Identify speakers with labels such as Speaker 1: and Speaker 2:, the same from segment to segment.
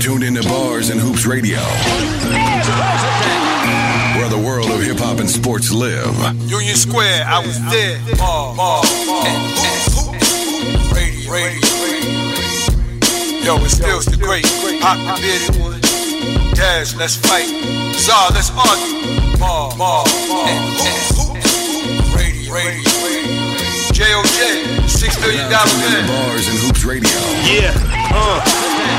Speaker 1: tuned into Bars and Hoops Radio, where the world of hip hop and sports live.
Speaker 2: Union Square, I was there. Ball, ball, ball. And hoop, hoop, radio, radio. Yo, it's still the great. Pop the bearded one. Daz, let's fight. Czar, let's argue. Ball, ball, ball. And hoop, hoop, radio, radio. JOJ, six million
Speaker 1: Now
Speaker 2: dollar
Speaker 1: tuned into
Speaker 2: man.
Speaker 1: Bars and Hoops Radio.
Speaker 3: Yeah, uh.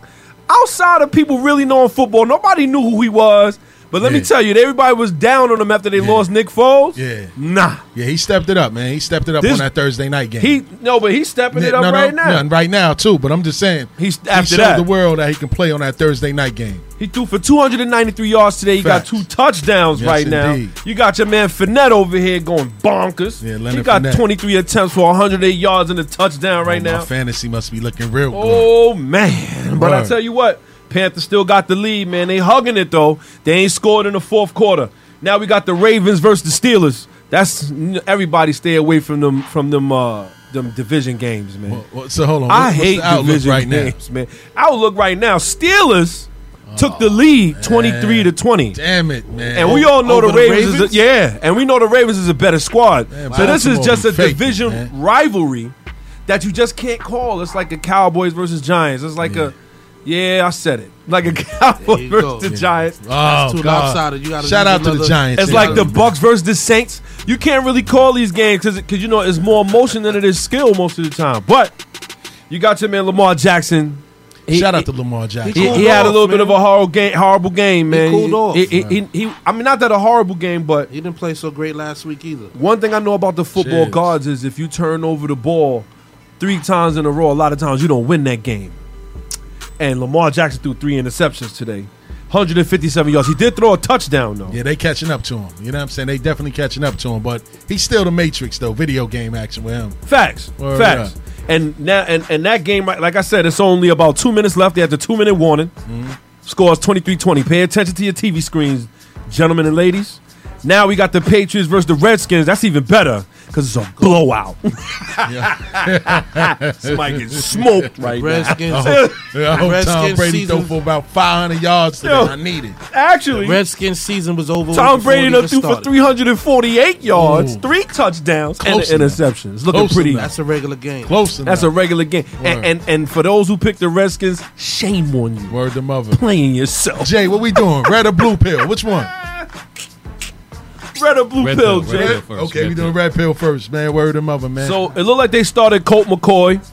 Speaker 4: Outside of people really knowing football, nobody knew who he was. But let me
Speaker 5: Yeah.
Speaker 4: tell you, everybody was down on him after they lost Nick Foles.
Speaker 5: Yeah.
Speaker 4: Nah.
Speaker 5: Yeah, he stepped it up, man. He stepped it up
Speaker 4: This-
Speaker 5: on that Thursday night game.
Speaker 4: He no, but he's stepping it up
Speaker 5: no, no,
Speaker 4: right now.
Speaker 5: no, right now too. But I'm just saying,
Speaker 4: He's-
Speaker 5: he
Speaker 4: after
Speaker 5: showed
Speaker 4: that.
Speaker 5: the world that he can play on that Thursday night game.
Speaker 4: He threw for 293 yards today. He
Speaker 5: Facts.
Speaker 4: got two touchdowns
Speaker 5: Yes,
Speaker 4: right now.
Speaker 5: indeed.
Speaker 4: You got your man Finette over here going bonkers.
Speaker 5: Yeah,
Speaker 4: he
Speaker 5: Leonard
Speaker 4: got
Speaker 5: Fournette.
Speaker 4: 23 attempts for 108 yards and a touchdown right
Speaker 5: Oh,
Speaker 4: now.
Speaker 5: my fantasy must be looking real good.
Speaker 4: Oh man! But I
Speaker 5: Word.
Speaker 4: tell you what, Panthers still got the lead, man. They hugging it though. They ain't scored in the fourth quarter. Now we got the Ravens versus the Steelers. That's everybody stay away from them from them uh them division games, man.
Speaker 5: Well, so hold on,
Speaker 4: I
Speaker 5: What- what's
Speaker 4: hate
Speaker 5: the outlook
Speaker 4: division
Speaker 5: right
Speaker 4: games, man. Outlook right now, Steelers took the lead, twenty three to twenty.
Speaker 5: now. Oh, Damn it, man.
Speaker 4: And we all know the
Speaker 6: Over the
Speaker 4: Ravens, is
Speaker 6: Ravens?
Speaker 4: a, yeah, and we know the Ravens is a better squad.
Speaker 5: Man,
Speaker 4: so this is
Speaker 5: Baltimore
Speaker 4: just
Speaker 5: be
Speaker 4: a
Speaker 5: faking,
Speaker 4: division
Speaker 5: man.
Speaker 4: rivalry that you just can't call. It's like a Cowboys versus Giants. It's like a yeah, I said it. Like a Cowboys
Speaker 6: you
Speaker 4: versus
Speaker 6: go.
Speaker 4: the
Speaker 6: Yeah.
Speaker 4: Giants.
Speaker 5: Oh,
Speaker 6: That's too
Speaker 5: God.
Speaker 6: lopsided. You gotta
Speaker 5: Shout
Speaker 6: use
Speaker 5: out to the
Speaker 6: another-
Speaker 5: Giants.
Speaker 4: It's
Speaker 5: Yeah.
Speaker 4: like the Bucks versus the Saints. You can't really call these games because you know it's more emotion than it is skill most of the time. But you got your man Lamar Jackson. He-
Speaker 5: Shout
Speaker 4: he-
Speaker 5: out to Lamar Jackson.
Speaker 4: He,
Speaker 6: cooled
Speaker 4: he had a
Speaker 6: off,
Speaker 4: little bit
Speaker 6: man.
Speaker 4: of a horrible game. Horrible game, man.
Speaker 6: cooled off.
Speaker 4: He- he- he- he- I mean, not that a horrible game, but
Speaker 6: He didn't play so great last week either.
Speaker 4: one thing I know about the football
Speaker 5: Jeez.
Speaker 4: gods is if you turn over the ball three times in a row, a lot of times you don't win that game. And Lamar Jackson threw three interceptions today, 157 yards. He did throw a touchdown though.
Speaker 5: Yeah, they catching up to him. You know what I'm saying? They definitely catching up to him. But he's still the Matrix though. Video game action with him.
Speaker 4: Facts.
Speaker 5: Word
Speaker 4: Facts.
Speaker 5: up.
Speaker 4: And now and, and that game, right- like I said, it's only about two minutes left. They have the two minute warning. Scores 23-20. Pay attention to your TV screens, gentlemen and ladies. Now we got the Patriots versus the Redskins. That's even better. because it's a blowout. Somebody gets smoked right now.
Speaker 6: Redskins.
Speaker 5: I hope Tom
Speaker 6: Redskins
Speaker 5: Brady
Speaker 6: season.
Speaker 5: throw for about 500 yards today.
Speaker 4: Yo.
Speaker 5: I need it.
Speaker 4: Actually,
Speaker 6: Redskins season was over. before
Speaker 4: Tom
Speaker 6: it
Speaker 4: Brady done
Speaker 6: even
Speaker 4: threw for
Speaker 6: started.
Speaker 4: 348 yards, three touchdowns,
Speaker 5: Close
Speaker 4: and an
Speaker 5: enough.
Speaker 4: interception. It's looking
Speaker 5: Close
Speaker 4: pretty.
Speaker 5: enough.
Speaker 4: That's,
Speaker 6: That's a regular game.
Speaker 5: Close enough.
Speaker 4: a regular game. And, and and for those who picked the Redskins, shame on you.
Speaker 5: word to mother.
Speaker 4: Playing yourself.
Speaker 5: Jay, what we doing? Red or blue pill? Which one?
Speaker 4: Red or blue
Speaker 7: Red
Speaker 4: pill,
Speaker 7: pill,
Speaker 4: Jay.
Speaker 7: red pill. first,
Speaker 5: okay,
Speaker 7: red
Speaker 5: we doing red pill first, man. Word to mother, man.
Speaker 4: So it looked like they started Colt McCoy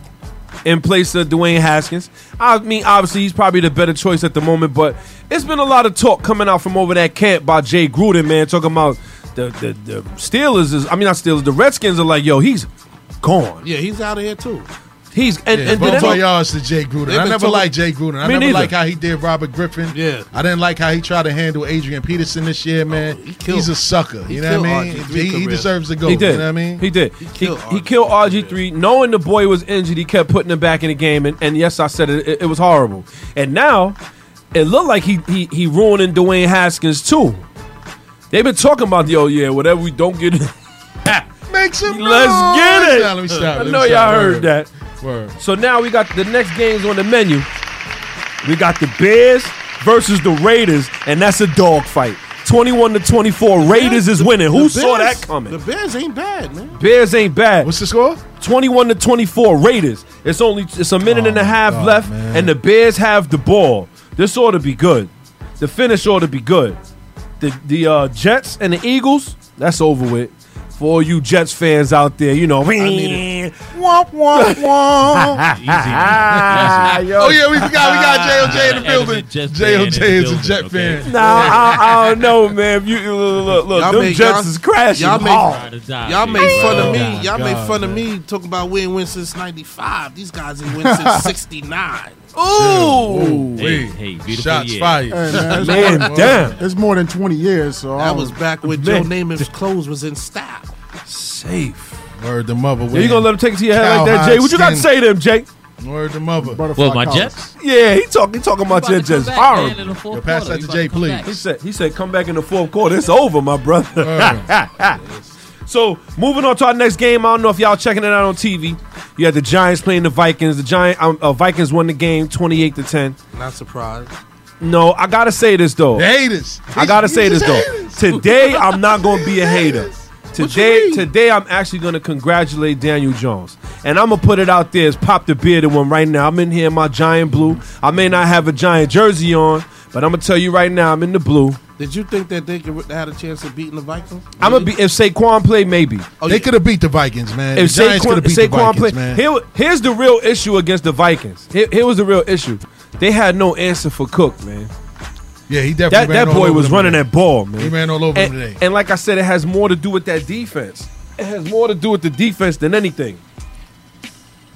Speaker 4: in place of Dwayne Haskins. I mean, obviously he's probably the better choice at the moment, but it's been a lot of talk coming out from over that camp by Jay Gruden, man, talking about the the, the Steelers is I mean not Steelers, the Redskins are like, yo, he's gone.
Speaker 6: Yeah, he's out of here too.
Speaker 4: He's and,
Speaker 5: yeah,
Speaker 4: and
Speaker 5: bon
Speaker 4: did any-
Speaker 5: voyage to Jay Gruden.
Speaker 6: They've
Speaker 5: I
Speaker 6: been
Speaker 5: never
Speaker 6: talking-
Speaker 5: liked Jay Gruden. I
Speaker 4: Me
Speaker 5: never
Speaker 4: neither.
Speaker 5: liked how he did Robert Griffin.
Speaker 6: Yeah. Oh,
Speaker 5: I didn't like how he tried to handle Adrian Peterson this year, man.
Speaker 6: he killed-
Speaker 5: He's a sucker.
Speaker 6: he
Speaker 5: you know what I
Speaker 6: killed
Speaker 5: mean?
Speaker 6: RG3
Speaker 5: He, he
Speaker 6: career.
Speaker 5: deserves to go.
Speaker 4: He did.
Speaker 5: You know what I mean?
Speaker 4: He did. He,
Speaker 6: He
Speaker 4: he
Speaker 6: killed
Speaker 4: killed,
Speaker 6: RG3.
Speaker 4: RG3. Knowing the boy was injured, he kept putting him back in the game. And, and yes, I said it, it, it was horrible. And now, it looked like he he, he ruining Dwayne Haskins too. They've been talking about the, oh, yeah, whatever we don't get.
Speaker 5: Make some
Speaker 4: Let's
Speaker 5: noise.
Speaker 4: get it.
Speaker 5: Nah, Oh, let me stop.
Speaker 4: I
Speaker 5: Let me
Speaker 4: know
Speaker 5: stop.
Speaker 4: y'all
Speaker 5: Word.
Speaker 4: heard that.
Speaker 5: Word.
Speaker 4: So now we got the next games on the menu. We got the Bears versus the Raiders, and that's a dogfight. 21 to 24. Raiders is winning. Who
Speaker 6: The
Speaker 4: saw
Speaker 6: Bears-
Speaker 4: that
Speaker 6: The
Speaker 4: coming?
Speaker 6: Bears ain't bad, man.
Speaker 4: Bears ain't bad.
Speaker 5: What's the score?
Speaker 4: 21 to 24 Raiders. It's only it's a minute and a half
Speaker 5: Oh, God,
Speaker 4: left
Speaker 5: man.
Speaker 4: and the Bears have the ball. This ought to be good. The finish ought to be good. The the uh, Jets and the Eagles, that's over with. For all you Jets fans out there, you know.
Speaker 6: need
Speaker 5: Womp, womp, womp.
Speaker 7: Easy.
Speaker 4: Ah,
Speaker 7: man. Easy.
Speaker 5: oh, yeah, we forgot. We got JLJ in the
Speaker 7: Adam is a
Speaker 5: building.
Speaker 7: Jets fan in
Speaker 5: JLJ
Speaker 7: the
Speaker 5: is a
Speaker 7: building,
Speaker 5: Jet
Speaker 7: okay?
Speaker 5: fan.
Speaker 4: Nah, I, I don't know, man. If you look, look, look
Speaker 6: Y'all
Speaker 4: them
Speaker 6: make-
Speaker 4: Jets
Speaker 6: y'all-
Speaker 4: is crashing
Speaker 6: y'all make-
Speaker 4: hard. Oh
Speaker 6: Y'all
Speaker 8: Oh
Speaker 6: made fun of me.
Speaker 7: God,
Speaker 6: Y'all made
Speaker 5: God,
Speaker 6: fun of me talking about we ain't win since '95. These guys ain't win since '69.
Speaker 4: Ooh,
Speaker 7: Hey, hey, beautiful
Speaker 5: Shots
Speaker 7: year.
Speaker 5: fired.
Speaker 9: man, it's,
Speaker 4: man, damn.
Speaker 9: it's more than 20 years, so I
Speaker 6: That
Speaker 9: don't-
Speaker 6: was back when Joe
Speaker 4: Man.
Speaker 6: Namath's clothes was in style.
Speaker 4: Safe.
Speaker 5: Word to mother.
Speaker 4: Yeah, you gonna let him take it to your head like that, Jay? What you got to say to him, Jay?
Speaker 5: Word to mother.
Speaker 9: butterfly
Speaker 7: Well, my
Speaker 9: collars.
Speaker 7: Jets.
Speaker 4: Yeah, he talking, he talking about
Speaker 8: about
Speaker 4: your
Speaker 8: to come
Speaker 4: Jets.
Speaker 8: back,
Speaker 4: Horrible.
Speaker 8: man, in the fourth
Speaker 5: Yo, pass
Speaker 8: quarter.
Speaker 5: that
Speaker 8: You
Speaker 5: to
Speaker 8: about
Speaker 5: Jay,
Speaker 8: come back.
Speaker 4: He said, he said, come back in the fourth quarter. It's over, my brother. so moving on to our next game. I don't know if y'all checking it out on TV. You had the Giants playing the Vikings. The Giant um, uh, Vikings won the game, twenty eight to ten.
Speaker 6: Not surprised.
Speaker 4: No, I gotta say this though.
Speaker 5: The haters.
Speaker 4: I gotta say this though. Today I'm not gonna be a hater. Today, today I'm actually gonna congratulate Daniel Jones, and I'm gonna put it out there as pop the bearded one right now. I'm in here in my giant blue. I may not have a giant jersey on, but I'm gonna tell you right now, I'm in the blue.
Speaker 6: Did you think that they could, had a chance of beating the Vikings?
Speaker 4: I'm gonna be if Saquon play maybe.
Speaker 6: Oh,
Speaker 5: They
Speaker 6: yeah.
Speaker 5: could have beat the Vikings, man.
Speaker 4: If
Speaker 5: the Giants could
Speaker 4: Saquon,
Speaker 5: have beat
Speaker 4: Saquon
Speaker 5: the Vikings,
Speaker 4: play,
Speaker 5: man.
Speaker 4: here, here's the real issue against the Vikings. Here, here was the real issue. They had no answer for Cook, man.
Speaker 5: yeah, he definitely ran
Speaker 4: That that
Speaker 5: all
Speaker 4: boy
Speaker 5: over
Speaker 4: was
Speaker 5: them
Speaker 4: running
Speaker 5: today.
Speaker 4: that ball, man.
Speaker 5: He ran all over
Speaker 4: and,
Speaker 5: them today.
Speaker 4: and like I said, it has more to do with that defense. It has more to do with the defense than anything.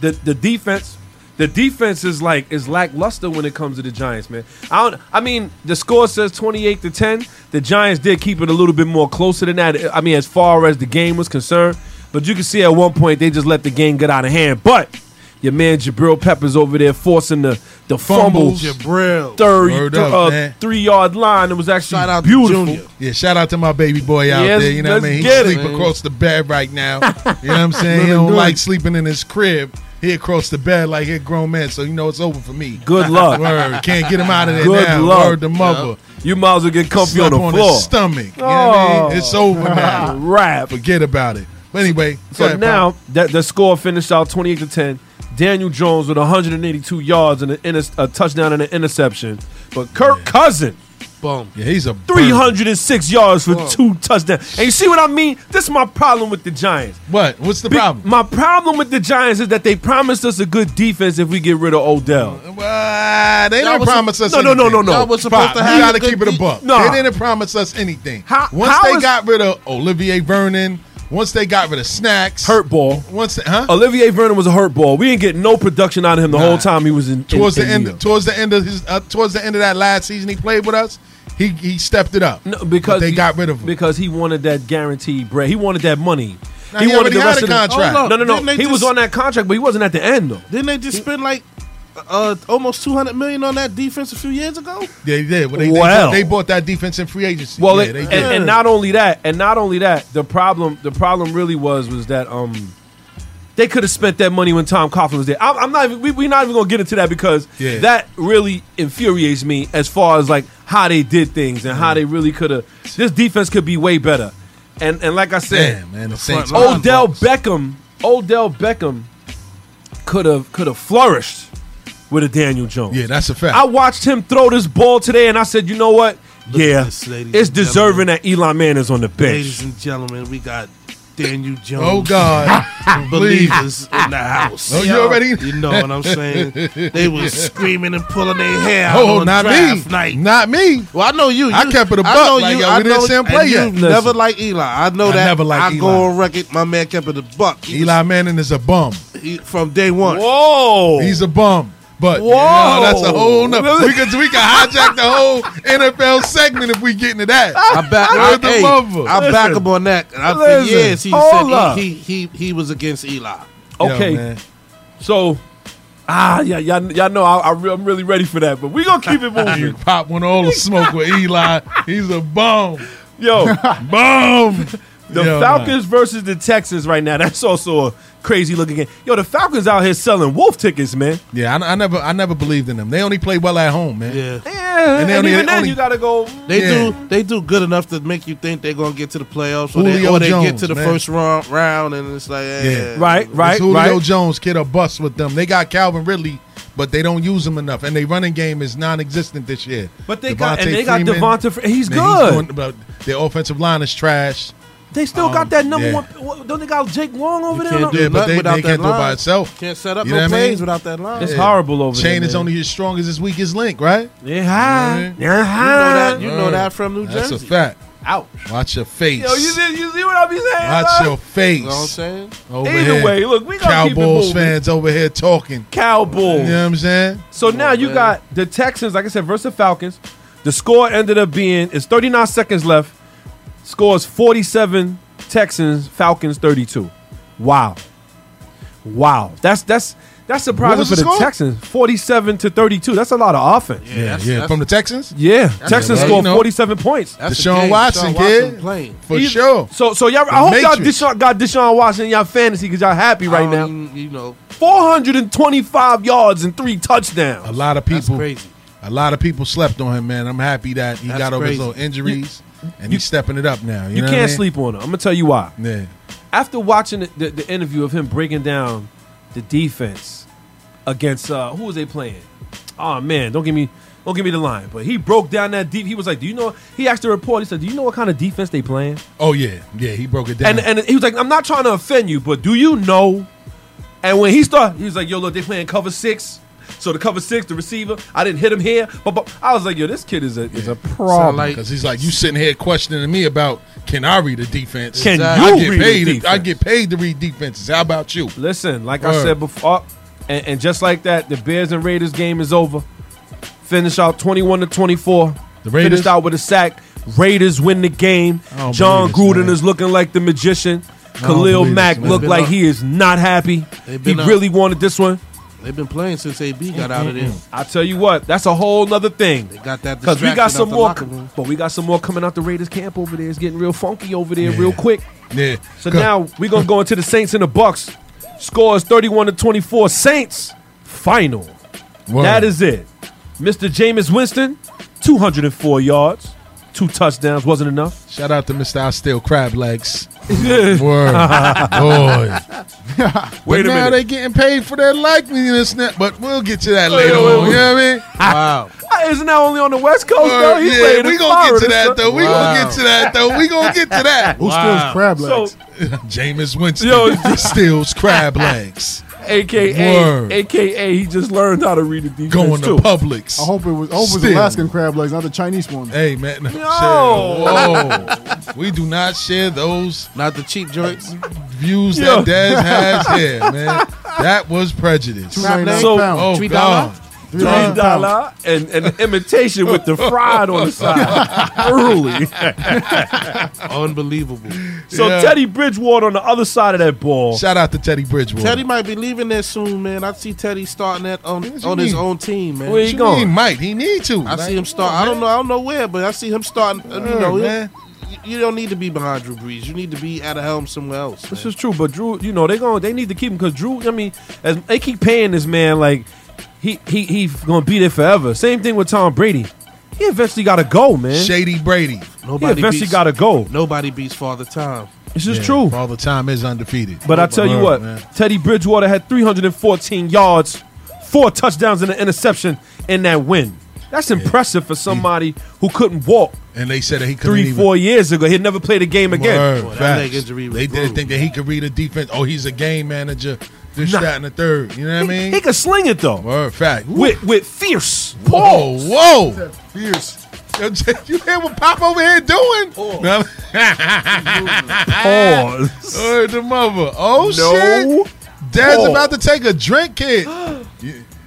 Speaker 4: The the defense, the defense is like is lackluster when it comes to the Giants, man. I don't. I mean, the score says twenty eight to ten. The Giants did keep it a little bit more closer than that. I mean, as far as the game was concerned, but you can see at one point they just let the game get out of hand. But your man Jabril Peppers over there forcing the the fumbles.
Speaker 5: Fumbles.
Speaker 6: Jabril.
Speaker 4: Third,
Speaker 5: Word up,
Speaker 4: uh,
Speaker 5: man.
Speaker 4: three yard line. It was actually
Speaker 6: Shout out to
Speaker 4: beautiful.
Speaker 6: Junior.
Speaker 5: Yeah, shout out to my baby boy out
Speaker 4: Yes,
Speaker 5: there. You know what I
Speaker 4: let's
Speaker 5: mean? He
Speaker 4: get it,
Speaker 5: sleep
Speaker 6: man.
Speaker 5: across the bed right now. you know what I'm saying? he don't
Speaker 6: good.
Speaker 5: like sleeping in his crib. He across the bed like he a grown man, so you know it's over for me.
Speaker 4: Good luck.
Speaker 5: Word. Can't get him out of there
Speaker 4: Good
Speaker 5: now.
Speaker 4: luck.
Speaker 5: Word to mother.
Speaker 4: You might as well get comfy
Speaker 5: Slept
Speaker 4: on the
Speaker 5: on
Speaker 4: floor.
Speaker 5: his stomach. You know what I mean?
Speaker 4: Oh.
Speaker 5: It's over now.
Speaker 4: Rap.
Speaker 5: Forget about it. But anyway, go
Speaker 4: So
Speaker 5: ahead,
Speaker 4: now that the score finished out 28 to 10. Daniel Jones with 182 yards and an inter- a touchdown and an interception. But Kirk Cousin,
Speaker 6: Boom.
Speaker 5: Yeah, he's a bird.
Speaker 4: 306 yards for two touchdowns. And you see what I mean? This is my problem with the Giants.
Speaker 5: What? What's the
Speaker 4: Be-
Speaker 5: problem?
Speaker 4: My problem with the Giants is that they promised us a good defense if we get rid of Odell.
Speaker 5: Uh, they
Speaker 6: Y'all
Speaker 5: didn't
Speaker 6: was-
Speaker 5: promise us
Speaker 4: No, no, no,
Speaker 5: anything.
Speaker 4: no, no.
Speaker 6: Y'all was supposed
Speaker 5: Pop,
Speaker 6: to have
Speaker 5: you gotta
Speaker 6: a good
Speaker 5: keep it a
Speaker 6: de-
Speaker 5: buck.
Speaker 4: Nah.
Speaker 5: They didn't promise us anything.
Speaker 4: How-
Speaker 5: once
Speaker 4: how
Speaker 5: they
Speaker 4: is-
Speaker 5: got rid of Olivier Vernon, once they got rid of Snacks,
Speaker 4: Hurt ball.
Speaker 5: Once, they, huh?
Speaker 4: Olivier Vernon was a hurt ball. We didn't get no production out of him the
Speaker 5: Nah.
Speaker 4: whole time he was in. in-
Speaker 5: towards
Speaker 4: in
Speaker 5: the end,
Speaker 4: New York.
Speaker 5: towards the end of his, uh, towards the end of that last season, he played with us. He he stepped it up
Speaker 4: No,
Speaker 5: But
Speaker 4: because
Speaker 5: they
Speaker 4: he-
Speaker 5: got rid of him.
Speaker 4: Because he wanted that guaranteed bread. He wanted that money.
Speaker 5: Now, he already had a
Speaker 4: of the-
Speaker 5: contract.
Speaker 6: Oh,
Speaker 4: No, no, no.
Speaker 6: Didn't they
Speaker 4: He was
Speaker 6: just-
Speaker 4: on that contract, but he wasn't at the end though.
Speaker 6: Didn't they just spend like uh, almost two hundred million on that defense a few years ago.
Speaker 5: Yeah, they did. Well, they, they
Speaker 4: Well.
Speaker 5: bought- they, bought that defense in free agency.
Speaker 4: Well,
Speaker 5: yeah,
Speaker 4: it-
Speaker 5: they
Speaker 4: and,
Speaker 5: did.
Speaker 4: and not only that, and not only that, the problem the problem really was was that um they could have spent that money when Tom Coughlin was there. I'm, I'm not even, we, we're not even gonna get into that because
Speaker 5: Yeah.
Speaker 4: that really infuriates me as far as like how they did things and how
Speaker 5: Mm.
Speaker 4: they really could have. This defense could be way better, and and like I said,
Speaker 5: Damn, man, the Saints.
Speaker 6: line.
Speaker 4: Odell Beckham, Odell Beckham could have could have flourished with a Daniel Jones.
Speaker 5: Yeah, that's a fact.
Speaker 4: I watched him throw this ball today, and I said, you know what? yeah,
Speaker 6: this, ladies
Speaker 4: it's
Speaker 6: and
Speaker 4: deserving that Elon Man is on the
Speaker 6: Ladies
Speaker 4: bench.
Speaker 6: and gentlemen, we got Daniel Jones.
Speaker 5: oh God, please.
Speaker 6: believers in the house.
Speaker 5: Oh, you
Speaker 6: yo.
Speaker 5: already-
Speaker 6: You know what I'm saying? They was screaming and pulling their hair out
Speaker 5: Oh,
Speaker 6: on
Speaker 5: not
Speaker 6: draft
Speaker 5: me.
Speaker 6: night.
Speaker 5: Not me.
Speaker 6: well, I know you.
Speaker 5: I
Speaker 6: You-
Speaker 5: kept it a buck,
Speaker 6: know
Speaker 5: like, yo, we didn't see him play
Speaker 6: and you
Speaker 5: yet.
Speaker 4: Listen.
Speaker 6: Never like Eli. I know
Speaker 5: I
Speaker 6: that.
Speaker 5: never liked
Speaker 6: I go
Speaker 5: Eli.
Speaker 6: on record. My man kept it a buck. He
Speaker 5: Eli Manning is a bum.
Speaker 6: was- he- from day one.
Speaker 4: Whoa!
Speaker 5: He's a bum. But
Speaker 4: Whoa.
Speaker 5: Yeah, that's a whole nother. We could we could hijack the whole NFL segment if we get into that.
Speaker 6: I back, I,
Speaker 5: Word to
Speaker 6: hey,
Speaker 5: mother.
Speaker 6: I back
Speaker 4: Listen.
Speaker 6: him on that. And I, for
Speaker 4: Listen.
Speaker 6: years, he
Speaker 4: Hold
Speaker 6: said
Speaker 4: up.
Speaker 6: he, he, he, he was against Eli.
Speaker 4: okay,
Speaker 5: Yo, man.
Speaker 4: so ah, yeah, y'all, y'all know I, I re- I'm really ready for that, but we gonna keep it
Speaker 5: You
Speaker 4: moving.
Speaker 5: pop one all the smoke with Eli. He's a bum.
Speaker 4: Yo,
Speaker 5: Bum.
Speaker 4: the
Speaker 5: Yo, man.
Speaker 4: Falcons versus the Texans right now. That's also a crazy looking game. Yo, the Falcons out here selling wolf tickets, man.
Speaker 5: Yeah, I, I never I never believed in them. They only play well at home, man.
Speaker 6: Yeah.
Speaker 4: Yeah, and,
Speaker 5: they only- they
Speaker 4: even then
Speaker 5: only-
Speaker 4: you gotta go.
Speaker 6: They
Speaker 5: Yeah.
Speaker 6: do they do good enough to make you think they're gonna get to the playoffs, or they,
Speaker 5: Julio
Speaker 6: or they get
Speaker 5: Jones,
Speaker 6: to the
Speaker 5: man.
Speaker 6: first round, round, and it's like, eh.
Speaker 5: Yeah.
Speaker 4: Right, right,
Speaker 5: it's Julio
Speaker 4: right.
Speaker 5: Jones kid a bust with them. They got Calvin Ridley, but they don't use him enough, and their running game is non-existent this year.
Speaker 4: But they got- and they got
Speaker 5: Freeman,
Speaker 4: Devonta Fre- he's good.
Speaker 5: but their offensive line is trash.
Speaker 4: They still got that number
Speaker 5: Um, yeah.
Speaker 4: one. what- Don't they got Jake Long over there?
Speaker 6: can't
Speaker 4: No-
Speaker 6: do
Speaker 5: Yeah, but
Speaker 6: nothing
Speaker 5: they, they
Speaker 6: without
Speaker 5: can't
Speaker 6: that
Speaker 5: do it by
Speaker 6: line.
Speaker 5: itself.
Speaker 6: Can't set up
Speaker 5: You know
Speaker 6: no
Speaker 5: what I mean?
Speaker 6: plays without that line.
Speaker 4: It's horrible over there.
Speaker 5: Chain is
Speaker 4: man.
Speaker 5: only as strong as its weakest link, right?
Speaker 4: Yeah, hi.
Speaker 5: Mhm.
Speaker 4: Yeah,
Speaker 6: You know that.
Speaker 4: hi.
Speaker 6: You know that from New
Speaker 5: That's
Speaker 6: Jersey.
Speaker 5: a fact.
Speaker 6: Ouch.
Speaker 5: Watch your face.
Speaker 4: Yo, you see, you see what I be saying?
Speaker 5: Watch your
Speaker 4: huh?
Speaker 6: You know what I'm
Speaker 5: face.
Speaker 6: saying?
Speaker 5: Over
Speaker 4: Either
Speaker 5: here.
Speaker 4: way, look, we gonna
Speaker 5: Cowboys
Speaker 4: keep it moving.
Speaker 5: fans over here talking.
Speaker 4: Cowboys.
Speaker 5: You know what I'm saying?
Speaker 4: So now you
Speaker 6: man.
Speaker 4: got the Texans, like I said, versus the Falcons. The score ended up being it's 39 seconds left. Scores 47 Texans, Falcons 32. Wow. Wow. That's that's that's surprising
Speaker 5: was
Speaker 4: for
Speaker 5: the
Speaker 4: the
Speaker 5: score?
Speaker 4: Texans. 47 to 32. That's a lot of offense. Yeah.
Speaker 6: Yeah, that's,
Speaker 5: yeah,
Speaker 6: that's,
Speaker 5: from the Texans
Speaker 4: Texans
Speaker 5: well, you
Speaker 4: scored
Speaker 5: know.
Speaker 4: 47 points.
Speaker 6: that's
Speaker 5: Deshaun
Speaker 6: the game.
Speaker 5: Watson,
Speaker 6: Deshaun Watson
Speaker 5: kid.
Speaker 6: playing.
Speaker 5: for
Speaker 4: Either-
Speaker 5: sure.
Speaker 4: So so y'all
Speaker 5: The
Speaker 4: I hope
Speaker 5: Matrix.
Speaker 4: y'all Deshaun, got Deshaun Watson in y'all fantasy because y'all happy
Speaker 6: I don't
Speaker 4: right now.
Speaker 6: even- you know,
Speaker 4: 425 yards and three
Speaker 5: A
Speaker 4: touchdowns.
Speaker 5: lot of
Speaker 6: that's
Speaker 5: people.
Speaker 6: crazy.
Speaker 5: A lot of people slept on him, man. I'm happy that he
Speaker 6: That's
Speaker 5: got over his
Speaker 6: crazy.
Speaker 5: little injuries and
Speaker 4: you-
Speaker 5: he's stepping it up now. You,
Speaker 4: You
Speaker 5: know
Speaker 4: can't
Speaker 5: what I mean?
Speaker 4: sleep on it. I'm gonna tell you why.
Speaker 5: Yeah.
Speaker 4: After watching the, the, the interview of him breaking down the defense against uh, who was they playing? Oh man, don't give me don't give me the line. But he broke down that deep. He was like, "Do you know?" He asked the report. He said, "Do you know what kind of defense they playing?"
Speaker 5: Oh yeah, yeah. He broke it down.
Speaker 4: And and he was like, "I'm not trying to offend you, but do you know?" And when he started, he was like, "Yo, look, they playing cover six. So the cover six, the receiver, I didn't hit him here, but, but I was like, yo, this kid is a is a problem.
Speaker 6: Sound like
Speaker 5: because he's like, you sitting here questioning me about can I read the defense?
Speaker 4: Can
Speaker 5: I
Speaker 4: you
Speaker 5: get
Speaker 4: read the
Speaker 5: paid? I
Speaker 4: defense?
Speaker 5: get paid to read defenses. How about you?
Speaker 4: Listen, like I
Speaker 5: Word.
Speaker 4: said before, oh, and, and just like that, the Bears and Raiders game is over. Finish out 21 to 24.
Speaker 5: The Raiders?
Speaker 4: Finished out with a sack. Raiders win the game.
Speaker 5: I don't
Speaker 4: John
Speaker 5: believe this,
Speaker 4: Gruden
Speaker 5: man.
Speaker 4: is looking like the magician.
Speaker 5: don't
Speaker 4: Khalil
Speaker 5: believe this,
Speaker 4: Mack
Speaker 5: man.
Speaker 4: looked
Speaker 6: They've
Speaker 4: like
Speaker 6: been
Speaker 4: he is not happy.
Speaker 6: They've
Speaker 4: He
Speaker 6: been up.
Speaker 4: really wanted this one.
Speaker 6: They've been playing since AB got out of there.
Speaker 4: I tell you what, that's a whole nother thing.
Speaker 6: They got that
Speaker 4: Because we got
Speaker 6: distraction out
Speaker 4: some
Speaker 6: the
Speaker 4: more,
Speaker 6: locker room.
Speaker 4: but we got some more coming out the Raiders camp over there. It's getting real funky over there,
Speaker 5: Yeah.
Speaker 4: real quick.
Speaker 5: Yeah.
Speaker 4: So
Speaker 5: Go-
Speaker 4: now we're gonna go into the Saints and the Bucks. Scores 31 to 24. Saints final.
Speaker 5: Word.
Speaker 4: That is it. Mr. Jameis Winston, 204 yards, two touchdowns wasn't enough.
Speaker 5: shout out to Mister I Still Crab Legs. Word, boy.
Speaker 4: Wait
Speaker 5: but
Speaker 4: a
Speaker 5: now
Speaker 4: minute.
Speaker 5: they getting paid for their likeliness, now- but we'll get to that later
Speaker 4: wait,
Speaker 5: on.
Speaker 4: wait.
Speaker 5: You know what I mean?
Speaker 6: Wow.
Speaker 4: Ah, Isn't that only on the West Coast though?
Speaker 5: Word,
Speaker 4: He
Speaker 5: yeah,
Speaker 4: played
Speaker 5: we
Speaker 4: in
Speaker 5: gonna get to
Speaker 4: Florida,
Speaker 5: that
Speaker 4: son.
Speaker 5: though. We gonna get to that though. We gonna get to that.
Speaker 9: Who steals crab legs?
Speaker 4: So,
Speaker 5: Jameis Winston
Speaker 4: Yo.
Speaker 5: steals crab legs.
Speaker 4: AKA,
Speaker 5: Word.
Speaker 4: AKA, he just learned how to read the defense
Speaker 5: Going
Speaker 4: too.
Speaker 5: to Publix.
Speaker 9: I hope it was I hope it was
Speaker 5: Still.
Speaker 9: Alaskan crab legs, not the Chinese one.
Speaker 5: Hey man, no,
Speaker 4: No.
Speaker 5: shit. whoa! we do not share those
Speaker 6: Not the cheap joints.
Speaker 5: views
Speaker 4: Yo.
Speaker 5: that Daz has here, man. That was prejudice.
Speaker 9: Two ninety nine
Speaker 4: So-
Speaker 9: pound.
Speaker 5: Oh
Speaker 6: Three
Speaker 5: God,
Speaker 6: dollar?
Speaker 9: Three
Speaker 4: Three
Speaker 9: dollars a pound.
Speaker 4: dollar and and the imitation with the fried on the side. Early.
Speaker 6: Unbelievable.
Speaker 4: So
Speaker 5: Yeah.
Speaker 4: Teddy Bridgewater on the other side of that ball.
Speaker 5: Shout out to Teddy Bridgewater.
Speaker 6: Teddy might be leaving there soon, man. I see Teddy starting that on,
Speaker 5: What you
Speaker 6: on his
Speaker 5: mean?
Speaker 6: own team, man.
Speaker 4: Where
Speaker 5: What
Speaker 4: he
Speaker 5: you
Speaker 4: going?
Speaker 5: mean, Mike? He need to.
Speaker 6: I
Speaker 5: Like,
Speaker 6: see him start. I don't know. I don't know where, but I see him starting. uh, you
Speaker 5: Yeah,
Speaker 6: know,
Speaker 5: man.
Speaker 6: you- you don't need to be behind Drew Brees. You need to be at a helm somewhere else. man.
Speaker 4: This is true, but Drew, you know, they going they need to keep him because Drew. I mean, as they keep paying this man, like he he he gonna be there forever. Same thing with Tom Brady. He eventually gotta go, man.
Speaker 5: Shady Brady.
Speaker 4: He
Speaker 6: nobody
Speaker 4: eventually
Speaker 6: beats.
Speaker 4: gotta go.
Speaker 6: nobody beats Father Time.
Speaker 4: This is
Speaker 5: Yeah,
Speaker 4: true.
Speaker 5: All the time is undefeated.
Speaker 4: But I tell you
Speaker 5: Word,
Speaker 4: what,
Speaker 5: man.
Speaker 4: Teddy Bridgewater had 314 yards, four touchdowns and an interception in that win. That's impressive for somebody who couldn't walk
Speaker 5: And they said that he couldn't
Speaker 4: three,
Speaker 5: even-
Speaker 4: four years ago. He'd never played a game again.
Speaker 5: Word,
Speaker 6: Boy, that
Speaker 5: facts.
Speaker 6: leg injury was
Speaker 5: They didn't
Speaker 6: brutal.
Speaker 5: think that he could read a defense. Oh, he's a game manager. This,
Speaker 4: Nah.
Speaker 5: that, and the third. You know what I
Speaker 4: He-
Speaker 5: mean?
Speaker 4: He, could sling it though.
Speaker 5: Word, fact. Woo.
Speaker 4: With with fierce
Speaker 5: Whoa,
Speaker 4: pause.
Speaker 5: whoa.
Speaker 9: Fierce.
Speaker 5: Yo, Jay, You hear what Pop over here doing? Word
Speaker 4: Pause.
Speaker 5: the mother. Oh,
Speaker 4: No.
Speaker 5: shit. Dad's
Speaker 4: Pause.
Speaker 5: about to take a drink, kid.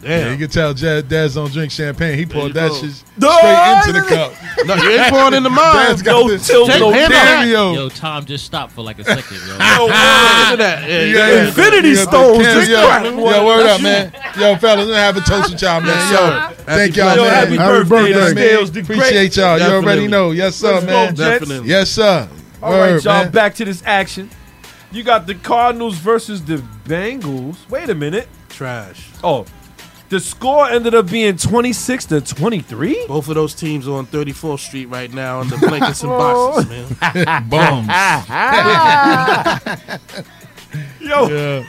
Speaker 5: Yeah, you
Speaker 6: Damn.
Speaker 5: can tell Dad, Dad's don't drink champagne. He poured
Speaker 6: you
Speaker 5: that
Speaker 6: go.
Speaker 5: shit straight
Speaker 4: Dad!
Speaker 5: into the cup.
Speaker 6: no, you ain't pouring in the
Speaker 5: Dad's
Speaker 6: mind.
Speaker 5: got
Speaker 4: Yo,
Speaker 5: this
Speaker 4: tilt, yo,
Speaker 6: hand
Speaker 4: down.
Speaker 5: cameo.
Speaker 7: Yo, Tom just stopped for like a second, yo.
Speaker 4: Yo,
Speaker 6: Ah, look at that. Yeah,
Speaker 5: Yeah,
Speaker 6: yeah.
Speaker 5: yeah.
Speaker 4: Infinity
Speaker 5: You got the
Speaker 4: Stones,
Speaker 5: camera.
Speaker 4: just
Speaker 5: Yo,
Speaker 4: crack.
Speaker 5: yo, word up, man. Yo, fellas, let me have a toast with y'all, man. Yo, thank y'all,
Speaker 4: Yo,
Speaker 5: man.
Speaker 9: Happy
Speaker 4: happy, birthday,
Speaker 9: birthday,
Speaker 4: to
Speaker 9: man.
Speaker 4: Scales the Great.
Speaker 5: Appreciate y'all. You already
Speaker 6: Definitely.
Speaker 5: know. Yes, sir,
Speaker 4: Let's
Speaker 5: man.
Speaker 4: go, Jets.
Speaker 6: Definitely.
Speaker 5: Yes, sir.
Speaker 4: All right,
Speaker 5: Word,
Speaker 4: y'all.
Speaker 5: man.
Speaker 4: Back to this action. You got the Cardinals versus the Bengals. Wait a minute.
Speaker 6: Trash.
Speaker 4: Oh, the score ended up being 26 to 23.
Speaker 6: Both of those teams are on 34th Street right now under blankets and boxes, man.
Speaker 5: Boom.
Speaker 4: Yo,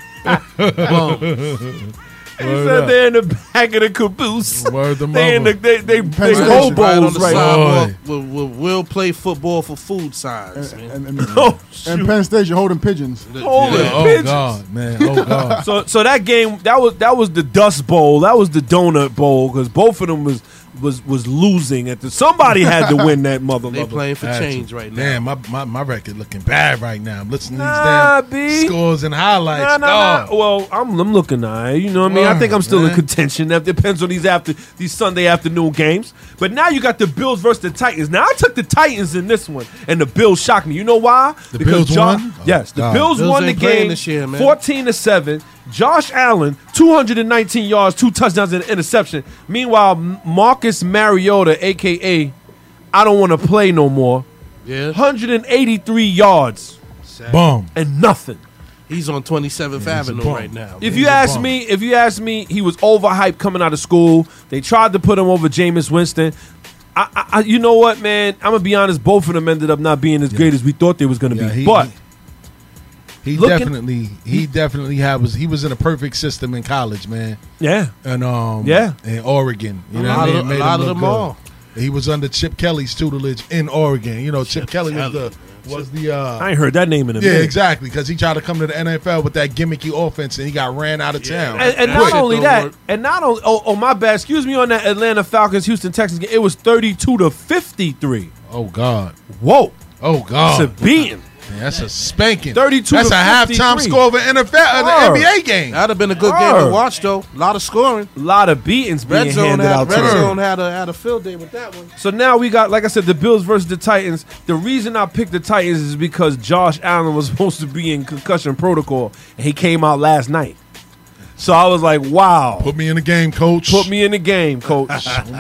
Speaker 4: they said they're in the back of the caboose.
Speaker 5: Word the
Speaker 4: They in the
Speaker 5: mother.
Speaker 4: they they, they
Speaker 9: Pension
Speaker 6: right on
Speaker 4: hobos
Speaker 6: the
Speaker 4: right now.
Speaker 6: sidewalk. We'll, we'll, we'll play football for food signs, man.
Speaker 9: And, and,
Speaker 4: Oh,
Speaker 9: and
Speaker 4: shoot.
Speaker 9: Penn State, you're holding pigeons.
Speaker 4: Holy
Speaker 5: Yeah, Oh,
Speaker 4: bitches.
Speaker 5: God, man. Oh, God.
Speaker 4: So so that game that was that was the Dust Bowl. That was the Donut Bowl because both of them was was was losing. At the somebody had to win that mother.
Speaker 6: They
Speaker 4: mother.
Speaker 6: playing for
Speaker 5: That's-
Speaker 6: change right now.
Speaker 5: Damn, my, my, my record looking bad right now. I'm listening to these
Speaker 4: Nah,
Speaker 5: damn
Speaker 4: B.
Speaker 5: scores and highlights.
Speaker 4: Nah, nah,
Speaker 5: God.
Speaker 4: nah. Well, I'm, I'm looking at you know what I mean. I think I'm still in
Speaker 5: Alright, man.
Speaker 4: contention. That depends on these after these Sunday afternoon games. But now you got the Bills versus the Titans. Now I took the Titans in this one, and the Bills shocked me. You know why?
Speaker 5: The Bills won? Oh,
Speaker 4: Yes, the
Speaker 5: God.
Speaker 4: Bills,
Speaker 6: Bills
Speaker 4: won the
Speaker 6: ain't playing
Speaker 4: game
Speaker 6: this year, man.
Speaker 4: 14 to seven. Josh Allen, 219 yards, two touchdowns, and an interception. Meanwhile, M- Marcus Mariota, aka I don't want to play no more,
Speaker 6: Yeah,
Speaker 4: 183 yards
Speaker 5: Boom.
Speaker 4: and nothing.
Speaker 6: he's on 27th Avenue
Speaker 5: bum.
Speaker 6: right now.
Speaker 4: If
Speaker 6: man.
Speaker 4: you
Speaker 5: a
Speaker 4: ask
Speaker 5: bum.
Speaker 4: me, if you ask me, he was overhyped coming out of school. They tried to put him over Jameis Winston. I, I, I- you know what, man? I'm gonna be honest. Both of them ended up not being as great as we thought they was gonna
Speaker 5: Yeah,
Speaker 4: be.
Speaker 5: he-
Speaker 4: but
Speaker 5: He
Speaker 4: Looking-
Speaker 5: definitely, he definitely had was he was in a perfect system in college, man,
Speaker 4: yeah,
Speaker 5: and um,
Speaker 4: Yeah.
Speaker 5: in Oregon. You know,
Speaker 6: A
Speaker 5: what I
Speaker 6: lot
Speaker 5: mean?
Speaker 6: of-
Speaker 5: It made
Speaker 6: a lot of
Speaker 5: him look
Speaker 6: them
Speaker 5: good.
Speaker 6: all.
Speaker 5: He was under Chip Kelly's tutelage in Oregon. You know, Chip, Kelly,
Speaker 6: Kelly.
Speaker 5: was the was the uh,
Speaker 4: I ain't heard that name in a
Speaker 5: yeah,
Speaker 4: minute.
Speaker 5: exactly because he tried to come to the NFL with that gimmicky offense and he got ran out of town.
Speaker 4: And, and
Speaker 6: That
Speaker 4: not
Speaker 6: shit
Speaker 4: only
Speaker 6: don't
Speaker 4: that,
Speaker 6: work.
Speaker 4: and not only oh, oh my bad, excuse me on that Atlanta Falcons Houston Texans game. It was 32 to 53.
Speaker 5: oh God,
Speaker 4: Whoa,
Speaker 5: oh
Speaker 4: it's
Speaker 5: God,
Speaker 4: a beating.
Speaker 5: Man, that's a spanking.
Speaker 4: 32
Speaker 5: That's
Speaker 4: to
Speaker 5: a halftime
Speaker 4: 53.
Speaker 5: score of an NFL, uh,
Speaker 4: Word.
Speaker 5: the NBA game.
Speaker 6: That'd have been a good game
Speaker 4: Word.
Speaker 6: to watch, though. A lot of scoring.
Speaker 4: A lot of beatings being
Speaker 6: Red zone
Speaker 4: handed
Speaker 6: had,
Speaker 4: out. to
Speaker 6: red
Speaker 4: them.
Speaker 6: zone had a had a field day with that one.
Speaker 4: So now we got, like I said, the Bills versus the Titans. The reason I picked the Titans is because Josh Allen was supposed to be in concussion protocol, and he came out last night. So I was like, wow.
Speaker 5: Put me in the game, coach.
Speaker 4: Put me in the game, coach.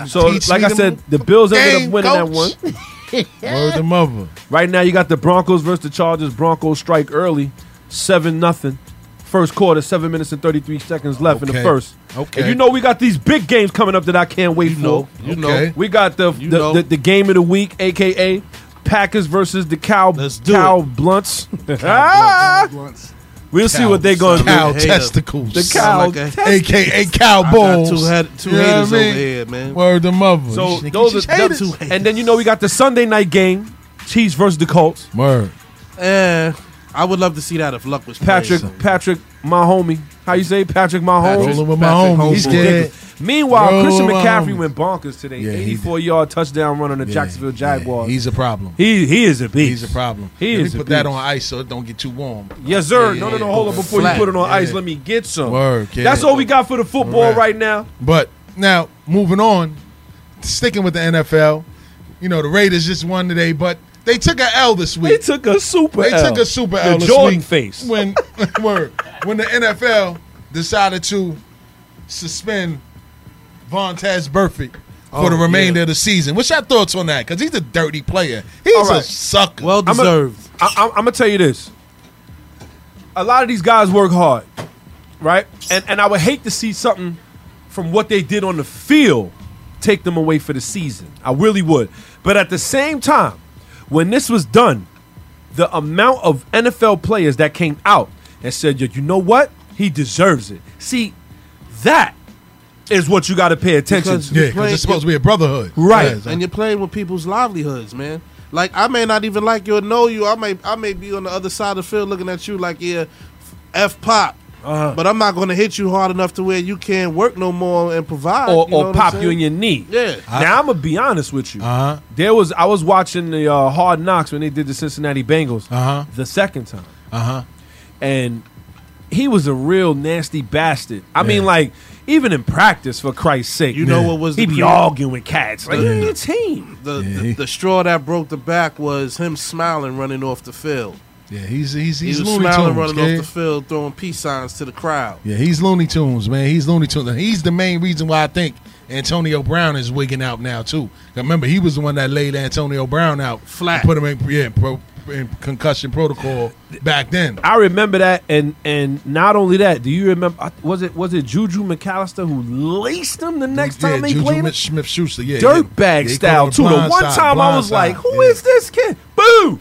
Speaker 4: So,
Speaker 5: Teach
Speaker 4: like
Speaker 5: me
Speaker 4: I
Speaker 5: the
Speaker 4: said, the Bills ended
Speaker 5: game,
Speaker 4: up winning that one.
Speaker 5: coach. Word the mother.
Speaker 4: Right now, you got the Broncos versus the Chargers. Broncos strike early, seven nothing. First quarter, seven minutes and thirty three seconds left in the
Speaker 5: Okay.
Speaker 4: first.
Speaker 5: Okay.
Speaker 4: And you know we got these big games coming up that I can't wait for.
Speaker 6: know. You
Speaker 5: Okay.
Speaker 6: know.
Speaker 4: We got the the,
Speaker 6: You know.
Speaker 4: the the game of the week, aka Packers versus the Cow
Speaker 6: Let's do
Speaker 4: Cow Blunts. Ah!
Speaker 9: Blunts, blunts.
Speaker 4: we'll see what they're going to
Speaker 5: Cow
Speaker 4: do.
Speaker 6: Hey, uh,
Speaker 5: testicles.
Speaker 4: The
Speaker 6: cow
Speaker 4: Cow.
Speaker 6: like a-
Speaker 4: test-
Speaker 5: aka
Speaker 6: I
Speaker 5: Cowboys.
Speaker 6: got two head- two haters over here, man.
Speaker 5: Word the mother.
Speaker 4: So
Speaker 5: These niggas
Speaker 4: those
Speaker 5: just
Speaker 4: are
Speaker 5: haters.
Speaker 4: the- and then you know we got the Sunday night game, Chiefs versus the Colts.
Speaker 5: Word.
Speaker 6: Eh, I would love to see that if Luck was playing.
Speaker 4: Patrick
Speaker 6: So-
Speaker 4: Patrick, my homie. How you say Patrick, my homie?
Speaker 6: Patrick.
Speaker 5: Rolling with my
Speaker 6: Patrick
Speaker 5: homie.
Speaker 6: Holmes.
Speaker 5: He's
Speaker 6: Boy.
Speaker 5: dead.
Speaker 4: Meanwhile,
Speaker 5: Roll
Speaker 4: Christian
Speaker 5: my
Speaker 4: McCaffrey
Speaker 5: homies.
Speaker 4: went bonkers today.
Speaker 5: Yeah, he
Speaker 4: 84 yard touchdown run on the
Speaker 5: Yeah,
Speaker 4: Jacksonville Jaguars.
Speaker 5: yeah, he's a problem.
Speaker 4: he he is a beast.
Speaker 5: He's a problem.
Speaker 4: He
Speaker 5: Let me
Speaker 4: is a
Speaker 5: put that
Speaker 4: beast.
Speaker 5: on ice so it don't get too warm.
Speaker 4: Yes, sir.
Speaker 6: Yeah,
Speaker 4: no,
Speaker 6: yeah,
Speaker 4: no, no.
Speaker 6: yeah.
Speaker 4: Hold up. Before
Speaker 6: Flat.
Speaker 4: you put it on
Speaker 5: Yeah.
Speaker 4: ice, let me get some.
Speaker 5: Word, kid.
Speaker 4: That's all we got for the football
Speaker 5: Alright.
Speaker 4: right now.
Speaker 5: But Now, moving on, sticking with the NFL, you know, the Raiders just won today, but they took an L this week.
Speaker 4: They took a super
Speaker 5: They
Speaker 4: L.
Speaker 5: took a super
Speaker 4: The
Speaker 5: L this
Speaker 4: Jordan
Speaker 5: week
Speaker 4: face.
Speaker 5: when word, when the NFL decided to suspend Vontez Burfict for
Speaker 6: Oh,
Speaker 5: the remainder
Speaker 6: yeah.
Speaker 5: of the season. What's your thoughts on that? Because he's a dirty player. He's
Speaker 4: All
Speaker 5: a
Speaker 4: right.
Speaker 5: sucker.
Speaker 6: Well
Speaker 4: I'm a-
Speaker 6: deserved.
Speaker 4: I, I, I'm gonna tell you this. A lot of these guys work hard, right? And and I would hate to see something from what they did on the field take them away for the season. I really would. But at the same time, when this was done, the amount of NFL players that came out and said, "Yo, you know what? He deserves it." See, that is what you got to pay attention
Speaker 6: Because-
Speaker 4: to.
Speaker 5: yeah, because
Speaker 6: playing-
Speaker 5: it's supposed to be a brotherhood,
Speaker 4: Right.
Speaker 5: Yeah, so-
Speaker 6: and you're playing with people's livelihoods, man. Like I may not even like you or know you. I may I may be on the other side of the field looking at you like yeah, f pop.
Speaker 4: Uh-huh.
Speaker 6: But I'm not going to hit you hard enough to where you can't work no more and provide
Speaker 4: or,
Speaker 6: you know
Speaker 4: or
Speaker 6: what I'm
Speaker 4: pop
Speaker 6: saying?
Speaker 4: you in your knee.
Speaker 6: Yeah.
Speaker 4: now I'm gonna be honest with you.
Speaker 5: Uh-huh.
Speaker 4: There was I was watching the uh, Hard Knocks when they did the Cincinnati Bengals
Speaker 5: Uh-huh.
Speaker 4: the second time,
Speaker 5: Uh-huh.
Speaker 4: and he was a real nasty bastard. I mean,
Speaker 5: Yeah.
Speaker 4: like even in practice, for Christ's sake,
Speaker 6: You know what was
Speaker 4: he
Speaker 6: the
Speaker 4: be
Speaker 6: pre-
Speaker 4: arguing with cats like you ain't a team.
Speaker 6: The, the, the straw that broke the back was him smiling running off the field.
Speaker 5: Yeah, he's he's
Speaker 6: He
Speaker 5: he's
Speaker 6: was
Speaker 5: Looney
Speaker 6: smiling
Speaker 5: Tunes.
Speaker 6: running
Speaker 5: kid.
Speaker 6: off the field, throwing peace signs to the crowd.
Speaker 5: yeah, he's Looney Tunes, man. He's Looney Tunes. And He's the main reason why I think Antonio Brown is wigging out now too. Remember, he was the one that laid Antonio Brown out,
Speaker 6: Flat.
Speaker 5: and put him in yeah pro, in concussion protocol back then.
Speaker 4: I remember that, and and not only that, do you remember? I- Was it was it Juju McAllister who laced him the next time they
Speaker 5: Juju
Speaker 4: played? him?
Speaker 5: Smith Schuster, yeah, yeah.
Speaker 4: dirtbag
Speaker 5: Yeah, he
Speaker 4: style
Speaker 5: called
Speaker 4: too.
Speaker 5: him
Speaker 4: The
Speaker 5: blind
Speaker 4: one
Speaker 5: side,
Speaker 4: time I
Speaker 5: blind
Speaker 4: was
Speaker 5: side.
Speaker 4: like, "Who
Speaker 5: yeah.
Speaker 4: is this kid?" Boo!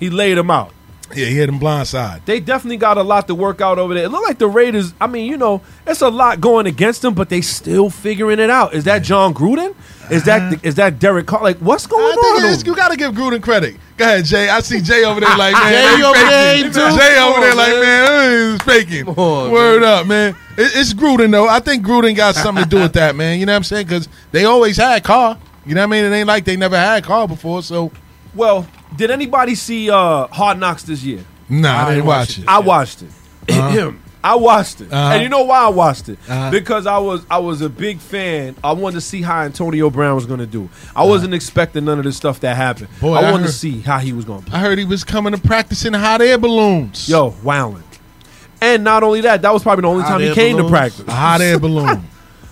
Speaker 4: He laid him out.
Speaker 5: Yeah, he had him blindside.
Speaker 4: They definitely got a lot to work out over there. It looked like the Raiders. I mean, you know, it's a lot going against them, but they still figuring it out. Is that John Gruden? Is that is that Derek Carr? Like, what's going
Speaker 5: Uh-huh. I think
Speaker 4: on?
Speaker 5: it is-
Speaker 4: over
Speaker 5: you got to give Gruden credit. Go ahead, Jay. I see Jay over there like,
Speaker 6: Jay
Speaker 5: man, they
Speaker 6: over
Speaker 5: faking.
Speaker 6: there ain't doing-
Speaker 5: Jay
Speaker 6: come
Speaker 5: over there
Speaker 6: on,
Speaker 5: like,
Speaker 6: man.
Speaker 5: man, it's faking.
Speaker 6: Come on,
Speaker 5: Word up, man. It- it's Gruden though. I think Gruden got something to do with that, man. You know what I'm saying? Because they always had Carr. You know what I mean? It ain't like they never had Carr before. So
Speaker 4: Well, did anybody see uh, Hard Knocks this year?
Speaker 5: nah, I, didn't watch it.
Speaker 4: I watched it. I watched it,
Speaker 5: Uh-huh.
Speaker 4: and you know why I watched it?
Speaker 5: Uh-huh.
Speaker 4: Because I was I was a big fan. I wanted to see how Antonio Brown was going to do. I wasn't expecting none of the stuff that happened.
Speaker 5: Uh-huh. Boy,
Speaker 4: I
Speaker 5: I
Speaker 4: wanted to
Speaker 5: heard-
Speaker 4: see how he was going to play.
Speaker 5: I heard he was coming to practice in hot air balloons.
Speaker 4: Yo, wowing. And not only that, that was probably the only
Speaker 6: Hot
Speaker 4: time he
Speaker 6: air
Speaker 4: came to
Speaker 6: balloons.
Speaker 5: a
Speaker 4: practice.
Speaker 5: hot air balloon.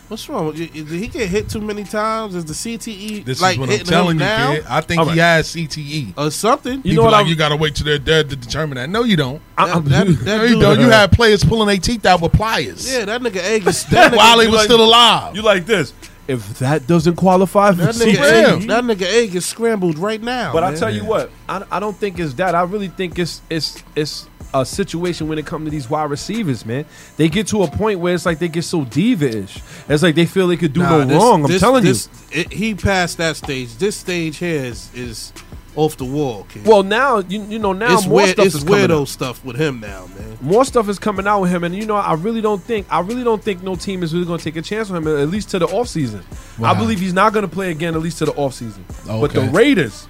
Speaker 6: What's wrong? with you? Did he get hit too many times? Is the CTE
Speaker 5: This
Speaker 6: like
Speaker 5: is what I'm
Speaker 6: hitting
Speaker 5: telling
Speaker 6: him
Speaker 5: you,
Speaker 6: now
Speaker 5: kid. I think
Speaker 4: All right.
Speaker 5: he has CTE.
Speaker 6: or something?
Speaker 4: You
Speaker 5: People
Speaker 4: know what
Speaker 5: like,
Speaker 4: I'm-
Speaker 5: you gotta wait till they're dead to determine that. No, you don't.
Speaker 4: I-
Speaker 6: That-
Speaker 4: I'm-
Speaker 6: that- that
Speaker 5: No, you
Speaker 6: dude-
Speaker 5: don't. You had players pulling their teeth out with pliers.
Speaker 6: yeah, that nigga egg is that nigga,
Speaker 5: while he
Speaker 4: you
Speaker 5: was
Speaker 4: like-
Speaker 5: still alive.
Speaker 4: you like this? If that doesn't qualify for
Speaker 6: that nigga,
Speaker 4: CTE,
Speaker 5: real.
Speaker 6: egg, that nigga egg is scrambled right now.
Speaker 4: But I
Speaker 6: man.
Speaker 4: tell you what, I, I don't think it's that. I really think it's it's it's a situation when it comes to these wide receivers, man. They get to a point where it's like they get so diva-ish. It's like they feel they could do no wrong. I'm telling you.
Speaker 6: you, he passed that stage. This stage here is is off the wall, kid.
Speaker 4: Well, now you you know now
Speaker 6: it's
Speaker 4: more
Speaker 6: weird.
Speaker 4: stuff
Speaker 6: It's
Speaker 4: is coming.
Speaker 6: weirdo
Speaker 4: Out.
Speaker 6: stuff with him now, man.
Speaker 4: More stuff is coming out with him, and you know I really don't think I really don't think no team is really going to take a chance on him at least to the offseason. I
Speaker 5: Wow.
Speaker 4: believe he's not going to play again at least to the offseason. But the
Speaker 5: Okay.
Speaker 4: Raiders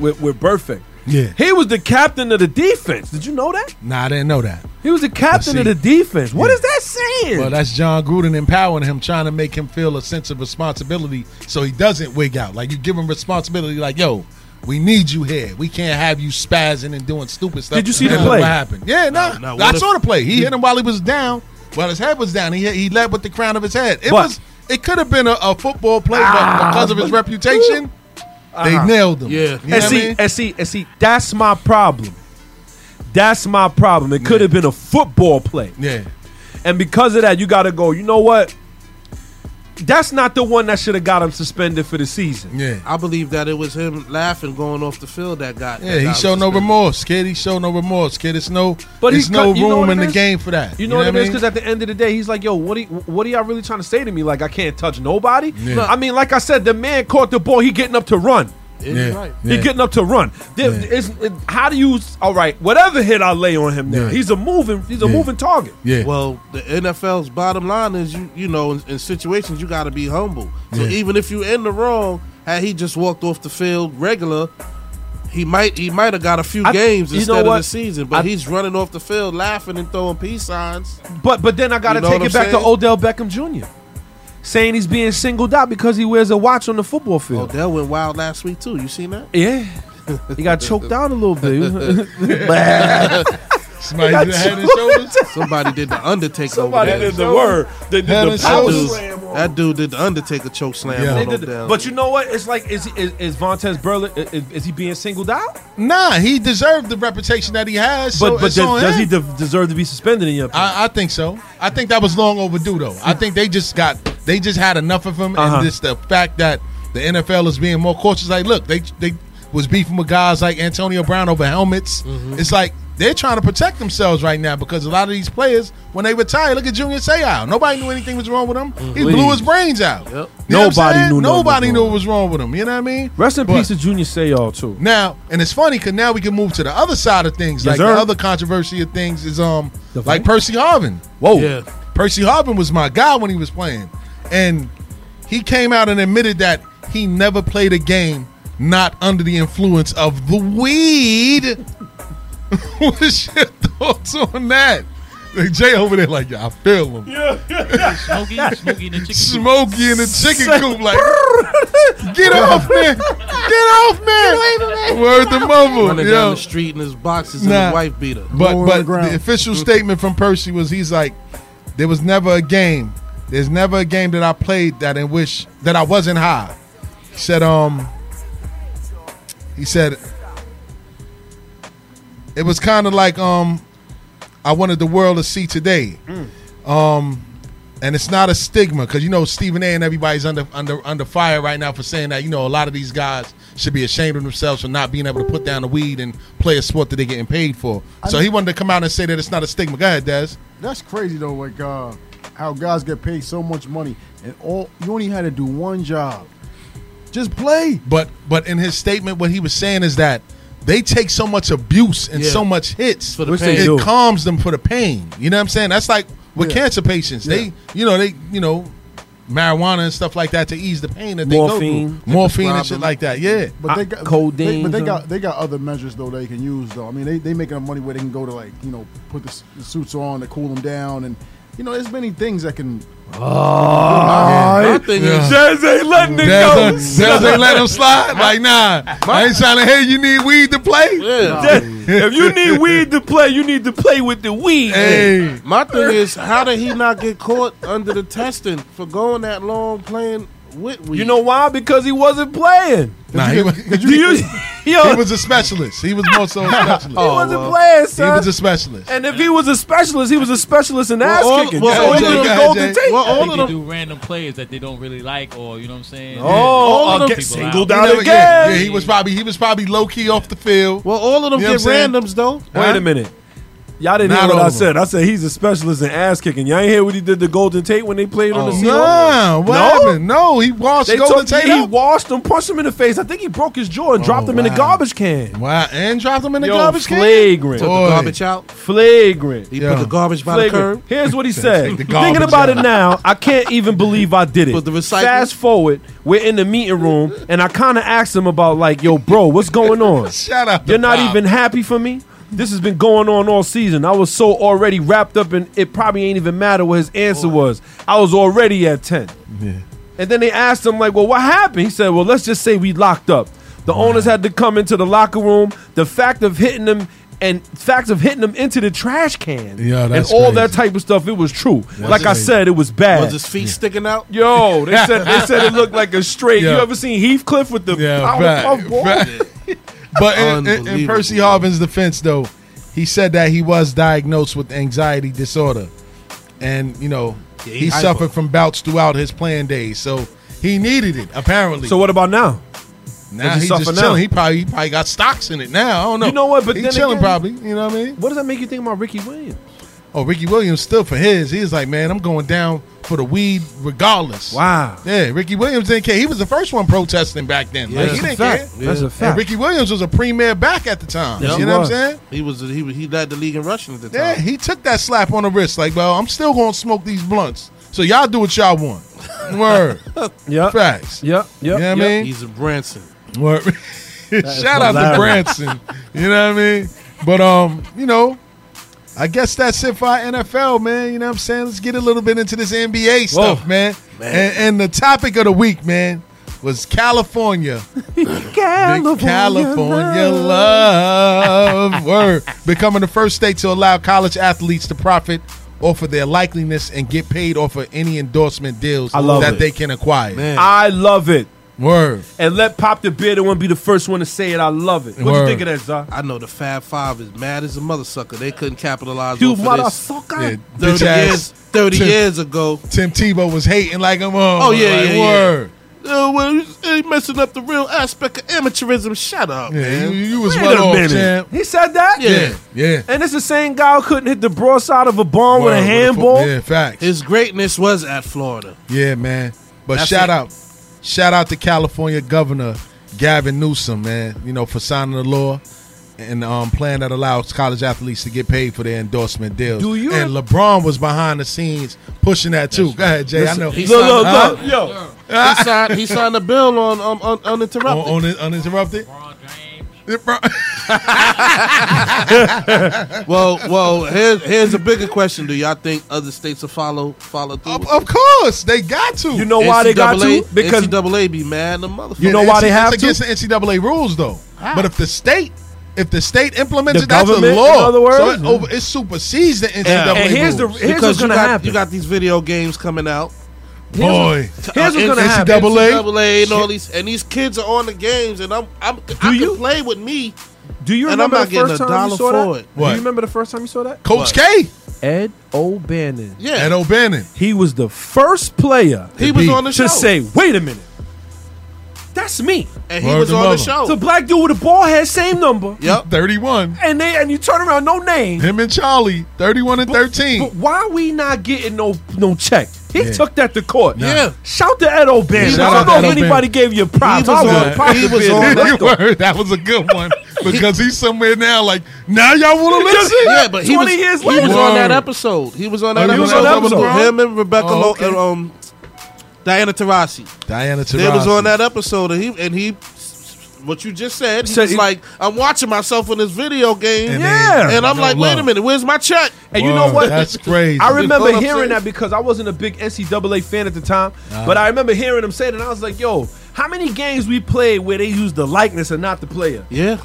Speaker 4: with with Burfict,
Speaker 5: Yeah.
Speaker 4: he was the captain of the defense. Did you know that?
Speaker 5: Nah, I didn't know that.
Speaker 4: He was the captain of
Speaker 5: see.
Speaker 4: the defense. What
Speaker 5: Yeah.
Speaker 4: is that saying?
Speaker 5: Well, that's John Gruden empowering him, trying to make him feel a sense of responsibility so he doesn't wig out. Like, you give him responsibility, like, yo, we need you here. We can't have you spazzing and doing stupid stuff.
Speaker 4: Did you see the
Speaker 5: And look
Speaker 4: play?
Speaker 5: What happened? Yeah, no.
Speaker 6: no,
Speaker 5: I
Speaker 6: what if-
Speaker 5: saw the play. He hit him while he was down, while his head was down. He, he led with the crown of his head. It
Speaker 4: But-
Speaker 5: was. It could have been a, a football play, but because of his reputation, they nailed him.
Speaker 6: Yeah.
Speaker 5: You know
Speaker 4: Ah. Uh-huh. and
Speaker 5: what I
Speaker 4: see,
Speaker 5: mean?
Speaker 4: and see, and see, that's my problem. That's my problem. It could have been a football play.
Speaker 5: yeah.
Speaker 4: And because of that, you gotta go, you know what? That's not the one that should have got him suspended for the season.
Speaker 5: Yeah.
Speaker 6: I believe that it was him laughing going off the field that got.
Speaker 5: Yeah,
Speaker 6: that
Speaker 5: he
Speaker 6: got
Speaker 5: showed no
Speaker 6: suspended.
Speaker 5: remorse, kid. He showed no remorse, kid. It's no,
Speaker 4: But
Speaker 5: but
Speaker 4: he
Speaker 5: it's
Speaker 4: cut-
Speaker 5: no
Speaker 4: you know
Speaker 5: room
Speaker 4: what
Speaker 5: in
Speaker 4: it
Speaker 5: the
Speaker 4: is?
Speaker 5: game for that.
Speaker 4: You know, what I mean? Because
Speaker 5: mean?
Speaker 4: at the end of the day, he's like, "Yo, what are you, what are y'all really trying to say to me? Like, I can't touch nobody.
Speaker 5: Yeah.
Speaker 4: I mean, like I said, the man caught the ball. He getting up to run.
Speaker 6: Yeah,
Speaker 5: Yeah.
Speaker 6: right.
Speaker 4: He getting up to run. There-
Speaker 5: Yeah.
Speaker 4: it's- it- how do you? All right, whatever hit I lay on him now,
Speaker 5: Yeah.
Speaker 4: he's a moving, he's a
Speaker 5: Yeah.
Speaker 4: moving target.
Speaker 5: yeah,
Speaker 6: Well, the NFL's bottom line is you you know in, in situations you got to be humble. So
Speaker 5: Yeah.
Speaker 6: even if you in the wrong, had he just walked off the field regular, he might he might have got a few
Speaker 4: I-
Speaker 6: games
Speaker 4: you know
Speaker 6: instead of
Speaker 4: what?
Speaker 6: the season. But
Speaker 4: I-
Speaker 6: he's running off the field laughing and throwing peace signs.
Speaker 4: But but then I got to
Speaker 6: You know
Speaker 4: take
Speaker 6: what
Speaker 4: it
Speaker 6: I'm
Speaker 4: back to
Speaker 6: saying?
Speaker 4: Odell Beckham Jr. saying he's being singled out because he wears a watch on the football field.
Speaker 6: Odell went wild last week too. You seen that?
Speaker 4: Yeah. He got choked out a little bit. Bah.
Speaker 5: Somebody
Speaker 4: got
Speaker 5: did a head and
Speaker 4: you.
Speaker 5: shoulders.
Speaker 6: Somebody did the Undertaker.
Speaker 4: Somebody
Speaker 6: over there.
Speaker 4: did the word. They did
Speaker 5: Head
Speaker 4: the
Speaker 5: and
Speaker 4: power
Speaker 5: shoulders.
Speaker 4: slam on
Speaker 6: That dude did the Undertaker choke slam.
Speaker 5: Yeah.
Speaker 6: on
Speaker 4: They did
Speaker 6: Odell.
Speaker 4: it. But you know what? It's like is is, is Vontez Burley is, is he being singled out?
Speaker 5: Nah, he deserved the reputation that he has. So
Speaker 4: but but
Speaker 5: it's
Speaker 4: does,
Speaker 5: on
Speaker 4: does
Speaker 5: him.
Speaker 4: he de- deserve to be suspended in your opinion?
Speaker 5: I, I think so. I think that was long overdue, though. I think they just got they just had enough of him,
Speaker 4: Uh-huh.
Speaker 5: and just the fact that the NFL is being more cautious. Like, look, they they was beefing with guys like Antonio Brown over helmets.
Speaker 4: Mm-hmm.
Speaker 5: It's like they're trying to protect themselves right now because a lot of these players, when they retire, look at Junior Seau. Nobody knew anything was wrong with him. He blew his brains out. You know what I'm
Speaker 4: Mm-hmm. Nobody
Speaker 5: saying?
Speaker 4: knew nothing was
Speaker 5: Nobody knew
Speaker 4: wrong.
Speaker 5: what was wrong with him. You know what I mean?
Speaker 4: Rest in
Speaker 5: But-
Speaker 4: peace to Junior Seau too.
Speaker 5: now, and it's funny because now we can move to the other side of things.
Speaker 4: Yes,
Speaker 5: like
Speaker 4: sir.
Speaker 5: the other controversy of things is um
Speaker 4: The
Speaker 5: like
Speaker 4: fight?
Speaker 5: Percy Harvin.
Speaker 4: Whoa.
Speaker 6: Yeah.
Speaker 5: Percy Harvin was my guy when he was playing, and he came out and admitted that he never played a game not under the influence of the weed. What's your thoughts on that? Like, Jay over there, like, yeah, I feel him.
Speaker 7: Smokey, Smokey and the chicken.
Speaker 5: Smokey in the chicken coop, like, get off, man. Get off, man. Word the mumble.
Speaker 6: running
Speaker 5: Yo.
Speaker 6: down the street in his boxes and
Speaker 5: Nah.
Speaker 6: his wife beater.
Speaker 5: But
Speaker 9: Lower on
Speaker 5: but
Speaker 9: the ground.
Speaker 5: the official statement from Percy was he's like, there was never a game. There's never a game that I played that in which that I wasn't high. He said um. He said it was kind of like um, I wanted the world to see today. Um, and it's not a stigma because you know Stephen A. and everybody's under under under fire right now for saying that you know a lot of these guys should be ashamed of themselves for not being able to put down the weed and play a sport that they're getting paid for. so he wanted to come out and say that it's not a stigma. Go ahead, Des.
Speaker 9: That's crazy though. Like uh, how guys get paid so much money, and all you only had to do one job, just play.
Speaker 5: But but in his statement, what he was saying is that they take so much abuse and
Speaker 6: Yeah.
Speaker 5: so much hits
Speaker 6: For the
Speaker 4: Which
Speaker 6: pain.
Speaker 4: they
Speaker 5: it
Speaker 4: do.
Speaker 5: calms them for the pain. You know what I'm saying? That's like with
Speaker 9: Yeah.
Speaker 5: cancer patients. They, you know, they, you know, marijuana and stuff like that to ease the pain that they go
Speaker 4: Morphine.
Speaker 5: through. Morphine and
Speaker 6: Rob
Speaker 5: shit
Speaker 6: them.
Speaker 5: like that. Yeah.
Speaker 9: But
Speaker 4: Uh,
Speaker 9: they got
Speaker 4: codeine,
Speaker 9: they- but they
Speaker 4: huh?
Speaker 9: got they got other measures though they can use though. I mean, they they making enough money where they can go to like you know put the, s- the suits on to cool them down, and you know there's many things that can.
Speaker 5: Oh,
Speaker 6: My thing is,
Speaker 4: Jazz ain't letting it go.
Speaker 5: That's they let them slide. Like nah, I ain't trying to hear you need weed to play.
Speaker 6: yeah.
Speaker 4: if you need weed to play, you need to play with the weed.
Speaker 5: Hey,
Speaker 6: My thing is, how did he not get caught under the testing for going that long playing with weed?
Speaker 4: You know why? Because he wasn't playing.
Speaker 5: nah, he, was,
Speaker 4: Do you, yo,
Speaker 5: he was a specialist. He was more so a specialist.
Speaker 4: Oh, he wasn't
Speaker 6: Oh, well.
Speaker 4: playing,
Speaker 5: He
Speaker 4: son.
Speaker 5: was a specialist.
Speaker 4: and if he was a specialist, he was a specialist in ass
Speaker 6: all-
Speaker 4: kicking.
Speaker 6: well,
Speaker 4: That's
Speaker 7: Oh,
Speaker 6: all
Speaker 4: why
Speaker 6: the-
Speaker 4: he was
Speaker 5: yeah,
Speaker 4: golden
Speaker 5: yeah.
Speaker 4: tape.
Speaker 6: well,
Speaker 7: I
Speaker 6: all
Speaker 7: think
Speaker 6: of
Speaker 7: they
Speaker 6: them.
Speaker 7: do random plays that they don't really like, or you know what I'm saying?
Speaker 4: Oh,
Speaker 6: all of
Speaker 4: I'll
Speaker 6: them
Speaker 4: get
Speaker 7: people out.
Speaker 4: singled
Speaker 5: He
Speaker 4: out
Speaker 5: never- yeah,
Speaker 4: again.
Speaker 5: yeah, he was probably he was probably low key off the field.
Speaker 6: Well, all of them
Speaker 5: You know
Speaker 6: get
Speaker 5: what I'm saying?
Speaker 6: randoms though.
Speaker 4: Wait a minute. Y'all didn't
Speaker 5: Not
Speaker 4: hear what I
Speaker 5: over.
Speaker 4: said. I said he's a specialist in ass kicking. Y'all ain't hear what he did to Golden Tate when they played on the CO?
Speaker 5: Oh. Nah, what
Speaker 4: No?
Speaker 5: happened? No, he washed
Speaker 4: They
Speaker 5: Golden
Speaker 4: told
Speaker 5: Tate
Speaker 4: he
Speaker 5: out. Oh,
Speaker 4: washed him, punched him in the face. I think he broke his jaw and dropped him in the
Speaker 5: wow.
Speaker 4: garbage can.
Speaker 5: Wow, and dropped him in the
Speaker 4: Yo,
Speaker 5: garbage can.
Speaker 4: flagrant,
Speaker 6: Took
Speaker 5: Boy.
Speaker 6: the garbage out.
Speaker 4: flagrant.
Speaker 6: He
Speaker 5: Yeah.
Speaker 6: put the garbage by the
Speaker 4: Flagrant.
Speaker 6: curb.
Speaker 4: Here's what he said.
Speaker 5: the garbage
Speaker 4: Thinking about it
Speaker 5: out.
Speaker 4: now, I can't even believe I did it.
Speaker 6: Put the recycle-
Speaker 4: Fast forward, we're in the meeting room, and I kind of asked him about like, "Yo, bro, what's going on?
Speaker 5: Shout out to
Speaker 4: You're not
Speaker 5: Bob.
Speaker 4: even happy for me. This has been going on all season. I was so already wrapped up, and it probably ain't even matter what his answer was. I was already at ten. And then they asked him, like, well, what happened? He said, well, let's just say we locked up. The owners had to come into the locker room. The fact of hitting them and facts of hitting them into the trash can
Speaker 5: Yeah,
Speaker 4: and
Speaker 5: that's
Speaker 4: all that
Speaker 5: crazy.
Speaker 4: type of stuff, it was true. like I
Speaker 5: crazy.
Speaker 4: said, it was bad.
Speaker 6: Was his feet sticking out?
Speaker 4: Yo, they said they said it looked like a straight.
Speaker 5: Yeah.
Speaker 4: You ever seen Heathcliff with the Oh,
Speaker 5: Yeah,
Speaker 4: power
Speaker 5: right,
Speaker 4: puff ball?
Speaker 5: right. But in, in, in
Speaker 6: Unbelievable.
Speaker 5: Percy Harvin's defense, though, he said that he was diagnosed with anxiety disorder, and you know
Speaker 6: Yeah,
Speaker 5: he,
Speaker 6: he hyper.
Speaker 5: suffered from bouts throughout his playing days, so he needed it apparently.
Speaker 4: So what about now?
Speaker 5: now
Speaker 4: does he
Speaker 5: he's
Speaker 4: suffer
Speaker 5: just
Speaker 4: now?
Speaker 5: chilling. He probably he probably got stocks in it now. I don't know.
Speaker 4: You know what, but
Speaker 5: he's
Speaker 4: then
Speaker 5: chilling
Speaker 4: again-
Speaker 5: probably. You know what I mean?
Speaker 4: What does that make you think about Ricky Williams?
Speaker 5: Oh, Ricky Williams still for his. He was like, man, I'm going down for the weed regardless.
Speaker 4: Wow.
Speaker 5: Yeah, Ricky Williams didn't care. He was the first one protesting back then. like, he
Speaker 4: That's a
Speaker 5: didn't care.
Speaker 4: fact. That's a
Speaker 5: And
Speaker 4: fact.
Speaker 5: Ricky Williams was a premier back at the time.
Speaker 4: Yes,
Speaker 5: you
Speaker 4: he
Speaker 5: know
Speaker 4: was.
Speaker 5: what I'm saying?
Speaker 6: He was he, he led the league in rushing at the
Speaker 5: Yeah,
Speaker 6: time.
Speaker 5: he took that slap on the wrist. Like, well, I'm still gonna smoke these blunts. So y'all do what y'all want. Word.
Speaker 4: Yep.
Speaker 5: Facts.
Speaker 4: Yep.
Speaker 5: You
Speaker 4: Yep.
Speaker 5: know what
Speaker 4: yep.
Speaker 5: I mean?
Speaker 6: He's a Branson.
Speaker 5: Word. Shout out to
Speaker 4: hilarious.
Speaker 5: Branson. You know what I mean? But um, you know, I guess that's it for our NFL, man. You know what I'm saying? Let's get a little bit into this NBA stuff,
Speaker 4: Whoa.
Speaker 5: man. And, and the topic of the week, man, was California. California, California love. Word. Becoming the first state to allow college athletes to profit off of their likeliness and get paid off of any endorsement deals
Speaker 4: I love
Speaker 5: that
Speaker 4: it.
Speaker 5: they can acquire.
Speaker 4: I love it.
Speaker 5: Word.
Speaker 4: And let Pop the Beard and one be the first one to say it. I love it. What
Speaker 5: Word.
Speaker 4: you think of that, Zah?
Speaker 6: I know the Fab Five is mad as a mother sucker. They couldn't capitalize
Speaker 4: You
Speaker 6: off of this.
Speaker 4: motherfucker.
Speaker 5: Yeah, bitch
Speaker 6: 30
Speaker 5: ass
Speaker 6: years, 30
Speaker 5: Tim-
Speaker 6: years ago.
Speaker 5: Tim Tebow was hating like I'm on.
Speaker 6: Oh, yeah,
Speaker 5: like,
Speaker 6: yeah, yeah.
Speaker 5: word.
Speaker 6: Uh, well, he's- he messing up the real aspect of amateurism. Shut up,
Speaker 5: Yeah, you,
Speaker 6: man.
Speaker 5: you was
Speaker 4: Wait
Speaker 5: well
Speaker 4: a
Speaker 5: off,
Speaker 4: minute.
Speaker 5: champ.
Speaker 4: He said that?
Speaker 5: Yeah, yeah.
Speaker 4: And it's the same guy who couldn't hit the broadside of a bomb
Speaker 5: Word,
Speaker 4: with a
Speaker 5: with the
Speaker 4: handball.
Speaker 5: fo- Yeah, facts.
Speaker 6: His greatness was at Florida.
Speaker 5: yeah, man. But
Speaker 6: That's
Speaker 5: shout
Speaker 6: it.
Speaker 5: out, shout out to California Governor Gavin Newsom, man. You know for signing the law and um plan that allows college athletes to get paid for their endorsement deals.
Speaker 4: Do you-
Speaker 5: and LeBron was behind the scenes pushing that too. Go ahead, Jay. I know.
Speaker 6: he-
Speaker 4: Look, look,
Speaker 5: Huh?
Speaker 4: look. Yo.
Speaker 6: He signed, he signed a bill on um, un,
Speaker 5: on,
Speaker 6: uninterrupted.
Speaker 5: on uninterrupted.
Speaker 7: LeBron James.
Speaker 5: LeBron-
Speaker 6: Well, well, here's here's a bigger question. Do y'all think other states will follow follow through?
Speaker 5: of, of course, they got to.
Speaker 4: You know why they got
Speaker 6: NCAA
Speaker 4: to? Because
Speaker 6: NCAA be mad, the motherfucker.
Speaker 4: You know
Speaker 5: And
Speaker 4: why
Speaker 5: it's-
Speaker 4: they have
Speaker 5: it's
Speaker 4: to?
Speaker 5: against the NCAA rules, though. But if the state, if the state implements
Speaker 4: The
Speaker 5: it, that's a
Speaker 4: government,
Speaker 5: law.
Speaker 4: in other words? Mm-hmm.
Speaker 5: so it, over, it supersedes the NCAA
Speaker 4: and here's the
Speaker 5: rules.
Speaker 4: here's what's
Speaker 6: you
Speaker 4: gonna
Speaker 6: got,
Speaker 4: happen.
Speaker 6: You got these video games coming out.
Speaker 5: boy.
Speaker 4: here's what's
Speaker 6: uh,
Speaker 4: gonna happen.
Speaker 5: NCAA.
Speaker 6: NCAA and all these, and these kids are on the games, and I'm, I'm, I
Speaker 4: you-
Speaker 6: can play with me,
Speaker 4: Do you
Speaker 6: and I'm
Speaker 4: remember
Speaker 6: not
Speaker 4: the first
Speaker 6: getting a
Speaker 4: time you
Speaker 6: dollar
Speaker 4: saw
Speaker 6: for
Speaker 4: that?
Speaker 6: it.
Speaker 4: Do
Speaker 5: What?
Speaker 4: you remember the first time you saw that?
Speaker 5: Coach K
Speaker 4: Ed O'Bannon.
Speaker 6: yeah.
Speaker 5: and O'Bannon.
Speaker 4: He was the first player
Speaker 6: he was
Speaker 5: beat.
Speaker 6: on the show,
Speaker 4: to say, "Wait a minute, that's me."
Speaker 6: and he
Speaker 5: Word
Speaker 6: was
Speaker 5: to
Speaker 6: on the
Speaker 5: mother.
Speaker 6: show.
Speaker 4: It's a black dude with a bald head, same number,
Speaker 6: Yep.
Speaker 5: 31.
Speaker 4: and they and you turn around, no name.
Speaker 5: Him and Charlie, 31 and 13.
Speaker 4: But why we not getting no no check? He
Speaker 5: Yeah.
Speaker 4: took that to court.
Speaker 6: Yeah.
Speaker 4: Shout to Ed O'Bannon.
Speaker 5: Shout
Speaker 4: I
Speaker 5: out to
Speaker 4: don't know
Speaker 5: Ed
Speaker 4: if anybody
Speaker 5: O'Bannon.
Speaker 4: gave you props.
Speaker 6: He was
Speaker 4: I
Speaker 6: on-
Speaker 4: would've props
Speaker 6: he
Speaker 4: to
Speaker 6: was
Speaker 4: Bill.
Speaker 6: on-
Speaker 4: Let's go.
Speaker 5: Word, that was a good one because he's somewhere now. Like now, y'all want to listen?
Speaker 6: Yeah, but he was,
Speaker 4: 20 years
Speaker 6: he was
Speaker 4: later.
Speaker 6: on that episode. He was on that
Speaker 5: Oh,
Speaker 6: episode.
Speaker 5: he was
Speaker 4: on that
Speaker 6: with
Speaker 4: episode.
Speaker 6: Him and Rebecca
Speaker 5: Oh,
Speaker 6: Lo-
Speaker 5: okay.
Speaker 6: and, um, Diana Taurasi.
Speaker 5: Diana Taurasi.
Speaker 6: They was on that episode, and he and he, what you just said, he
Speaker 4: Said
Speaker 6: was
Speaker 4: he-
Speaker 6: like, I'm watching myself in this video game, and,
Speaker 5: And
Speaker 4: Yeah.
Speaker 5: then-
Speaker 6: I'm
Speaker 5: no
Speaker 6: like, wait a
Speaker 5: love.
Speaker 6: minute, where's my check?
Speaker 4: And you know
Speaker 5: Word,
Speaker 4: what?
Speaker 5: That's crazy.
Speaker 4: I remember
Speaker 6: That's what I'm
Speaker 4: hearing
Speaker 6: saying.
Speaker 4: that because I wasn't a big NCAA fan at the time,
Speaker 5: Uh-huh.
Speaker 4: but I remember hearing him say it, and I was like, "Yo, how many games we played where they used the likeness and not the player?"
Speaker 6: Yeah,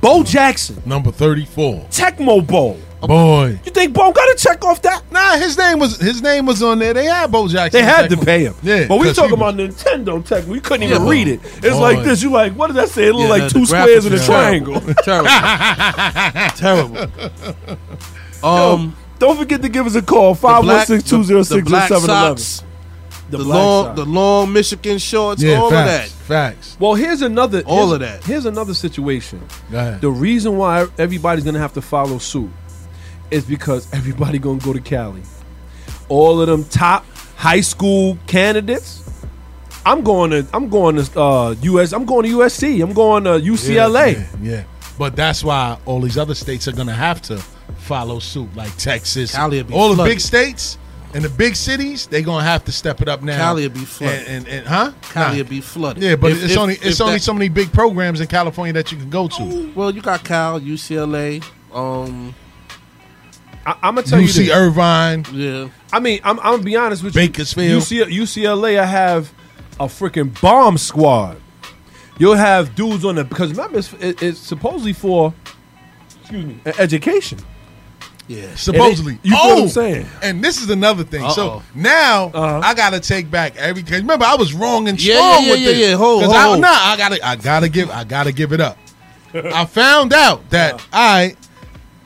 Speaker 4: Bo Jackson,
Speaker 5: number 34.
Speaker 4: Tecmo Bowl.
Speaker 5: Boy.
Speaker 4: You think Bo got to check off that?
Speaker 5: Nah, his name was his name was on there. They had Bo Jackson.
Speaker 4: They had to
Speaker 5: Jackman.
Speaker 4: pay him.
Speaker 5: Yeah,
Speaker 4: but we
Speaker 5: 'cause
Speaker 4: talking
Speaker 5: he was-
Speaker 4: about Nintendo Tecmo. You couldn't even read it. It's
Speaker 5: Boy.
Speaker 4: like this. You like, what did that say? It looked
Speaker 6: Yeah,
Speaker 4: like
Speaker 6: the-
Speaker 4: two
Speaker 6: the
Speaker 4: squares
Speaker 6: graphics
Speaker 4: and a
Speaker 6: is
Speaker 4: triangle.
Speaker 6: terrible, terrible. Um,
Speaker 4: Don't forget to give us a call
Speaker 6: the black-
Speaker 4: 516
Speaker 6: the- the
Speaker 4: 206
Speaker 6: black socks,
Speaker 4: 0711.
Speaker 6: the long, the long Michigan shorts,
Speaker 5: Yeah,
Speaker 6: all
Speaker 5: facts,
Speaker 6: of
Speaker 5: Facts.
Speaker 4: Well, here's another
Speaker 6: All
Speaker 4: here's-
Speaker 6: of that.
Speaker 4: Here's another situation.
Speaker 5: Go ahead.
Speaker 4: The reason why everybody's gonna have to follow suit is because everybody gonna go to Cali. All of them top high school candidates. I'm going to I'm going to uh, US. I'm going to USC. I'm going to UCLA.
Speaker 5: Yeah, yeah, yeah. But that's why all these other states are gonna have to follow suit, like Texas,
Speaker 6: Cali will be
Speaker 5: all the
Speaker 6: flooded.
Speaker 5: big states and the big cities. They're gonna have to step it up now.
Speaker 6: Cali will be flooded.
Speaker 5: and, and, and huh?
Speaker 6: that. Cali
Speaker 5: Nah.
Speaker 6: would be flooded.
Speaker 5: Yeah, but
Speaker 6: If-
Speaker 5: it's
Speaker 6: if-
Speaker 5: only
Speaker 6: if
Speaker 5: it's only
Speaker 6: that-
Speaker 5: so many big programs in California that you can go to.
Speaker 6: Well, you got Cal, UCLA, um,
Speaker 4: I, I'm gonna tell you.
Speaker 5: UC
Speaker 4: This.
Speaker 5: Irvine.
Speaker 6: yeah.
Speaker 4: I mean, I'm, I'm gonna be honest with you.
Speaker 5: Bakersfield.
Speaker 4: UC, UCLA, I have a freaking bomb squad. You'll have dudes on the because remember it's, it- it's supposedly for excuse me e- education.
Speaker 5: Supposedly, Oh,
Speaker 4: And it- you feel what I'm saying?
Speaker 5: And this is another thing. So
Speaker 6: Uh-oh.
Speaker 5: now
Speaker 4: Uh-huh.
Speaker 5: I gotta take back every. Cause remember, I was wrong and
Speaker 6: Yeah,
Speaker 5: strong
Speaker 6: yeah, yeah,
Speaker 5: with
Speaker 6: yeah,
Speaker 5: this.
Speaker 6: yeah. Hold,
Speaker 5: 'Cause
Speaker 6: hold,
Speaker 5: I,
Speaker 6: hold.
Speaker 5: Nah, I gotta, I gotta give, I gotta give it up. I found out that I,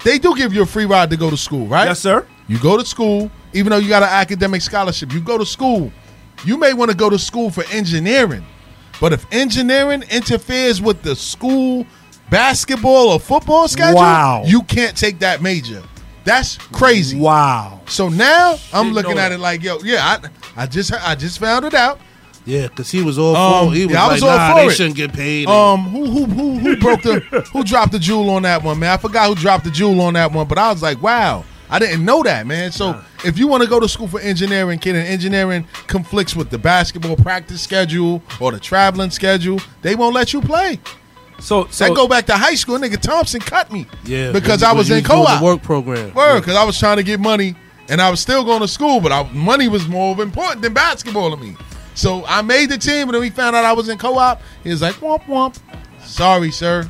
Speaker 5: they do give you a free ride to go to school, right?
Speaker 4: Yes, sir.
Speaker 5: You go to school, even though you got an academic scholarship. You go to school. You may want to go to school for engineering, but if engineering interferes with the school basketball or football schedule,
Speaker 4: Wow.
Speaker 5: you can't take that major. That's crazy.
Speaker 4: Wow.
Speaker 5: So now I'm
Speaker 4: Didn't
Speaker 5: looking
Speaker 4: know
Speaker 5: at
Speaker 4: that.
Speaker 5: it like, yo, yeah, I, I just I just found it out.
Speaker 6: Yeah, because he was all
Speaker 5: Um,
Speaker 6: for it. He was
Speaker 5: yeah, I
Speaker 6: like,
Speaker 5: was all
Speaker 6: nah,
Speaker 5: for
Speaker 6: they
Speaker 5: it.
Speaker 6: shouldn't get paid.
Speaker 5: Um, who who who who broke the who dropped the jewel on that one, man? I forgot who dropped the jewel on that one, but I was like, wow, I didn't know that, man. So if you want to go to school for engineering, kid, and engineering conflicts with the basketball practice schedule or the traveling schedule, they won't let you play.
Speaker 4: So, so
Speaker 5: I go back to high school. Nigga Thompson cut me.
Speaker 6: Yeah,
Speaker 5: Because
Speaker 6: when
Speaker 5: I
Speaker 6: you-
Speaker 5: was
Speaker 6: when
Speaker 5: in
Speaker 6: you doing
Speaker 5: co-op.
Speaker 6: the work program.
Speaker 5: Word, because I was trying to get money, and I was still going to school, but I, money was more of important than basketball to me. So I made the team, and then we found out I was in co-op. He was like, "Womp womp." Sorry, sir.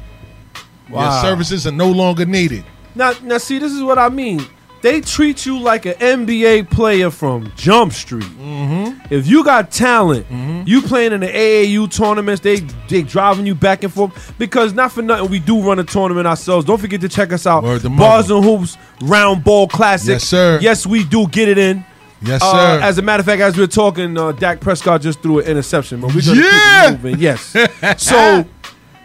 Speaker 4: Wow.
Speaker 5: Your services are no longer needed.
Speaker 4: now, now, see, this is what I mean. They treat you like an NBA player from Jump Street.
Speaker 5: Mm-hmm.
Speaker 4: If you got talent, you playing in the AAU tournaments. They they driving you back and forth because not for nothing, we do run a tournament ourselves. Don't forget to check us out.
Speaker 5: Word to
Speaker 4: Bars and hoops, round ball classic.
Speaker 5: Yes, sir.
Speaker 4: Yes, we do get it in.
Speaker 5: Yes,
Speaker 4: Uh,
Speaker 5: sir.
Speaker 4: as a matter of fact, as we are talking, uh, Dak Prescott just threw an interception, but we're gonna
Speaker 5: Yeah!
Speaker 4: keep it moving. Yes. so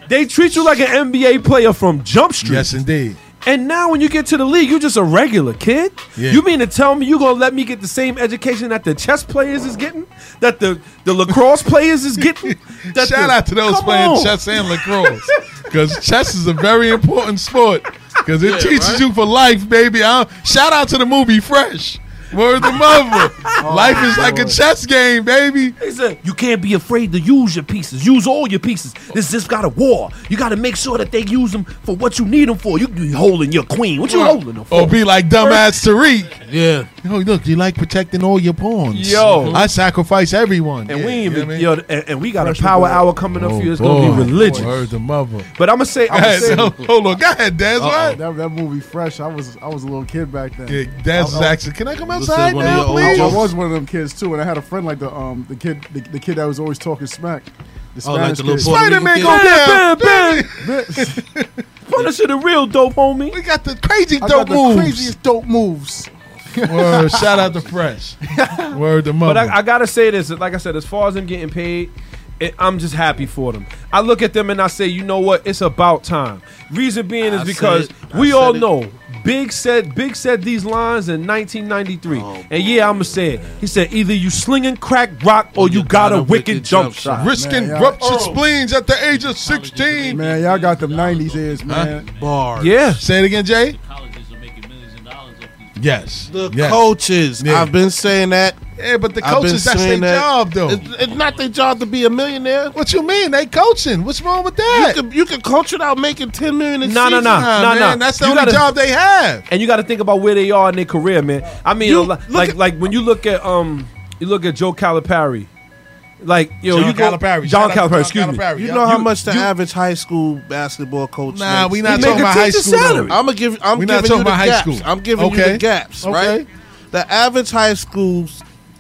Speaker 4: they treat you like an NBA player from Jump Street.
Speaker 5: yes, indeed.
Speaker 4: And now when you get to the league, you're just a regular kid.
Speaker 5: Yeah.
Speaker 4: You mean to tell me you're gonna let me get the same education that the chess players is getting, that the the lacrosse players is getting? That
Speaker 5: Shout
Speaker 4: the-
Speaker 5: out to those
Speaker 4: Come
Speaker 5: playing
Speaker 4: on.
Speaker 5: chess and lacrosse, because chess is a very important sport, because it teaches you for life, baby. I, shout out to the movie Fresh. Word the mother. life
Speaker 4: Oh,
Speaker 5: is like a chess game, baby.
Speaker 4: He said, you can't be afraid to use your pieces. Use all your pieces. This just got a war. You got to make sure that they use them for what you need them for. You, you holding your queen. What you holding them
Speaker 5: Or
Speaker 4: for?
Speaker 5: Oh, be like dumbass Tariq.
Speaker 6: Yeah.
Speaker 5: No, look, you like protecting all your pawns.
Speaker 4: Yo.
Speaker 5: I sacrifice everyone.
Speaker 4: And
Speaker 5: Yeah,
Speaker 4: we
Speaker 5: you
Speaker 4: ain't
Speaker 5: know
Speaker 4: even,
Speaker 5: what I mean?
Speaker 4: yo, and, and we got a power hour coming
Speaker 9: Oh,
Speaker 4: up for you. It's gonna
Speaker 5: Boy,
Speaker 4: be religious.
Speaker 5: Word the mother. Go
Speaker 4: But I'm gonna say, I'm
Speaker 5: ahead,
Speaker 4: gonna say,
Speaker 5: so- hold on. Go ahead, Daz.
Speaker 9: That,
Speaker 5: What?
Speaker 9: that movie fresh. I was I was a little kid back then.
Speaker 5: Yeah, Daz is actually. Can I come
Speaker 6: Listen,
Speaker 5: outside
Speaker 6: one of
Speaker 5: now,
Speaker 6: your old
Speaker 5: please?
Speaker 9: I
Speaker 6: jokes.
Speaker 9: was one of them kids too, and I had a friend like the um the kid the, the kid that was always talking smack. The
Speaker 6: Oh, like
Speaker 9: Spanish
Speaker 6: the little
Speaker 9: kid.
Speaker 6: boy.
Speaker 5: Spider Man go down.
Speaker 4: bam, bam, punishing the real dope homie.
Speaker 5: We got the crazy
Speaker 9: I got
Speaker 5: dope
Speaker 9: the
Speaker 5: moves.
Speaker 9: craziest dope moves.
Speaker 5: Word, shout out to Fresh. Word the
Speaker 4: But
Speaker 5: mother.
Speaker 4: I, I gotta say this, like I said, as far as them getting paid, it, I'm just happy for them. I look at them and I say, you know what? It's about time. Reason being is
Speaker 6: I
Speaker 4: because
Speaker 6: said it. I
Speaker 4: we all
Speaker 6: said it.
Speaker 4: know Big said Big said these lines in 1993,
Speaker 5: Oh,
Speaker 4: and yeah, I'ma say it. He said either you slinging crack rock
Speaker 5: Oh,
Speaker 4: or you, got, a wicked, jump, shot. Oh.
Speaker 5: Risking
Speaker 9: Man, y'all-
Speaker 5: ruptured spleens at the age of 16.
Speaker 9: Man, y'all got them nineties ears, man.
Speaker 6: Bar.
Speaker 4: Yeah.
Speaker 5: Say it again, Jay.
Speaker 7: Colleges are making millions of dollars off these.
Speaker 5: Yes.
Speaker 6: The
Speaker 5: yes.
Speaker 6: coaches.
Speaker 5: Yeah.
Speaker 6: I've been saying that.
Speaker 5: Yeah, but the
Speaker 6: I've been
Speaker 5: coaches, that's their
Speaker 6: saying that.
Speaker 5: job, though.
Speaker 6: It's, it's not their job to be a millionaire.
Speaker 5: What you mean? They coaching. What's wrong with that?
Speaker 6: You can, you can coach it out making ten million a
Speaker 4: Nah, nah,
Speaker 6: season.
Speaker 4: nah.
Speaker 5: man, That's the
Speaker 4: You
Speaker 5: only
Speaker 4: gotta-
Speaker 5: job they have.
Speaker 4: and you got to think about where they are in their career, man. I mean,
Speaker 6: You-
Speaker 4: a lo-
Speaker 6: look
Speaker 4: like
Speaker 6: at-
Speaker 4: like when you look at um, you look at Joe Calipari, like yo,
Speaker 5: John
Speaker 4: you go,
Speaker 5: Calipari. Shout
Speaker 4: John
Speaker 5: out to
Speaker 4: Calipari,
Speaker 5: John
Speaker 4: excuse me.
Speaker 5: Calipari.
Speaker 6: You
Speaker 5: Yeah.
Speaker 6: know how
Speaker 5: You-
Speaker 6: much the
Speaker 5: you-
Speaker 6: average high school basketball coach
Speaker 5: Nah,
Speaker 6: makes?
Speaker 5: we not
Speaker 4: He
Speaker 5: talking
Speaker 4: make a
Speaker 5: about high
Speaker 4: teacher's
Speaker 5: school.
Speaker 4: salary.
Speaker 5: though.
Speaker 6: I'm gonna give. I'm
Speaker 5: We not
Speaker 6: giving
Speaker 5: talking
Speaker 6: you the
Speaker 5: about high
Speaker 6: gaps.
Speaker 5: school.
Speaker 6: I'm giving you
Speaker 5: Okay.
Speaker 6: the gaps, right?
Speaker 5: Okay.
Speaker 6: The average high school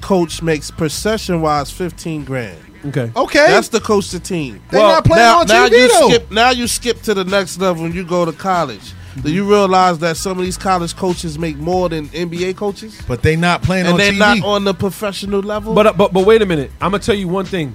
Speaker 6: coach makes per session wise fifteen grand.
Speaker 4: Okay,
Speaker 5: Okay.
Speaker 6: That's the coach to team.
Speaker 5: they
Speaker 4: well,
Speaker 5: not playing
Speaker 6: now,
Speaker 5: on
Speaker 6: now
Speaker 5: TV,
Speaker 6: you
Speaker 5: though.
Speaker 6: skip. Now you skip to the next level when you go to college. Do you realize that some of these college coaches make more than NBA coaches,
Speaker 5: But they not playing
Speaker 6: and
Speaker 5: on
Speaker 6: they're
Speaker 5: TV.
Speaker 6: not on the professional level?
Speaker 4: but uh, but but wait a minute. I'm gonna tell you one thing.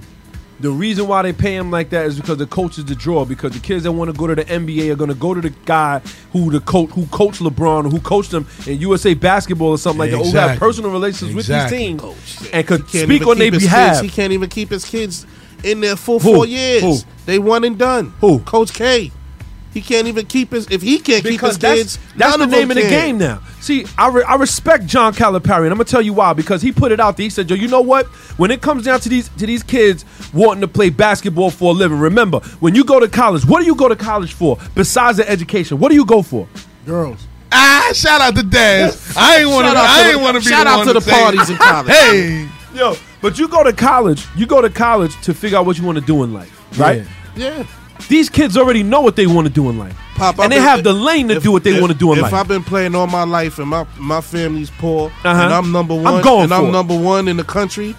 Speaker 4: The reason why they pay him like that is because the coach is the draw. Because the kids that want to go to the NBA are gonna go to the guy who the coach who coached LeBron, or who coached them in USA basketball or something like that, who have
Speaker 5: Exactly.
Speaker 4: personal relations
Speaker 5: Exactly.
Speaker 4: with these teams
Speaker 6: Coach,
Speaker 4: and could
Speaker 6: Can't
Speaker 4: speak
Speaker 6: even
Speaker 4: on their
Speaker 6: keep his Kids,
Speaker 4: behalf.
Speaker 6: he can't even keep his kids in there full
Speaker 4: Who?
Speaker 6: four years.
Speaker 4: Who?
Speaker 6: They one and done.
Speaker 4: Who?
Speaker 6: Coach K. He can't even keep his. If he can't
Speaker 4: because
Speaker 6: keep his
Speaker 4: that's,
Speaker 6: kids,
Speaker 4: that's
Speaker 6: none
Speaker 4: the
Speaker 6: of them
Speaker 4: name of the
Speaker 6: can.
Speaker 4: game now. See, I, re- I respect John Calipari, and I'm gonna tell you why. Because he put it out there. He said, "Yo, you know what? When it comes down to these to these kids wanting to play basketball for a living, remember when you go to college, what do you go to college for besides the education? What do you go for?
Speaker 9: Girls.
Speaker 5: ah, shout out to Daz. I ain't want to.
Speaker 6: Shout out to
Speaker 5: I
Speaker 6: the-
Speaker 5: ain't want to be.
Speaker 6: shout
Speaker 5: the
Speaker 6: out
Speaker 5: one
Speaker 6: to the
Speaker 5: say,
Speaker 6: parties in college.
Speaker 5: hey,
Speaker 4: Yo, but you go to college. You go to college to figure out what you want to do in life, right?
Speaker 5: Yeah.
Speaker 6: Yeah.
Speaker 4: These kids already know what they want to do in life,
Speaker 6: Pop, I've
Speaker 4: and they
Speaker 6: been-
Speaker 4: have the lane to
Speaker 6: if-
Speaker 4: do what they
Speaker 6: if-
Speaker 4: want to do in
Speaker 6: if
Speaker 4: life.
Speaker 6: I've been playing all my life and my, my family's poor
Speaker 4: Uh-huh.
Speaker 6: and I'm number
Speaker 4: I'm
Speaker 6: one,
Speaker 4: going
Speaker 6: and
Speaker 4: for it.
Speaker 6: I'm number one in the country,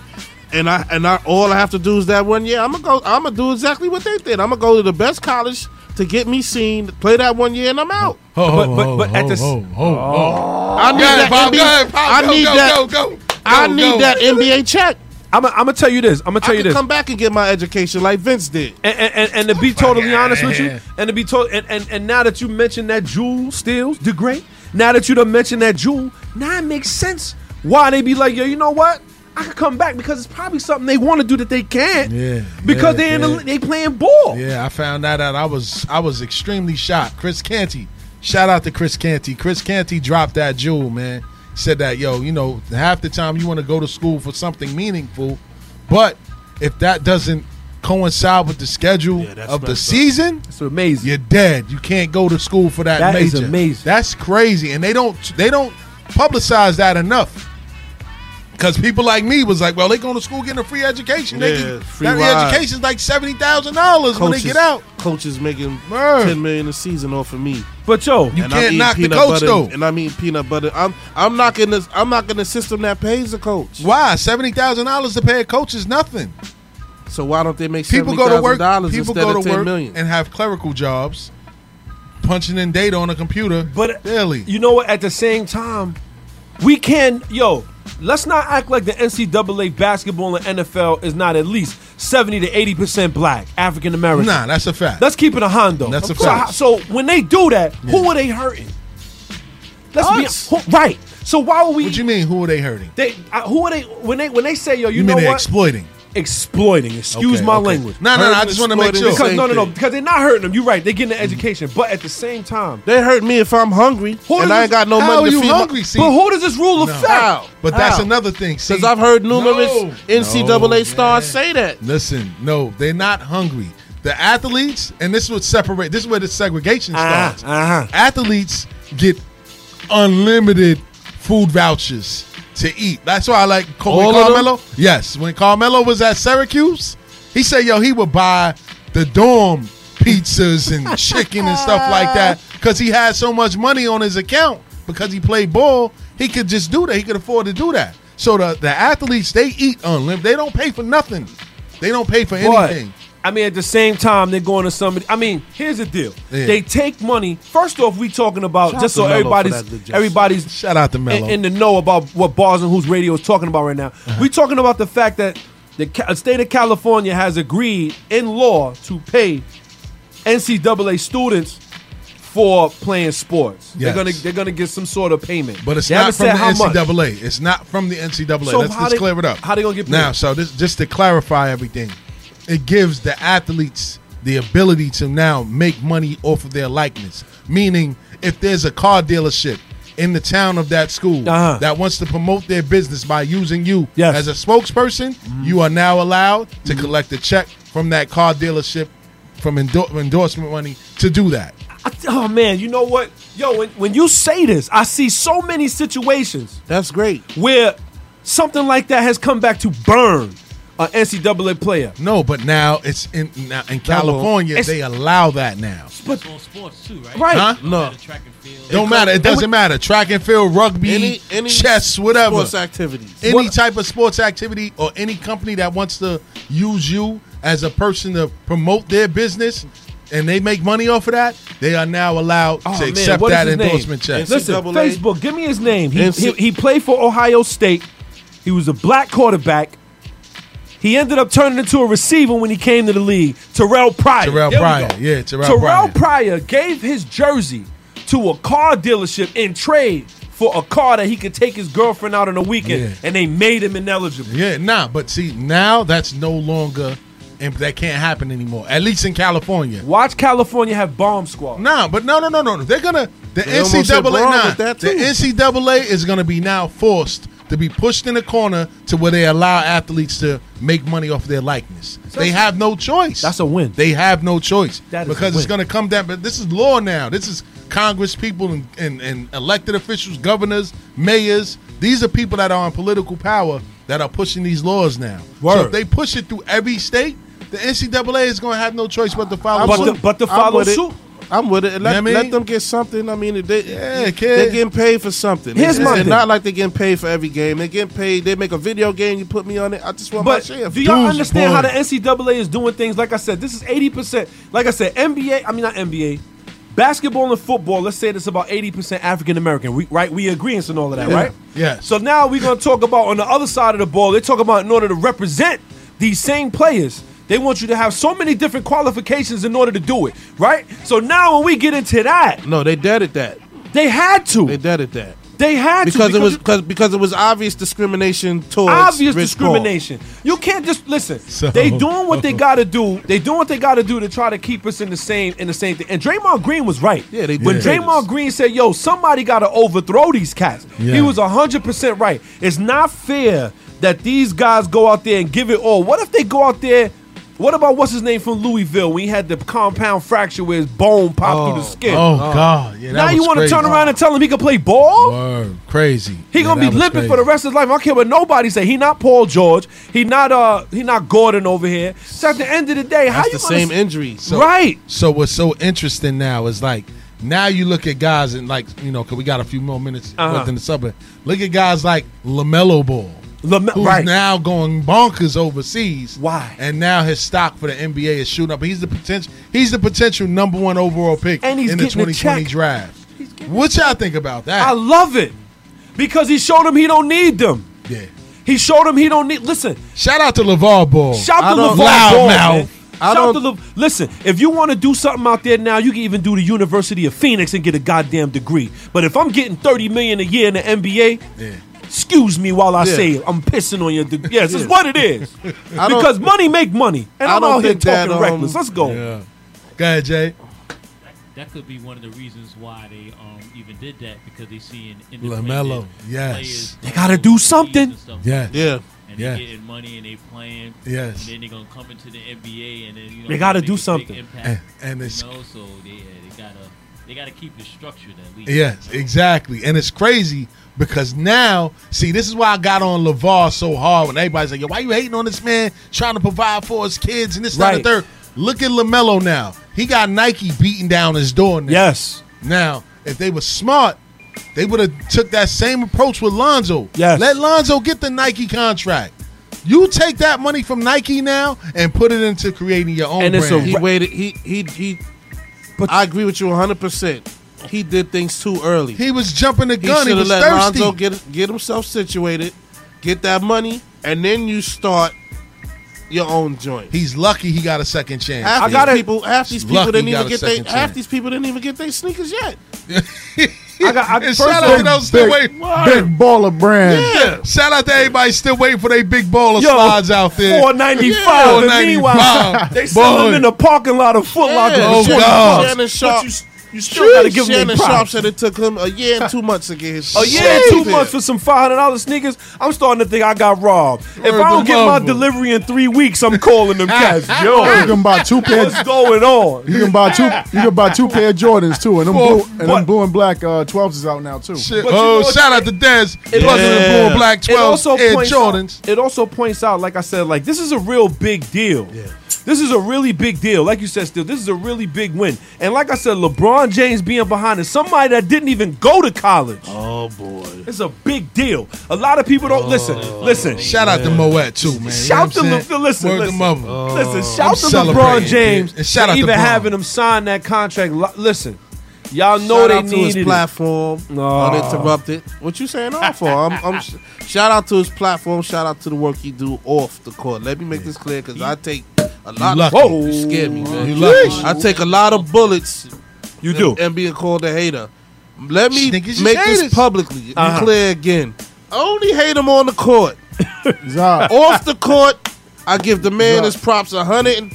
Speaker 6: and I and I all I have to do is that one year. I'm gonna go. I'm gonna do exactly what they did. I'm gonna go to the best college to get me seen, play that one year, and I'm out.
Speaker 4: But- but- but at the s-
Speaker 5: ho, ho, ho.
Speaker 6: I need
Speaker 5: Go ahead,
Speaker 6: that.
Speaker 5: Pop,
Speaker 6: NBA
Speaker 5: go ahead, Pop,
Speaker 6: I
Speaker 5: go,
Speaker 6: need
Speaker 5: go,
Speaker 6: that.
Speaker 5: Go, go, go,
Speaker 6: I
Speaker 5: go,
Speaker 6: need
Speaker 5: go.
Speaker 6: that NBA check.
Speaker 4: I'm gonna tell you this. I'm gonna tell
Speaker 6: I
Speaker 4: you
Speaker 6: can
Speaker 4: this.
Speaker 6: come back and get my education like Vince did.
Speaker 4: And, and, and, and to be totally honest with you,
Speaker 5: here.
Speaker 4: and to be told, and, and, and now that you mentioned that Jewel Steals the Great, now that you done mentioned that Jewel, now it makes sense why they be like, yo, you know what? I could come back because it's probably something they want to do that they can't.
Speaker 5: Yeah,
Speaker 4: Because
Speaker 5: yeah,
Speaker 4: they in
Speaker 5: yeah.
Speaker 4: the, they playing ball.
Speaker 5: Yeah, I found that out. I was I was extremely shocked. Chris Canty, shout out to Chris Canty. Chris Canty dropped that jewel, man. Said that yo, you know, half the time you want to go to school for something meaningful, but if that doesn't coincide with the schedule
Speaker 6: Yeah, that's
Speaker 5: of the
Speaker 6: messed up.
Speaker 5: season,
Speaker 4: It's amazing.
Speaker 5: you're dead. You can't go to school for that.
Speaker 4: That is
Speaker 5: major.
Speaker 4: amazing.
Speaker 5: That's crazy, and they don't they don't publicize that enough. Because people like me was like, well, they going to school getting a free education. They
Speaker 6: Yeah,
Speaker 5: get-
Speaker 6: free
Speaker 5: that
Speaker 6: ride.
Speaker 5: education's like seventy thousand dollars when they
Speaker 6: Coaches,
Speaker 5: get out.
Speaker 6: coaches making
Speaker 5: Word.
Speaker 6: ten million a season off of me.
Speaker 4: But yo,
Speaker 6: And
Speaker 5: You
Speaker 6: I'm
Speaker 5: can't
Speaker 6: eating
Speaker 5: knock the
Speaker 6: peanut
Speaker 5: coach
Speaker 6: butter,
Speaker 5: though.
Speaker 6: And I mean peanut butter. I'm I'm knocking this. I'm knocking the system that pays the coach.
Speaker 5: Why seventy thousand dollars to pay a coach is nothing.
Speaker 6: So why don't they make
Speaker 5: People
Speaker 6: seventy
Speaker 5: go to
Speaker 6: thousand
Speaker 5: work.
Speaker 6: dollars
Speaker 5: People
Speaker 6: instead
Speaker 5: go
Speaker 6: of
Speaker 5: to
Speaker 6: ten
Speaker 5: work
Speaker 6: million?
Speaker 5: and have clerical jobs, punching in data on a computer.
Speaker 4: But
Speaker 5: daily,
Speaker 4: you know what? At the same time, we can yo. Let's not act like the NCAA basketball and NFL is not at least seventy to eighty percent black African American.
Speaker 5: nah, that's a fact.
Speaker 4: Let's keep it a Hondo.
Speaker 5: That's a
Speaker 4: so,
Speaker 5: fact.
Speaker 4: So when they do that, who are they hurting? Let's
Speaker 6: Us.
Speaker 4: be who, right. So why would we?
Speaker 5: what you mean? Who are they hurting?
Speaker 4: They uh, who are they when they when they say yo? You,
Speaker 5: You,
Speaker 4: know
Speaker 5: mean they're
Speaker 4: what?
Speaker 5: exploiting?
Speaker 4: Exploiting. Excuse
Speaker 5: Okay,
Speaker 4: my
Speaker 5: okay.
Speaker 4: language.
Speaker 5: No, no, no. I
Speaker 6: Hurting,
Speaker 5: just want to make
Speaker 6: exploiting,
Speaker 5: sure.
Speaker 4: Because no, no, no.
Speaker 6: thing.
Speaker 4: Because they're not hurting them. You're right. They're getting an education, but at the same time,
Speaker 6: They hurt me if I'm hungry
Speaker 4: Who
Speaker 6: and
Speaker 4: does
Speaker 6: I ain't got no
Speaker 5: How
Speaker 6: money
Speaker 5: are
Speaker 6: to
Speaker 5: you
Speaker 6: feed
Speaker 5: hungry?
Speaker 6: my.
Speaker 5: See,
Speaker 4: but who does this rule affect?
Speaker 6: How?
Speaker 5: But that's
Speaker 6: How?
Speaker 5: another thing. See,
Speaker 6: Because I've heard numerous
Speaker 5: No.
Speaker 6: NCAA
Speaker 5: No,
Speaker 6: stars
Speaker 5: man.
Speaker 6: say that.
Speaker 5: Listen, no, they're not hungry. The athletes, and this would separate. This is where the segregation
Speaker 4: Uh-huh,
Speaker 5: starts.
Speaker 4: uh-huh.
Speaker 5: Athletes get unlimited food vouchers to eat. That's why I like Car- when
Speaker 6: All of them?
Speaker 5: Carmelo. Yes, when Carmelo was at Syracuse, he said, "Yo, he would buy the dorm pizzas and chicken and stuff like that because he had so much money on his account because he played ball. He could just do that. He could afford to do that. So the the athletes they eat unlimited. They don't pay for nothing. They don't pay for
Speaker 4: But,
Speaker 5: anything.
Speaker 4: I mean, at the same time, they're going to somebody. I mean, here's the deal:
Speaker 5: Yeah.
Speaker 4: they take money. First off, we talking about
Speaker 6: Shout
Speaker 4: just
Speaker 6: out to
Speaker 4: so
Speaker 6: Melo for
Speaker 4: everybody's
Speaker 6: that suggestion.
Speaker 4: everybody's
Speaker 5: Shout out to Melo. Uh-huh.
Speaker 4: in, in the know about what Bars and Who's Radio is talking about right now. we talking about the fact that the Ca- state of California has agreed in law to pay NCAA students for playing sports.
Speaker 5: Yes.
Speaker 4: They're gonna they're gonna get some sort of payment,
Speaker 5: But it's
Speaker 4: They
Speaker 5: not
Speaker 4: haven't
Speaker 5: from
Speaker 4: said
Speaker 5: the
Speaker 4: how much.
Speaker 5: NCAA. It's not from the NCAA.
Speaker 4: So
Speaker 5: Let's
Speaker 4: how
Speaker 5: just
Speaker 4: they-
Speaker 5: clear it up.
Speaker 4: how they gonna get paid?
Speaker 5: now? So this just to clarify everything, it gives the athletes the ability to now make money off of their likeness. Meaning, if there's a car dealership in the town of that school
Speaker 4: Uh-huh.
Speaker 5: that wants to promote their business by using you
Speaker 4: Yes. Mm-hmm.
Speaker 5: as a spokesperson, you are now allowed to collect a check from that car dealership from endor- endorsement money to do that.
Speaker 4: I- oh man, you know what? Yo, when, when you say this, I see so many situations
Speaker 6: That's great.
Speaker 4: where something like that has come back to burn an NCAA player.
Speaker 5: No, but now it's in now in California
Speaker 4: It's-
Speaker 5: they allow that now.
Speaker 7: But on sports too, right?
Speaker 4: Right.
Speaker 5: Huh?
Speaker 6: No.
Speaker 7: The track and field.
Speaker 5: Don't matter. It doesn't matter. Track and field, rugby, chess, whatever.
Speaker 6: Sports activities.
Speaker 5: any
Speaker 4: What-
Speaker 5: type of sports activity or any company that wants to use you as a person to promote their business and they make money off of that, they are now allowed
Speaker 4: Oh,
Speaker 5: to
Speaker 4: man,
Speaker 5: accept
Speaker 4: what is
Speaker 5: that
Speaker 4: his name?
Speaker 5: endorsement check.
Speaker 6: It's-
Speaker 4: Listen,
Speaker 6: NCAA.
Speaker 4: Facebook, give me his name. He,
Speaker 6: NC
Speaker 4: he, he played for Ohio State. He was a black quarterback. He ended up turning into a receiver when he came to the league. Terrell Pryor.
Speaker 5: Terrell
Speaker 4: There we
Speaker 5: Pryor.
Speaker 4: go.
Speaker 5: Yeah, Terrell Pryor.
Speaker 4: Terrell Pryor gave his jersey to a car dealership in trade for a car that he could take his girlfriend out on a weekend,
Speaker 5: Yeah.
Speaker 4: and they made him ineligible.
Speaker 5: Yeah, nah, but see, now that's no longer, and that can't happen anymore, at least in California.
Speaker 4: Watch California have bomb squad.
Speaker 5: Nah, but no, no, no, no. no. They're gonna the
Speaker 6: They almost hit
Speaker 5: NCAA.
Speaker 6: Braun
Speaker 5: Nah,
Speaker 6: with that,
Speaker 5: the
Speaker 6: too.
Speaker 5: NCAA is gonna be now forced to be pushed in a corner to where they allow athletes to make money off their likeness. they have no choice.
Speaker 4: That's a win.
Speaker 5: They have no choice
Speaker 4: That is a
Speaker 5: because it's
Speaker 4: win.
Speaker 5: gonna come down. But this is law now. This is Congress people and, and, and elected officials, governors, mayors. These are people that are in political power that are pushing these laws now. So
Speaker 4: Word.
Speaker 5: if they push it through every state, the NCAA is gonna have no choice but to follow.
Speaker 4: But
Speaker 5: suit.
Speaker 4: the, but the
Speaker 6: I'm
Speaker 4: follow
Speaker 6: with it.
Speaker 4: suit.
Speaker 6: I'm with it. Let,
Speaker 5: Know what I
Speaker 6: let
Speaker 5: mean?
Speaker 6: them get something. I mean, they,
Speaker 5: Yeah, kid.
Speaker 6: they're getting paid for something.
Speaker 4: Here's
Speaker 6: it's
Speaker 4: my
Speaker 6: it's
Speaker 4: thing.
Speaker 6: not like they're getting paid for every game. They're getting paid. They make a video game, you put me on it. I just want
Speaker 4: But
Speaker 6: my share.
Speaker 4: do y'all
Speaker 5: Dude's
Speaker 4: understand how the
Speaker 5: boring.
Speaker 4: NCAA is doing things? Like I said, this is eighty percent. Like I said, NBA. I mean, not NBA. Basketball and football. Let's say that's about eighty percent African American. We, right? We agreeing on all of that,
Speaker 5: Yeah.
Speaker 4: right?
Speaker 5: Yes.
Speaker 4: So now we're gonna talk about on the other side of the ball. They talk about in order to represent these same players. They want you to have so many different qualifications in order to do it, right? So now when we get into that,
Speaker 6: no, they dead at that.
Speaker 4: they had to.
Speaker 6: They
Speaker 4: They,
Speaker 6: dead at that.
Speaker 4: had to
Speaker 6: Because, it was
Speaker 4: you-
Speaker 6: because because it was obvious discrimination towards
Speaker 4: obvious
Speaker 6: Rich Paul.
Speaker 4: discrimination. You can't just listen.
Speaker 5: So- uh-uh.
Speaker 4: They doing what they got to do. They doing what they got to do to try to keep us in the same in the same thing. And Draymond Green was right.
Speaker 6: Yeah, they
Speaker 4: when
Speaker 6: did.
Speaker 4: Draymond Green said, "Yo, somebody got to overthrow these cats,"
Speaker 5: Yeah.
Speaker 4: he was hundred percent right. It's not fair that these guys go out there and give it all. What if they go out there What about what's his name from Louisville? when he had the compound fracture where his bone popped through the skin.
Speaker 5: Oh, God. Yeah, that
Speaker 4: now you
Speaker 5: want to
Speaker 4: turn around and tell him he can play ball?
Speaker 5: Word. Crazy.
Speaker 4: He
Speaker 5: Yeah,
Speaker 4: gonna
Speaker 5: that
Speaker 4: be
Speaker 5: was
Speaker 4: limping
Speaker 5: crazy.
Speaker 4: for the rest of his life. I don't care what nobody say. He not Paul George. He not uh he not Gordon over here. So at the end of the day, how
Speaker 6: That's
Speaker 4: you
Speaker 6: the
Speaker 4: gonna
Speaker 6: same
Speaker 4: s-
Speaker 6: injury. So
Speaker 4: right?
Speaker 5: So what's so interesting now is like now you look at guys and like you know because we got a few more minutes
Speaker 4: Uh-huh.
Speaker 5: left in the summer. Look at guys like Lamelo Ball,
Speaker 4: Lame-
Speaker 5: who's
Speaker 4: right.
Speaker 5: now going bonkers overseas.
Speaker 4: Why?
Speaker 5: And now his stock for the NBA is shooting up. He's the potential. He's the potential number one overall pick
Speaker 4: And he's
Speaker 5: in the
Speaker 4: getting a
Speaker 5: 2020
Speaker 4: check.
Speaker 5: draft. What y'all think about that?
Speaker 4: I love it because he showed him he don't need them.
Speaker 5: yeah.
Speaker 4: He showed him he don't need. Listen,
Speaker 5: Shout out to LeVar Ball.
Speaker 4: shout
Speaker 6: I
Speaker 4: to
Speaker 6: don't-
Speaker 4: LeVar
Speaker 5: Loud
Speaker 4: Ball,
Speaker 5: mouth.
Speaker 4: man.
Speaker 6: I
Speaker 4: Shout to
Speaker 6: don't-
Speaker 4: Le- Listen, if you want to do something out there now, you can even do the University of Phoenix and get a goddamn degree. But if I'm getting thirty million a year in the NBA, excuse me while I
Speaker 6: Yeah.
Speaker 4: say it, I'm pissing on your. De- yes, it's what it is.
Speaker 6: I don't-
Speaker 4: because money make money, and
Speaker 6: I
Speaker 4: I'm
Speaker 6: don't
Speaker 4: out here
Speaker 6: think that,
Speaker 4: talking
Speaker 6: um,
Speaker 4: reckless. Let's go.
Speaker 5: Yeah. Go ahead, Jay.
Speaker 7: That could be one of the reasons why they um, even did that because they see an
Speaker 5: LaMelo, yes.
Speaker 4: They gotta do something.
Speaker 5: Yeah.
Speaker 6: yeah,
Speaker 7: And
Speaker 5: Yeah.
Speaker 7: they're getting money and they playing.
Speaker 5: Yes.
Speaker 7: And then they're gonna come into the NBA and then you know
Speaker 4: They gotta
Speaker 7: make
Speaker 4: do
Speaker 7: a big
Speaker 4: something.
Speaker 5: And-
Speaker 7: Impact,
Speaker 5: and
Speaker 7: you
Speaker 5: it's-
Speaker 7: know, so they, yeah, they gotta they gotta keep the structure at least.
Speaker 5: Yes, exactly. And it's crazy because now, see, this is why I got on LeVar so hard when everybody's like, yo, why you hating on this man trying to provide for his kids and this, that, and the
Speaker 4: Right.
Speaker 5: third? Look at LaMelo now. He got Nike beating down his door now.
Speaker 4: Yes.
Speaker 5: Now, if they were smart, they would have took that same approach with Lonzo.
Speaker 4: Yes.
Speaker 5: Let Lonzo get the Nike contract. You take that money from Nike now and put it into creating your own
Speaker 4: And it's a
Speaker 5: brand.
Speaker 6: he waited. He he he.
Speaker 4: But-
Speaker 6: I agree with you 100. percent He did things too early.
Speaker 5: he was jumping the
Speaker 6: He
Speaker 5: gun.
Speaker 6: should
Speaker 5: He,
Speaker 6: have
Speaker 5: was
Speaker 6: let
Speaker 5: thirsty.
Speaker 6: Lonzo get get himself situated, get that money, and then you start your own joint.
Speaker 5: He's lucky he got a second chance.
Speaker 6: Half
Speaker 4: I
Speaker 6: these
Speaker 4: gotta-
Speaker 6: people, half these people
Speaker 5: Lucky
Speaker 6: didn't
Speaker 5: he
Speaker 6: even
Speaker 5: got a
Speaker 6: get they,
Speaker 5: second
Speaker 6: half
Speaker 5: chance.
Speaker 6: these people didn't even get their sneakers yet.
Speaker 4: I got. I,
Speaker 5: And
Speaker 4: first
Speaker 5: shout
Speaker 4: of
Speaker 5: out
Speaker 4: all-
Speaker 5: to those still
Speaker 9: Big,
Speaker 5: waiting.
Speaker 9: big baller brand.
Speaker 5: Yeah. Shout out to everybody still waiting for their big ball of slides out there.
Speaker 4: 495. and meanwhile,
Speaker 5: 495.
Speaker 4: they sell them
Speaker 5: Boy.
Speaker 4: in the parking lot of Foot Locker.
Speaker 6: Yeah,
Speaker 5: Oh,
Speaker 6: Shannon-
Speaker 5: God.
Speaker 6: Shannon Sharp.
Speaker 4: you s- you still gotta give them
Speaker 6: Shannon
Speaker 4: their
Speaker 6: Sharp
Speaker 4: props.
Speaker 6: said it took him a year and two months to get his.
Speaker 4: A year and two months for some five hundred dollars sneakers. I'm starting to think I got robbed. If
Speaker 5: Word
Speaker 4: I don't
Speaker 5: to
Speaker 4: get my
Speaker 5: mother.
Speaker 4: delivery in three weeks, I'm calling them cats.
Speaker 9: You
Speaker 4: Yo,
Speaker 9: can buy two pairs.
Speaker 4: what's going on?
Speaker 9: You can buy two. You can buy two pair of Jordans too, and them blue and
Speaker 4: But-
Speaker 9: them blue and black uh, 12s is out now too.
Speaker 5: Shit.
Speaker 4: But you know
Speaker 5: Oh,
Speaker 4: what-
Speaker 5: shout out to Dez. Buzzing
Speaker 4: It-
Speaker 5: the
Speaker 6: Yeah.
Speaker 5: bull black
Speaker 4: It
Speaker 5: 12
Speaker 4: also
Speaker 5: Air
Speaker 4: points
Speaker 5: Jordans.
Speaker 4: Out, it also points out, like I said, like this is a real big deal.
Speaker 5: Yeah.
Speaker 4: This is a really big deal. Like you said, still, this is a really big win. And like I said, LeBron James being behind is somebody that didn't even go to college.
Speaker 6: Oh boy.
Speaker 4: It's a big deal. A lot of people don't listen. Listen.
Speaker 5: Shout out to Moet too, man. You know
Speaker 4: Shout
Speaker 5: what I'm
Speaker 4: to
Speaker 5: saying?
Speaker 4: Le- listen,
Speaker 5: Word
Speaker 4: listen.
Speaker 5: to mother.
Speaker 4: Listen, shout to LeBron
Speaker 5: celebrating,
Speaker 4: James
Speaker 5: dude. And shout
Speaker 4: for
Speaker 5: out to
Speaker 4: even
Speaker 5: Bron.
Speaker 4: having him sign that contract. Li- Listen, y'all know
Speaker 6: shout
Speaker 4: they
Speaker 6: out to
Speaker 4: needed
Speaker 6: his
Speaker 4: it.
Speaker 6: platform,
Speaker 4: Nah.
Speaker 6: uninterrupted. What you saying off for? I'm, I'm sh- shout out to his platform. Shout out to the work he do off the court. Let me make this clear because I take a lot.
Speaker 5: lucky.
Speaker 6: Whoa, you scared me, man.
Speaker 5: You lucky.
Speaker 6: I take a lot of bullets
Speaker 4: You do.
Speaker 6: and being called a hater. Let me
Speaker 5: Niggas is
Speaker 6: make this
Speaker 5: haters.
Speaker 6: publicly
Speaker 4: Uh-huh.
Speaker 6: be clear again. I only hate him on the court.
Speaker 9: Zah,
Speaker 4: Uh-huh.
Speaker 6: Off the court, I give the man
Speaker 9: Right.
Speaker 6: his props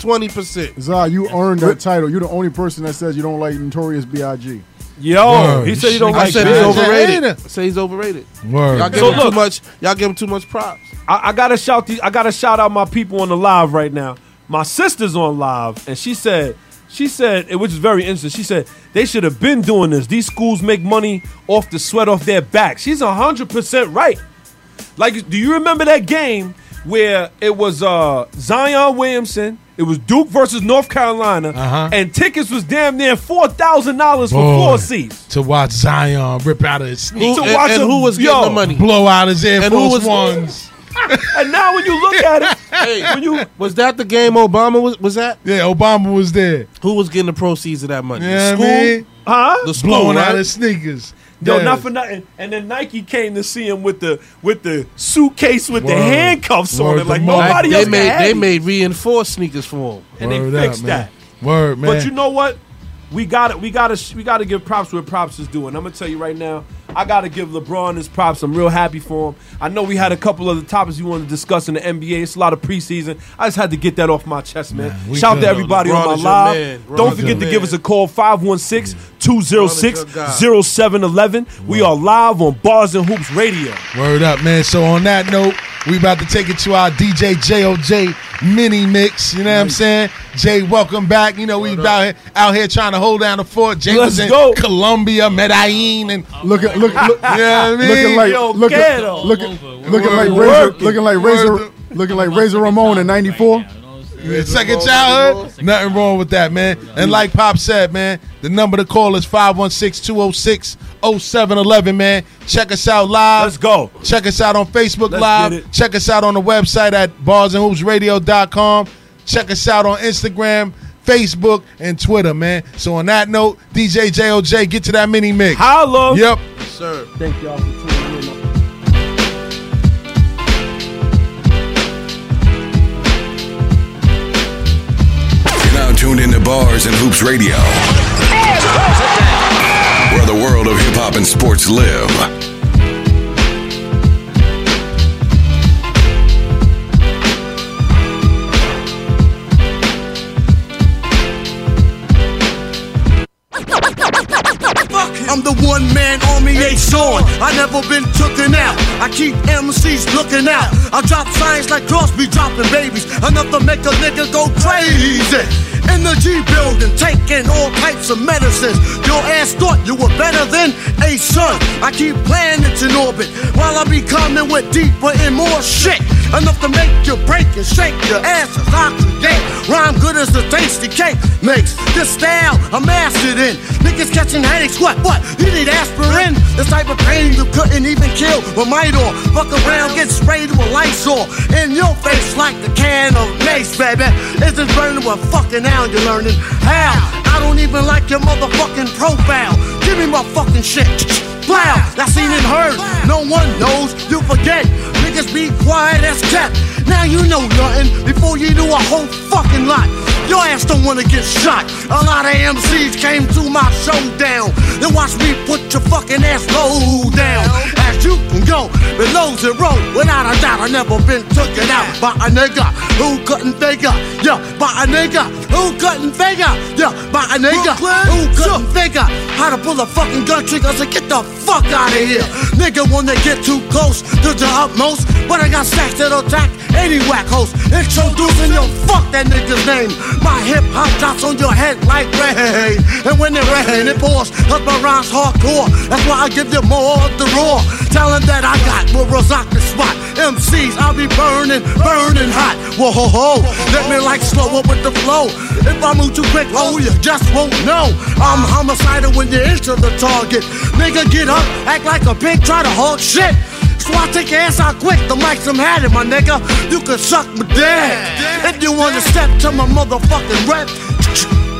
Speaker 6: 120%.
Speaker 9: Zah, you earned that title. You're the only person that says you don't like Notorious B.I.G.
Speaker 4: Yo,
Speaker 5: Word.
Speaker 4: he said he don't
Speaker 5: I
Speaker 6: I
Speaker 4: like
Speaker 6: said
Speaker 5: Big
Speaker 6: he's
Speaker 4: Bill.
Speaker 5: J's a
Speaker 6: overrated. I
Speaker 5: hater.
Speaker 6: said he's overrated. Y'all
Speaker 5: Word.
Speaker 6: give
Speaker 4: So
Speaker 6: him
Speaker 4: look-
Speaker 6: too much. Y'all give him too much props.
Speaker 4: I, I gotta shout. These, I gotta shout out my people on the live right now. My sister's on live, and she said, she said, which is very interesting. She said they should have been doing this. These schools make money off the sweat off their back. She's hundred percent right. Like, do you remember that game where it was uh, Zion Williamson? It was Duke versus North Carolina,
Speaker 5: Uh-huh.
Speaker 4: and tickets was damn near four thousand dollars for
Speaker 5: Boy.
Speaker 4: four seats.
Speaker 5: To watch Zion rip out of his
Speaker 6: Who,
Speaker 5: sneakers,
Speaker 4: So
Speaker 6: and,
Speaker 4: watch
Speaker 6: and
Speaker 4: him-
Speaker 6: who was
Speaker 4: yo.
Speaker 6: getting the money?
Speaker 5: blow out his Air
Speaker 6: And who
Speaker 5: Force
Speaker 6: was-
Speaker 5: Ones.
Speaker 4: And now, when you look at it, when you
Speaker 6: Was that the game Obama was, was at?
Speaker 5: Yeah, Obama was there.
Speaker 6: Who was getting the proceeds of that money?
Speaker 5: You know
Speaker 6: the
Speaker 5: what I mean?
Speaker 4: huh?
Speaker 6: The school,
Speaker 5: Blowing
Speaker 6: right?
Speaker 5: out his sneakers.
Speaker 4: No,
Speaker 5: Yeah.
Speaker 4: not for nothing. And then Nike came to see him with the with the suitcase with the
Speaker 5: Word.
Speaker 4: handcuffs on
Speaker 5: Word
Speaker 4: it.
Speaker 5: to
Speaker 4: Like
Speaker 5: mother.
Speaker 4: nobody
Speaker 6: they
Speaker 4: else
Speaker 6: made
Speaker 4: had
Speaker 6: they
Speaker 4: it.
Speaker 6: made reinforced sneakers for him.
Speaker 4: and they
Speaker 5: Word up,
Speaker 4: fixed
Speaker 5: man.
Speaker 4: that.
Speaker 5: Word, man.
Speaker 4: But you know what? We got it. We got to. We got to give props where props is due. And I'm gonna tell you right now, I got to give LeBron his props. I'm real happy for him. I know we had a couple other topics you wanted to discuss in the NBA. It's a lot of preseason. I just had to get that off my chest, man.
Speaker 5: we
Speaker 4: Shout out to
Speaker 5: good.
Speaker 4: everybody
Speaker 6: Yo,
Speaker 4: on
Speaker 6: LeBron
Speaker 4: my
Speaker 6: is your man.
Speaker 4: live.
Speaker 6: LeBron
Speaker 4: Don't
Speaker 6: is
Speaker 4: forget
Speaker 6: your
Speaker 4: to give
Speaker 6: man.
Speaker 4: us a call 516 206 0711. We are live on Bars and Hoops Radio.
Speaker 5: Word up, man. So on that note, we about to take it to our DJ JOJ mini mix. You know what I'm saying? Jay, welcome back. You know, we out here, out here trying to hold down the fort. Jay was
Speaker 4: Let's
Speaker 5: in
Speaker 4: go.
Speaker 5: Colombia, Medellin, and
Speaker 9: Look at look look.
Speaker 5: you know what I mean?
Speaker 9: Looking like
Speaker 4: Yo,
Speaker 9: looking,
Speaker 4: ghetto.
Speaker 9: looking,
Speaker 7: All over.
Speaker 9: looking like razor,
Speaker 5: Working.
Speaker 9: looking like razor,
Speaker 5: Working.
Speaker 9: looking like Razor Ramon in '94.
Speaker 7: Right now, you know what I'm saying?
Speaker 5: Yeah, Second childhood, nothing wrong with that, man. And like Pop said, man, the number to call is 516-206-0711, man. Check us out live.
Speaker 4: Let's go.
Speaker 5: Check us out on Facebook
Speaker 4: Let's get
Speaker 5: Live.
Speaker 4: it.
Speaker 5: Check us out on the website at barsandhoopsradio.com. Check us out on Instagram, Facebook, and Twitter, man. So on that note, DJ JOJ, get to that mini mix.
Speaker 4: Holla.
Speaker 5: Yep.
Speaker 6: Sir.
Speaker 9: Thank y'all for tuning in.
Speaker 1: You're now tuned into Bars and Hoops Radio, where the world of hip hop and sports live.
Speaker 8: I'm the one man army H on. I never been tooken out. I keep MCs looking out. I drop signs like Crosby dropping babies. Enough to make a nigga go crazy. In the G building, taking all types of medicines. Your ass thought you were better than a son. I keep planets in orbit while I be coming with deeper and more shit. Enough to make you break and shake your ass as I create. Rhyme good as the tasty cake makes. This style I mastered in. Niggas catching headaches, what, what? You need aspirin? This type of pain you couldn't even kill with Midor. Fuck around, get sprayed with Lysol. In your face like the can of mace, baby. Isn't burning what fucking now you're learning how. I don't even like your motherfucking profile. Give me my fucking shit. Wow, that's seen and heard. No one knows, you forget. Niggas be quiet as kept. Now you know nothing before you do a whole fucking lot. Your ass don't wanna get shot. A lot of MCs came to my showdown. Then watch me put your fucking ass low down. As you can go below zero. Without a doubt, I never been taken out by a nigga who couldn't figure. Yeah, by a nigga who couldn't figure. Yeah, by a nigga who couldn't figure how to pull a fucking gun trigger. So get the fuck out of here. Nigga wanna get too close to the utmost. But I got stacks that'll attack any whack host. Introducing your fuck that nigga's name. My hip hop drops on your head like rain. And when it rain, it pours. Cause my rhymes hardcore. That's why I give you more of the raw. Talent that I got will rock the spot. MCs, I'll be burning, burning hot. Whoa ho ho. Let me like slow up with the flow. If I move too quick, oh you just won't know. I'm homicidal when you enter the target. Nigga, get up, act like a pig, try to hog shit. So I take your ass out quick, the mic's I'm had it, my nigga. You can suck my dick. If you wanna step to my motherfucking rep.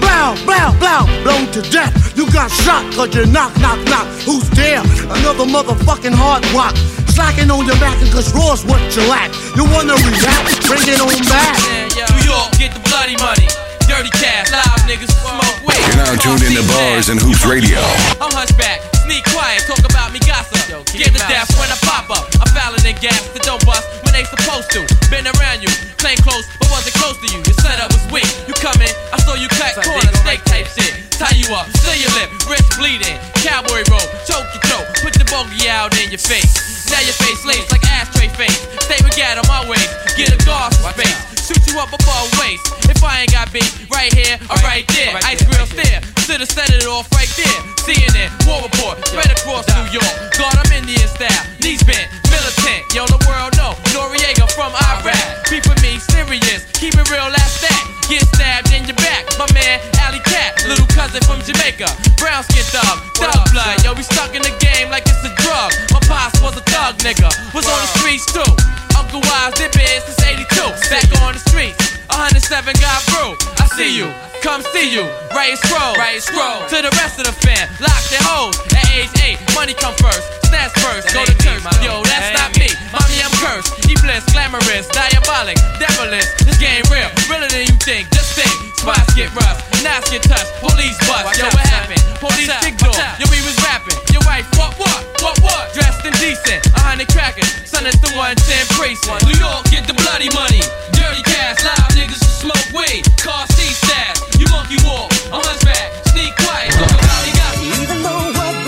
Speaker 8: Blow, blow, blow, blown to death. You got shot, cause you knock, knock, knock. Who's there? Another motherfucking hard rock. Slacking on your back, and cause raw's what you lack. You wanna react? Bring it on back.
Speaker 10: New York, get the bloody money. Dirty cash, live niggas, smoke weed.
Speaker 1: You're now tuned into Bars and Hoops Radio.
Speaker 10: I'm hunchback, sneak quiet, talk about me gossip. Get the death when I pop up. I'm fouling in gaps that don't bust when they supposed to. Been around you, claim close, but wasn't close to you. Your setup was weak. You come in, I saw you cut corners, snake type shit. Tie you up, seal your lip, wrist bleeding. Cowboy roll, choke your throat, put the bogey out in your face. Now your face lace like ashtray face. Stay with gat on my waist, get a guard for space. Shoot you up above waist. If I ain't got beat, right here or right there. Ice grill stare. Should've set it off right there. CNN, War Report, spread across New York. God, I'm Indian style. Knees bent, militant. Yo, the world know. Noriega from Iraq. People me serious. Keep it real, that's that. Get stabbed in your back. My man, Alley Cat. Little cousin from Jamaica. Brown skin thug. Thug blood. Yo, we stuck in the game like it's a drug. My pops was a thug nigga. Was on the streets too. Uncle Wise did biz since 82. Back on the streets. 107 got through. I see you. Come see you. Right and scroll. Right scroll. To the rest of the fam. Lock their hoes. At age 8, money come first. Snatch first. Go to church. Yo, that's not me. Mommy, I'm cursed. He blessed, glamorous, diabolic, devilish. This game real. Realer than you think. Just think. Spots get rough. Knives get touched. Police bust. Yo, what happened? Police ignore. Yo, we was rapping. Your wife, what, what, what, what? Dressed in decent. A hundred crackers. Son, it's the 110 precinct. New York, get the bloody money. Dirty cash. Live niggas who smoke weed. Car seat stash. You monkey walk. I'm hunchback. Sneak quiet. Talk about he got me.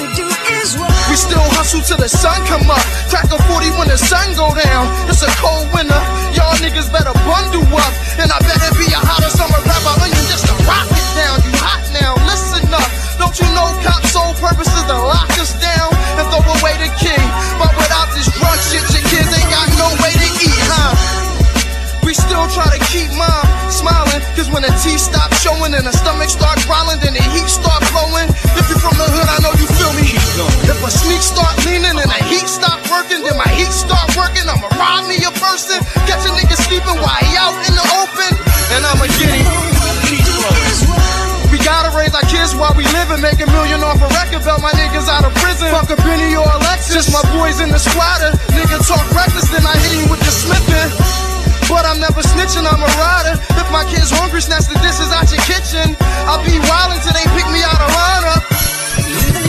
Speaker 11: the sun come up. Crack a 40 when the sun go down. It's a cold winter. Y'all niggas better bundle up. And I better be a hotter summer rapper than you just to rock it down. You hot now, listen up. Don't you know cops' sole purpose is to lock us down and throw away the key? But without this drug shit, your kids ain't got no way to eat, huh? We still try to keep mom smiling. Cause when the teeth stop showing and the stomach start growling, then the heat start blowing. If you from the hood, I know you feel me. If a sneak start leaning and the heat stop working, then my heat start working. I'ma rob me a person. Get your nigga sleeping while he out in the open. And I'ma get him. We gotta raise our kids while we live and make a million off a record belt. My niggas out of prison. Fuck a Benny or Alexis. My boys in the squatter. Nigga talk reckless, then I hit him with the slippin'. But I'm never snitching, I'm a rider. If my kid's hungry, snatch the dishes out your kitchen. I'll be wild until they pick me out of lineup.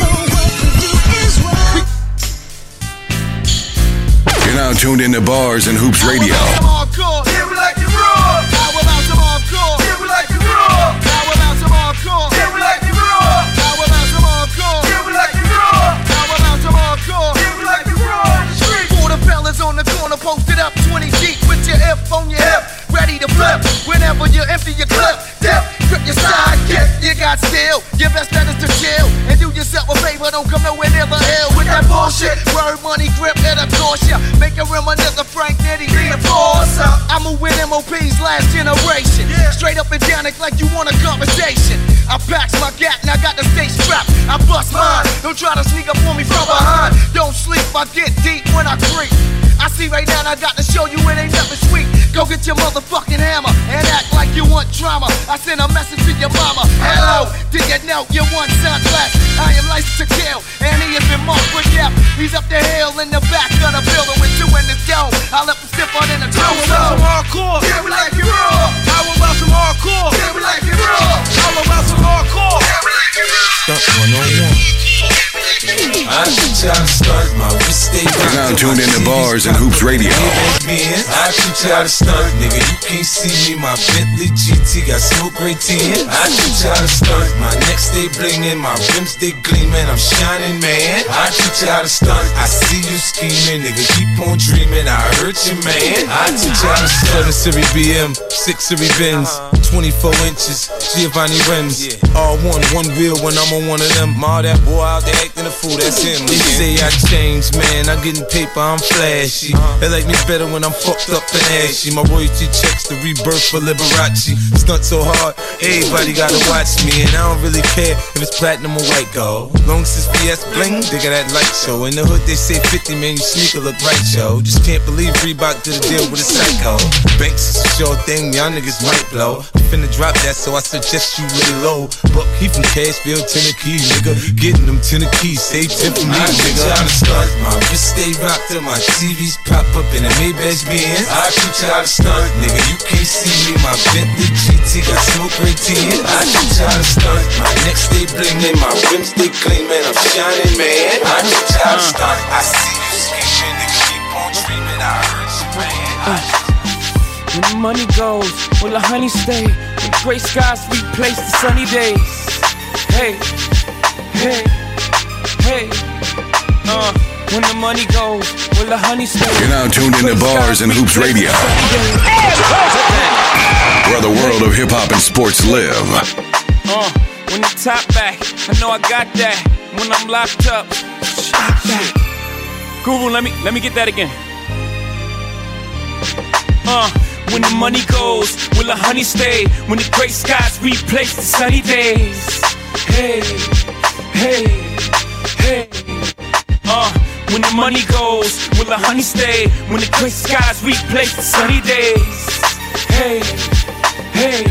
Speaker 1: You're now tuned into Bars and Hoops Radio.
Speaker 11: Hardcore, yeah, we like to roar. How about some hardcore? Yeah, we like to roar. How about some hardcore? Yeah, we like to roar. How about some hardcore? Yeah, we like to roar. How about some hardcore? Yeah, we like to roar. Street. All the fellas on the corner posted up 20 deep with your F on your hip. Ready to flip whenever you empty your clip. Dip, grip your sidekick. You got skill. Your best bet is to chill and do yourself a favor. Don't come nowhere near the hill with that bullshit. Word, money, grip, it'll torture ya. Make a reminisce of Frank Nitty, the enforcer. I'ma win MOP's last generation. Straight up and down, act like you want a conversation. I backs my gat and I got the stage strapped. I bust mine. Don't try to sneak up on me from behind. Don't sleep, I get deep when I creep. I see right now, and I got to show you it ain't nothing sweet. Go get your motherfucking hammer and act like you want drama. I send a message to your mama. Hello, did you know you want son less? I am licensed to kill, and he has been marked for death. He's up the hill in the back of the building with two in the dome. I left him stiffer than a
Speaker 10: How
Speaker 11: toe.
Speaker 10: about some hardcore? Yeah, we like it raw. How about some hardcore? Yeah, we like it raw. How about some hardcore? Yeah, we like it raw.
Speaker 12: I should try to stunt my wrist stay
Speaker 1: You're now tuned into Bars and Hoops Radio.
Speaker 12: man. I should try to stunt, nigga. You can't see me. My Bentley GT got smoke gray tin. I should try to stunt. My necks they blingin', my rims they gleamin'. I'm shining, man. I should try to stunt. I see you scheming, nigga. Keep on dreaming. I hurt you, man. I should try to stunt. Uh-huh. A Siri BM, six Siri Benz, 24 inches, Giovanni rims. All one, one wheel when I'm on one of them. All that boy out there acting a fool. That's him. They say I changed, man. I'm getting paper. I'm flashy. They like me better when I'm fucked up and ashy. My royalty checks the rebirth for Liberace. Stunt so hard, everybody gotta watch me. And I don't really care if it's platinum or white gold. Long since VS bling, they got that light show. In the hood, they say 50, man, your sneaker look right, yo. Just can't believe Reebok did a deal with a psycho. Banks is a sure thing, y'all niggas might blow. I'm finna drop that, so I suggest you lay low. Buck, he from Cashville, Tennessee, nigga. Getting them Tennessee, save 10 for me, I should nigga. try to stunt. My wrist stay rocked up, my TVs pop up in a Maybach Benz. I should try to stunt, nigga. You can't see me. My Bentley GT got smoke ray tin. I should try to stunt. My neck stay blingin', my rims stay gleamin'. I'm shining, man. I should try to stunt. I see you scheming, nigga. Keep on dreaming. I heard you, man. I
Speaker 13: When the money goes, will the honey stay? The gray skies replace the sunny days. Hey, hey, hey. Uh, when the money goes, will the honey stay?
Speaker 1: You're now tuned into Bars and Hoops Radio, where the world of hip hop and sports live.
Speaker 13: Uh, when the top back, I know I got that. When I'm locked up, shot back. Guru, let me let me get that again. Uh, when the money goes, will the honey stay? When the gray skies replace the sunny days. Hey, hey, hey. Uh, when the money goes, will the honey stay? When the gray skies replace the sunny days. Hey, hey,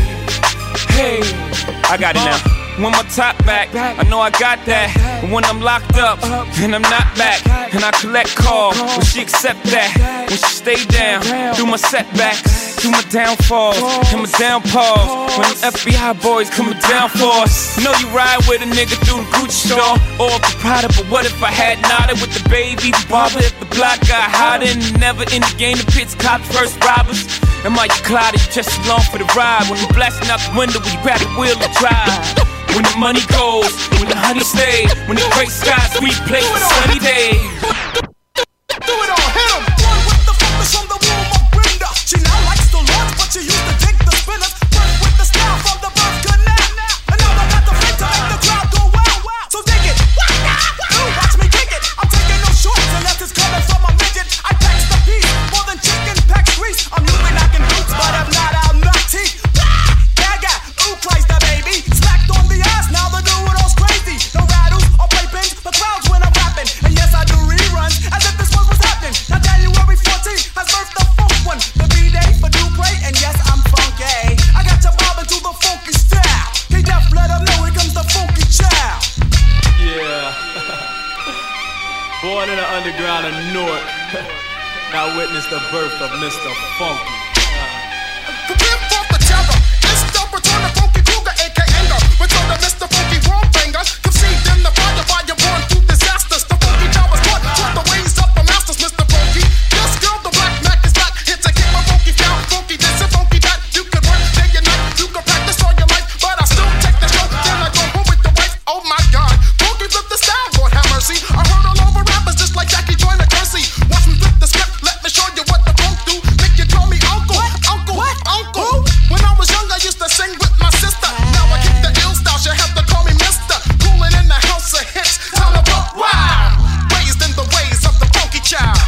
Speaker 13: hey. I got it now. When my top back, I know I got that. But when I'm locked up and I'm not back, and I collect call, will she accept that? Will she stay down through my setbacks, through my downfalls, and my downfalls? When the FBI boys coming down for us, know you ride with a nigga through the Gucci store or a Prada, but what if I had nodded with the baby bother? If the block got hotter and never in the game, the pits cops first robbers. Am I your cloud? It's just along for the ride. When you blasting out the window, we back the wheel and drive. When the money goes, when the honey stay, when the great skies replace the sunny day.
Speaker 14: Do it all, hit 'em. One with the focus on the womb of Brenda. She now likes to launch, but she used to kick the spinners. Work with the style from the birth connect. And now I got the fit to make the crowd go wow. So dig it. You watch me kick it. I'm taking no shorts unless it's coming from a midget. I tax the piece more than chicken pack grease. I'm human, I can boots, but I'm not, I'm not teeth. Gaga, ooh, Christ the baby. Smacked on the ass, now the new one's crazy. No rattles or playpins, the crowds when I'm rapping. And yes, I do reruns, as if this was what's happening. Now January 14th has birthed the funk one. The B-Day for Dupre, and yes, I'm funky. I got your bobbing to the funky style. He deaf, let him know here comes the funky child.
Speaker 15: Yeah. Born in the underground of Newark, now witness the birth of Mr. Funky.
Speaker 14: Prepare for the terror. It's the return of Funky Kruger, aka Anger. Return of Mr. Funky Worldfinger. Conceived in the fire, fire born through disasters. The Funky Child was taught, taught the ways of the masters, Mr. Funky. This girl, the black Mac is back. Hits a kick, my funky found, funky this and funky that. You can work day and night, you can practice all your life, but I still take the show. Then I go home with the wife. Oh my God, funky flip the style, Lord have mercy. I heard all over rappers just like Jackie Joyner Kersey. Watch me flip the script, let me show you what the funk do. Make you call me uncle, uncle, uncle. When I was young, I used to sing with my sister. Now I kick the ill style, she have to call me Mister. Cooling in the house of hits, time to pop wild. Raised in the ways of the funky child.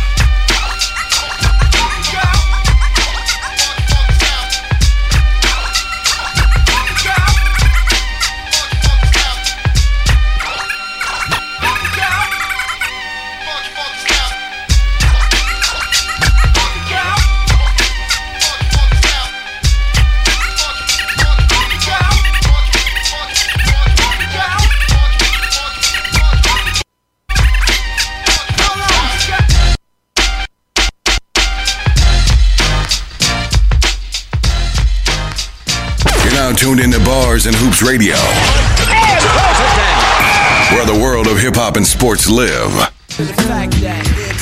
Speaker 1: You're now tuned into Bars and Hoops Radio, where the world of hip hop and sports live.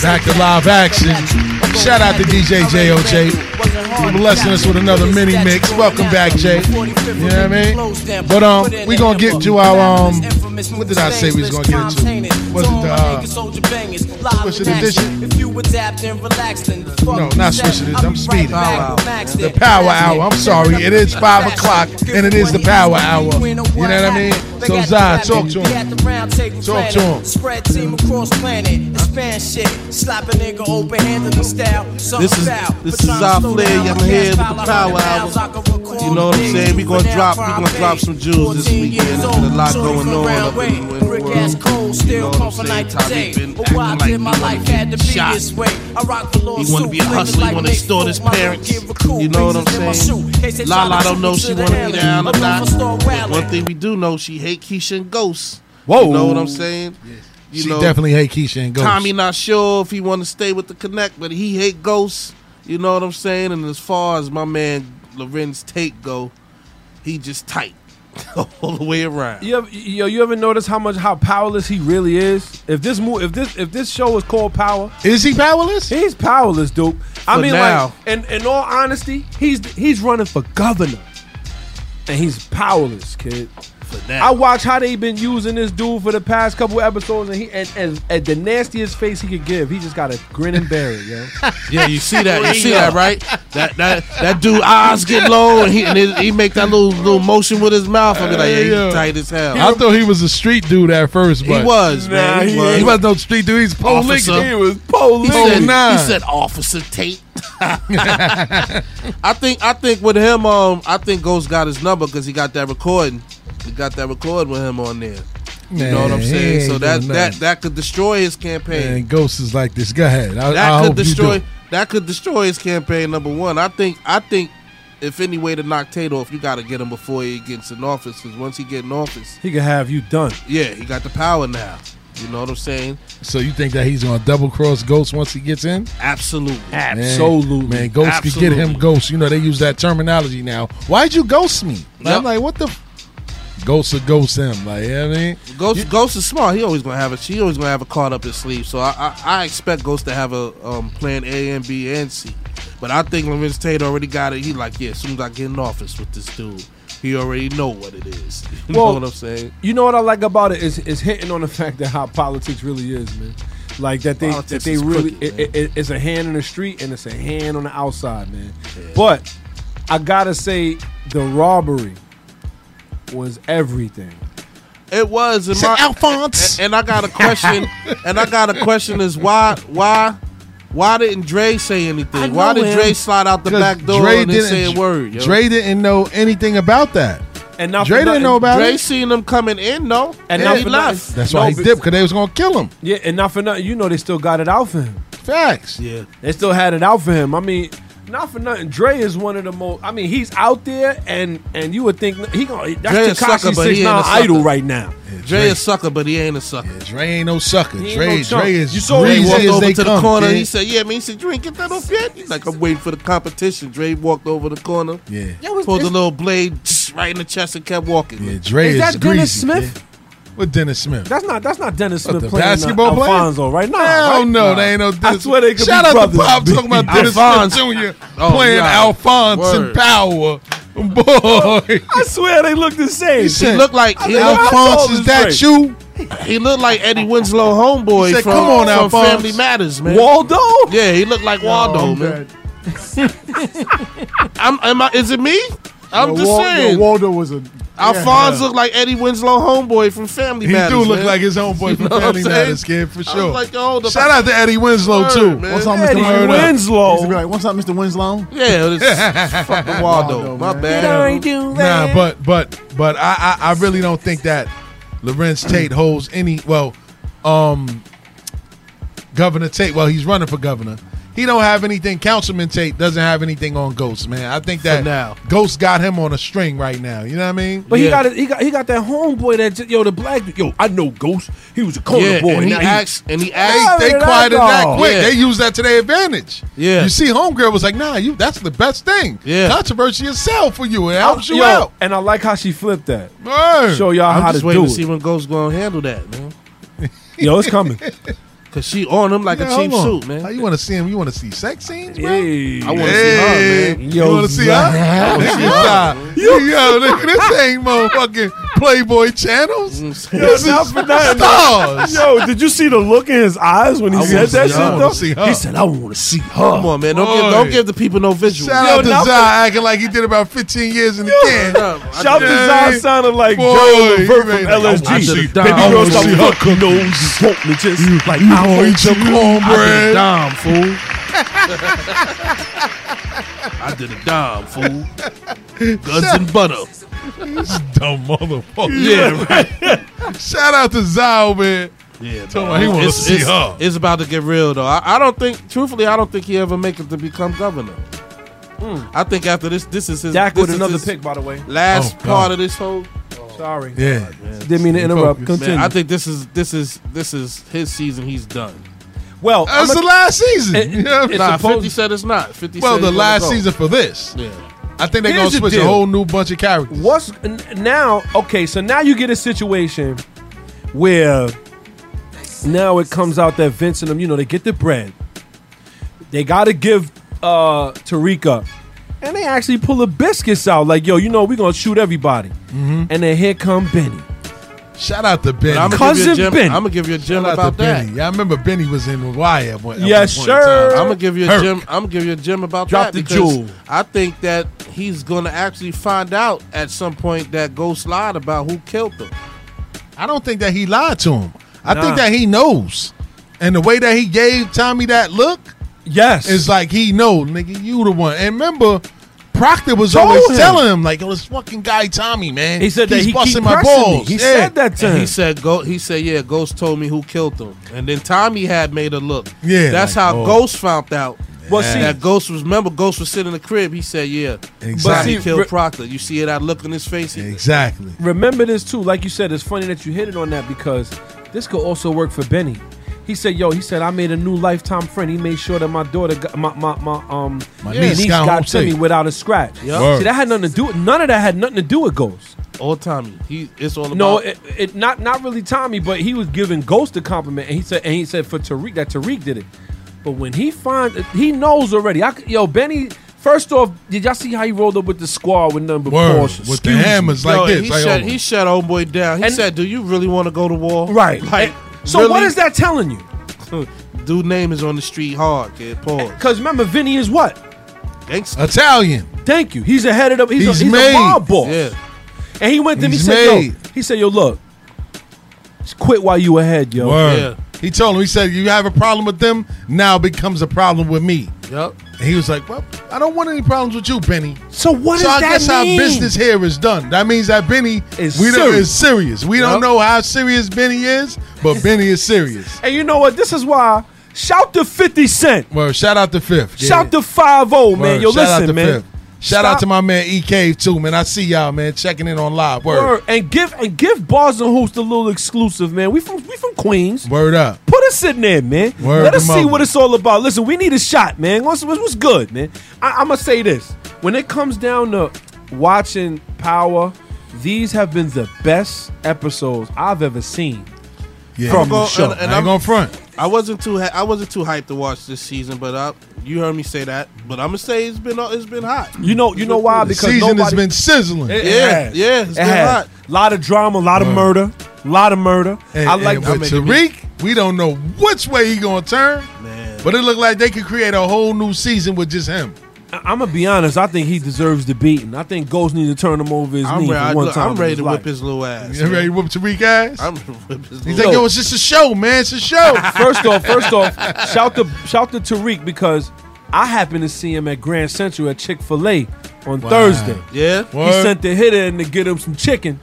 Speaker 5: Back to live action. Shout out to DJ JOJ for blessing us with another mini mix. Welcome back, Jay. You know what I mean? But um, we gonna get to our um. What did I say we was gonna get into? Was it the uh, switch it edition?
Speaker 16: If you adapt and relax, then
Speaker 5: No, not switching it. I'm speeding. The power hour. I'm sorry. It is five o'clock and it is the power hour. You know what I mean? So Zai, talk to him. Talk to him.
Speaker 16: Spread team across planet, expand shit, slap a nigga open handed with style. Some
Speaker 6: This is
Speaker 16: foul.
Speaker 6: this
Speaker 16: But
Speaker 6: is
Speaker 16: time
Speaker 6: our
Speaker 16: slow
Speaker 6: flair.
Speaker 16: down,
Speaker 6: I'm
Speaker 16: I
Speaker 6: here
Speaker 16: can't
Speaker 6: with the
Speaker 16: file a hundred
Speaker 6: power hour.
Speaker 16: rounds, I can record
Speaker 6: You know what I'm
Speaker 16: things.
Speaker 6: saying? We
Speaker 16: But
Speaker 6: gonna
Speaker 16: now
Speaker 6: drop. We
Speaker 16: prime
Speaker 6: gonna drop
Speaker 16: big.
Speaker 6: some jewels this
Speaker 16: 14 years
Speaker 6: weekend. There's
Speaker 16: old,
Speaker 6: been a lot
Speaker 16: shorty
Speaker 6: going
Speaker 16: from
Speaker 6: on
Speaker 16: Round
Speaker 6: up in,
Speaker 16: Way.
Speaker 6: in the
Speaker 16: Brick
Speaker 6: world.
Speaker 16: ass cold,
Speaker 6: You know
Speaker 16: still
Speaker 6: what I'm
Speaker 16: pumping
Speaker 6: saying?
Speaker 16: like the
Speaker 6: Tommy
Speaker 16: day.
Speaker 6: been
Speaker 16: But why
Speaker 6: acting like
Speaker 16: did my
Speaker 6: he wanna
Speaker 16: life
Speaker 6: be
Speaker 16: had to be
Speaker 6: shot.
Speaker 16: this way? I rock the Lord
Speaker 6: He wanna
Speaker 16: suit,
Speaker 6: be a
Speaker 16: living
Speaker 6: hustler, he
Speaker 16: like
Speaker 6: wanna
Speaker 16: Nick
Speaker 6: extort his
Speaker 16: Folk, my
Speaker 6: parents.
Speaker 16: little kid recruit,
Speaker 6: You know what I'm
Speaker 16: reasons in my
Speaker 6: saying?
Speaker 16: shoe, case they try
Speaker 6: Lala
Speaker 16: to
Speaker 6: don't know
Speaker 16: shoot
Speaker 6: she
Speaker 16: to the
Speaker 6: wanna be
Speaker 16: alley.
Speaker 6: down or
Speaker 16: But
Speaker 6: not.
Speaker 16: I'ma start
Speaker 6: But
Speaker 16: wilding.
Speaker 6: One thing we do know, she hate Keisha and Ghosts.
Speaker 5: Whoa.
Speaker 6: You know what I'm saying? You
Speaker 5: She
Speaker 6: know,
Speaker 5: definitely hate Keisha and Ghost.
Speaker 6: Tommy not sure if he want to stay with the Connect, but he hate Ghosts. You know what I'm saying? And as far as my man Lorenz Tate go, he just tight all the way around.
Speaker 4: You ever, yo, you ever notice how much how powerless he really is? If this mo- if this if this show is called Power,
Speaker 5: is he powerless?
Speaker 4: He's powerless, dude. I
Speaker 6: For
Speaker 4: mean,
Speaker 6: now.
Speaker 4: like, in in all honesty, he's he's running for governor, and he's powerless, kid. I watch how they been using this dude for the past couple episodes, and he and, and, and the nastiest face he could give, he just got to grin and bear it, yo.
Speaker 6: Yeah, you see that? You see that, right? That that that dude eyes get low, and he and he- he make that little little motion with his mouth. I be like, yeah,
Speaker 5: Yeah.
Speaker 6: he tight as hell.
Speaker 5: I thought he was a street dude at first,
Speaker 6: He
Speaker 5: but
Speaker 6: was, man, Nah, he he was. was.
Speaker 5: He wasn't no street dude. He's police.
Speaker 6: Officer. He
Speaker 5: Oh,
Speaker 6: said,
Speaker 5: nah.
Speaker 6: he said Officer Tate. I think I think with him, um, I think Ghost got his number because he got that recording. He got that record with him on there. You know what I'm
Speaker 5: Man, he
Speaker 6: saying? So
Speaker 5: ain't
Speaker 6: that
Speaker 5: doing
Speaker 6: that
Speaker 5: nothing.
Speaker 6: that could destroy his campaign.
Speaker 5: And Ghost is like this. Go ahead. I,
Speaker 6: that
Speaker 5: I
Speaker 6: could
Speaker 5: hope you do.
Speaker 6: destroy that could destroy his campaign number one. I think I think if any way to knock Tate off, you got to get him before he gets in office. Because once he get in office,
Speaker 4: He could have you done.
Speaker 6: yeah, he got the power now. You know what I'm saying?
Speaker 5: So you think that he's gonna double cross Ghost once he gets in?
Speaker 6: Absolutely,
Speaker 5: Man, Man, Ghost could get him Ghost. You know they use that terminology now. Why'd you ghost me? Like, I'm like, what the? F-? Ghost or ghost him? Like, you know what I mean?
Speaker 6: Ghost, Ghost is smart. He always gonna have a she always gonna have a card up his sleeve. So I, I, I expect Ghost to have a um, plan A and B and C. But I think Lorenz Tate already got it. He like, yeah, as soon as I get in office with this dude, he already know what it is. You know what I'm saying?
Speaker 4: You know what I like about it is is hitting on the fact that how politics really is, man. Like that they
Speaker 6: Politics
Speaker 4: that they
Speaker 6: is
Speaker 4: really
Speaker 6: crooked,
Speaker 4: it, it- it's a hand in the street and it's a hand on the outside, man. But I gotta say the robbery was everything.
Speaker 6: It was in my Alphonse. And, and I got a question. and I got a question is why why why didn't Dre say anything? Why
Speaker 5: know
Speaker 6: did
Speaker 5: him.
Speaker 6: Dre slide out the back door
Speaker 5: Dre
Speaker 6: and didn't
Speaker 5: didn't-
Speaker 6: say a word? Yo?
Speaker 5: Dre didn't know anything about that.
Speaker 4: And
Speaker 6: not
Speaker 5: Dre
Speaker 6: for nothing,
Speaker 5: didn't know about
Speaker 6: Dre
Speaker 5: it.
Speaker 6: seen him coming in though, and,
Speaker 4: not
Speaker 6: he
Speaker 4: for
Speaker 6: left.
Speaker 4: nothing-
Speaker 5: That's why
Speaker 4: No,
Speaker 5: he
Speaker 4: but-
Speaker 5: dipped because they was gonna kill him.
Speaker 4: Yeah, and not for nothing, you know they still got it out for him.
Speaker 5: Facts.
Speaker 6: Yeah.
Speaker 4: They still had it out for him. I mean, not for nothing. Dre is one of the most. I mean, he's out there, and and you would think he gonna
Speaker 6: Dre a
Speaker 4: that's
Speaker 6: sucker,
Speaker 4: Takashi
Speaker 6: but
Speaker 4: Six
Speaker 6: he ain't
Speaker 4: Nine
Speaker 6: a sucker.
Speaker 4: idol right now.
Speaker 6: Dre a sucker, but he ain't a sucker.
Speaker 5: Dre ain't no sucker.
Speaker 6: He ain't
Speaker 5: Dre-
Speaker 6: no chump.
Speaker 5: Dre is
Speaker 6: You saw him
Speaker 5: greasy
Speaker 6: walk
Speaker 5: as
Speaker 6: over
Speaker 5: they
Speaker 6: to the
Speaker 5: come,
Speaker 6: corner.
Speaker 5: kid.
Speaker 6: He said, "Yeah, man." He said, "You ain't get that off yet." He's like, "I'm waiting for the competition." Dre walked over the corner.
Speaker 5: Yeah.
Speaker 6: pulled a little blade right in the chest and kept walking. Yeah,
Speaker 5: Dre is, greasy,
Speaker 4: Smith?
Speaker 5: kid. What Dennis Smith?
Speaker 4: That's not that's not Dennis
Speaker 5: What,
Speaker 4: Smith
Speaker 5: the
Speaker 4: playing
Speaker 5: basketball
Speaker 4: uh,
Speaker 5: player?
Speaker 4: Alfonso right now.
Speaker 5: Hell
Speaker 4: right?
Speaker 5: no,
Speaker 4: Nah.
Speaker 5: they ain't no
Speaker 4: I
Speaker 5: Dennis-
Speaker 4: swear they could
Speaker 5: Shout
Speaker 4: be
Speaker 5: out to
Speaker 4: brothers.
Speaker 5: Bob talking about Dennis Smith Jr. playing Alphonse and Power. Boy,
Speaker 4: I swear they look the same.
Speaker 6: He looked like
Speaker 4: I
Speaker 6: he
Speaker 4: think
Speaker 6: looked-
Speaker 4: how old Dre?
Speaker 5: you?
Speaker 6: He looked like Eddie Winslow, homeboy
Speaker 4: He said,
Speaker 6: from,
Speaker 4: "Come on,
Speaker 6: from
Speaker 4: Alphonse."
Speaker 6: Family Matters, man.
Speaker 4: Waldo.
Speaker 6: Yeah, he looked like Waldo, man. I'm, am I, is it me? I'm
Speaker 9: Yo,
Speaker 6: just
Speaker 9: Wal- yo,
Speaker 6: saying.
Speaker 9: Waldo was a
Speaker 6: Alphonse looked like Eddie Winslow, homeboy from Family
Speaker 5: He
Speaker 6: Matters.
Speaker 5: do look
Speaker 6: man.
Speaker 5: like his homeboy from
Speaker 6: know what I'm
Speaker 5: Family
Speaker 6: saying?
Speaker 5: Matters, kid, for
Speaker 6: I was
Speaker 5: sure.
Speaker 6: like, oh, yo, hold up.
Speaker 5: Shout out to Eddie Winslow
Speaker 6: Word,
Speaker 5: too.
Speaker 6: man.
Speaker 5: What's up,
Speaker 6: Eddie
Speaker 4: Winslow.
Speaker 9: He's be like, "What's up, Mr. Winslow?"
Speaker 6: Yeah, this fucking Waldo. My bad.
Speaker 5: Nah, but but but I, I I really don't think that Lorenz Tate holds any. Well, um, Governor Tate. Well, he's running for governor. He don't have anything. Councilman Tate doesn't have anything on Ghost, man. I think that
Speaker 6: now.
Speaker 5: Ghost got him on a string right now. You know what I mean?
Speaker 4: But he got it. He got he got that homeboy that ju- yo the black dude. Yo, I know Ghost. He was a corner
Speaker 6: Yeah,
Speaker 4: boy.
Speaker 6: and he
Speaker 4: now
Speaker 6: acts- and he
Speaker 5: They, they quieted that quick.
Speaker 4: Yeah.
Speaker 5: They used that to their advantage.
Speaker 4: Yeah.
Speaker 5: You see, Homegirl was like, "Nah, you. That's the best thing.
Speaker 4: Yeah.
Speaker 5: Controversy is sell for you. It
Speaker 4: I-
Speaker 5: helps you
Speaker 4: yo,
Speaker 5: out.
Speaker 4: And I like how she flipped that.
Speaker 5: Word.
Speaker 4: Show y'all
Speaker 6: I'm
Speaker 4: how
Speaker 6: just
Speaker 4: to
Speaker 6: waiting
Speaker 4: do
Speaker 6: to see
Speaker 4: it.
Speaker 6: when Ghost gonna handle that, man.
Speaker 4: Yo, it's coming.
Speaker 6: Cause she on him like
Speaker 5: Yeah,
Speaker 6: a cheap
Speaker 5: hold on.
Speaker 6: suit, man.
Speaker 5: How you want to see him? You want to see sex scenes, bro?
Speaker 4: Hey.
Speaker 6: I wanna
Speaker 5: Hey.
Speaker 6: see her, man.
Speaker 5: you want to see her?
Speaker 6: I wanna see her.
Speaker 5: Nigga, nah. Yo, nigga, this ain't motherfucking Playboy channels.
Speaker 4: Mm.
Speaker 5: This
Speaker 4: not
Speaker 5: is
Speaker 4: for nothing, though.
Speaker 5: stars.
Speaker 4: Yo, did you see the look in his eyes when he
Speaker 5: I
Speaker 4: said
Speaker 5: wanna
Speaker 4: that
Speaker 5: see
Speaker 4: shit
Speaker 5: her. I wanna see
Speaker 4: though?
Speaker 5: her.
Speaker 4: He said, "I want to see her."
Speaker 6: Come on, man. Don't give, don't
Speaker 5: Boy.
Speaker 6: give the people no visual.
Speaker 5: Shout out to Zion acting like he did about 15 years in the can.
Speaker 4: Shout out to Zion sounding like Joe LaVert from LSG. Baby girl, stop fucking nose. Want me just like
Speaker 5: You
Speaker 4: I
Speaker 5: gonna
Speaker 4: want
Speaker 5: eat your
Speaker 4: you.
Speaker 5: cornbread.
Speaker 6: Dom fool. I did a dom fool. Guns and butter.
Speaker 5: This dumb motherfucker.
Speaker 6: Yeah,
Speaker 5: right. Shout out to Zion, man.
Speaker 6: Yeah,
Speaker 5: Tell me he want to
Speaker 6: It's-
Speaker 5: see
Speaker 6: it's,
Speaker 5: her.
Speaker 6: It's about to get real though. I, I don't think, truthfully, I don't think he ever make it to become governor. I think after this, this is his.
Speaker 4: Hmm. Dak
Speaker 6: this
Speaker 4: with
Speaker 6: is
Speaker 4: another
Speaker 6: his
Speaker 4: pick, by the way.
Speaker 6: Last
Speaker 4: Oh, God.
Speaker 6: part of this whole.
Speaker 4: Sorry.
Speaker 5: Yeah.
Speaker 4: Didn't mean to interrupt. Continue.
Speaker 6: Man, I think this is this is this is his season. He's done.
Speaker 4: Well,
Speaker 5: That's
Speaker 4: I'ma-
Speaker 5: the last season.
Speaker 4: It-
Speaker 5: you know what I mean?
Speaker 6: Nah, Fifty said it's not. Fifty.
Speaker 5: well,
Speaker 6: said
Speaker 5: the
Speaker 6: he's
Speaker 5: last
Speaker 6: gonna go.
Speaker 5: season for this.
Speaker 6: Yeah.
Speaker 5: I think they're going
Speaker 4: Here's
Speaker 5: to
Speaker 4: the
Speaker 5: switch a
Speaker 4: deal.
Speaker 5: whole new bunch of characters.
Speaker 4: What's n- now? Okay, so now you get a situation where now it comes out that Vince and them, you know, they get the bread. They got to give uh Tariq up. And they actually pull the biscuits out, like, yo, you know, we're gonna shoot everybody. And then here come Benny.
Speaker 5: Shout out to Mm-hmm. Benny.
Speaker 6: I'ma give you a
Speaker 4: Cousin
Speaker 6: gem-
Speaker 4: Benny.
Speaker 6: I'ma give you a gem
Speaker 5: Shout out
Speaker 6: about
Speaker 5: to
Speaker 6: that.
Speaker 5: Benny. Yeah, I remember Benny was in the wire at one. at
Speaker 4: Yes,
Speaker 5: one point in
Speaker 4: sir.
Speaker 5: time.
Speaker 6: I'm gonna give you a
Speaker 5: Herc.
Speaker 6: gem. I'm gonna give you a gem about
Speaker 4: Drop
Speaker 6: that
Speaker 4: the
Speaker 6: because
Speaker 4: jewel.
Speaker 6: I think that he's gonna actually find out at some point that Ghost lied about who killed him.
Speaker 5: I don't think that he lied to him. I
Speaker 6: Nah.
Speaker 5: think that he knows, and the way that he gave Tommy that look,
Speaker 4: yes,
Speaker 5: is like he know, nigga, you the one. And remember, Proctor was
Speaker 4: Told
Speaker 5: always
Speaker 4: him.
Speaker 5: telling him like, "Yo, this fucking guy Tommy, man,
Speaker 4: He said that
Speaker 5: he's
Speaker 4: he
Speaker 5: busting
Speaker 4: keep
Speaker 5: my
Speaker 4: pressing me.
Speaker 5: balls."
Speaker 4: He
Speaker 5: Yeah.
Speaker 4: said that to
Speaker 6: And he
Speaker 4: him.
Speaker 6: said, "Go." He said, "Yeah, Ghost told me who killed him." And then Tommy had made a look.
Speaker 5: Yeah,
Speaker 6: that's
Speaker 5: like,
Speaker 6: how
Speaker 5: oh.
Speaker 6: Ghost found out.
Speaker 4: Well, see-
Speaker 6: that Ghost was. Remember, Ghost was sitting in the crib. He said, "Yeah,
Speaker 5: Exactly.
Speaker 6: Tommy
Speaker 4: see,
Speaker 6: killed
Speaker 4: re-
Speaker 6: Proctor." You see that look on his face? He-
Speaker 5: Exactly.
Speaker 4: Remember this too, like you said, it's funny that you hit it on that because this could also work for Benny. He said, "Yo," he said, "I made a new lifetime friend. He made sure that my daughter, got, my my my um,
Speaker 5: My niece got
Speaker 4: got,
Speaker 5: home
Speaker 4: to me
Speaker 5: safe.
Speaker 4: without a scratch."
Speaker 6: Yup.
Speaker 5: Word.
Speaker 4: See, that had nothing to do. with None of that had nothing to do with Ghost.
Speaker 6: All Tommy. He. It's all about.
Speaker 4: No, it, it not not really Tommy, but he was giving Ghost a compliment, and he said, and he said for Tariq that Tariq did it. But when he find, he knows already. I, could- yo, Benny First off, did y'all see how he rolled up with the squad with number
Speaker 5: Word,
Speaker 4: Porsche?
Speaker 5: with the hammers like oh. Yo, this,
Speaker 6: He shut, he shut old boy down. He said, "Do you really want to go to war?"
Speaker 4: Right.
Speaker 6: Like,
Speaker 4: so what is that telling you?
Speaker 6: Dude, name is on the street hard, kid. Pause.
Speaker 4: Because remember, Vinny is what?
Speaker 6: Gangster.
Speaker 5: Italian.
Speaker 4: Thank you. He's a head of the. He's,
Speaker 6: He's
Speaker 4: a, he's
Speaker 6: made.
Speaker 4: a mob boss. And he went to him. He
Speaker 5: He's
Speaker 4: said,
Speaker 5: made.
Speaker 4: "Yo," he said, "Yo, look, just quit while you ahead, yo."
Speaker 5: Word. He told him, he said, You have a problem with them, now it becomes a problem with me.
Speaker 6: Yep.
Speaker 5: And he was like, Well, I don't want any problems with you, Benny.
Speaker 4: So what
Speaker 5: so
Speaker 4: does
Speaker 5: I
Speaker 4: that
Speaker 5: guess
Speaker 4: mean?
Speaker 5: our business here is done. That means that Benny
Speaker 4: Is
Speaker 5: we don't-
Speaker 4: serious.
Speaker 5: is serious. We
Speaker 4: Yup.
Speaker 5: don't know how serious Benny is, but Benny is serious.
Speaker 4: And you know what? This is why. Shout to Fifty Cent.
Speaker 5: Well, shout out to Fifth.
Speaker 4: Shout to Five O, man.
Speaker 5: Word.
Speaker 4: Yo,
Speaker 5: Shout out
Speaker 4: listen,
Speaker 5: to
Speaker 4: man.
Speaker 5: Fifth. Shout out
Speaker 4: Stop-
Speaker 5: to my man E Cave too, man. I see y'all, man, checking in on live. Word.
Speaker 4: Word. And give and give bars and hoops the little exclusive, man. We from we from Queens.
Speaker 5: Word up.
Speaker 4: Put us in there, man.
Speaker 5: Word
Speaker 4: Let us
Speaker 5: to
Speaker 4: see
Speaker 5: mother.
Speaker 4: what it's all about. Listen, we need a shot, man. What's, what's, what's good, man? I, I'm gonna say this: when it comes down to watching Power, these have been the best episodes I've ever seen from the show.
Speaker 5: front.
Speaker 6: I wasn't too ha- I wasn't too hyped to watch this season, but I, you heard me say that. But I'm gonna say it's been uh, it's been hot.
Speaker 4: You know, you know why? Because nobody,
Speaker 5: sizzling.
Speaker 4: It- it
Speaker 6: Yeah,
Speaker 4: has.
Speaker 6: yeah, it's
Speaker 4: It
Speaker 6: been
Speaker 4: has.
Speaker 6: hot.
Speaker 4: Lot of drama, a lot of
Speaker 5: Word.
Speaker 4: murder, a lot of murder.
Speaker 5: And,
Speaker 4: I like
Speaker 5: and with Tariq. We don't know which way he gonna turn, but it looked like they could create a whole new season with just him.
Speaker 4: I'm gonna be honest. I think he deserves the beating. I think Ghost needs to turn him over his
Speaker 6: I'm,
Speaker 4: knee
Speaker 6: re-
Speaker 4: for
Speaker 6: I,
Speaker 4: one
Speaker 6: look,
Speaker 4: time.
Speaker 6: I'm
Speaker 4: in
Speaker 6: ready to
Speaker 4: life.
Speaker 6: whip his little ass.
Speaker 5: You ready to whip Tariq ass?
Speaker 6: I'm ready to whip his
Speaker 5: He's
Speaker 6: little
Speaker 5: like, yo, it's just a show, man. It's a show.
Speaker 4: first off, first off, shout to shout to Tariq because I happened to see him at Grand Central at Chick Fil A on
Speaker 6: Wow.
Speaker 4: Thursday.
Speaker 6: Yeah.
Speaker 4: he
Speaker 6: Word.
Speaker 4: sent the hitter in to get him some chicken,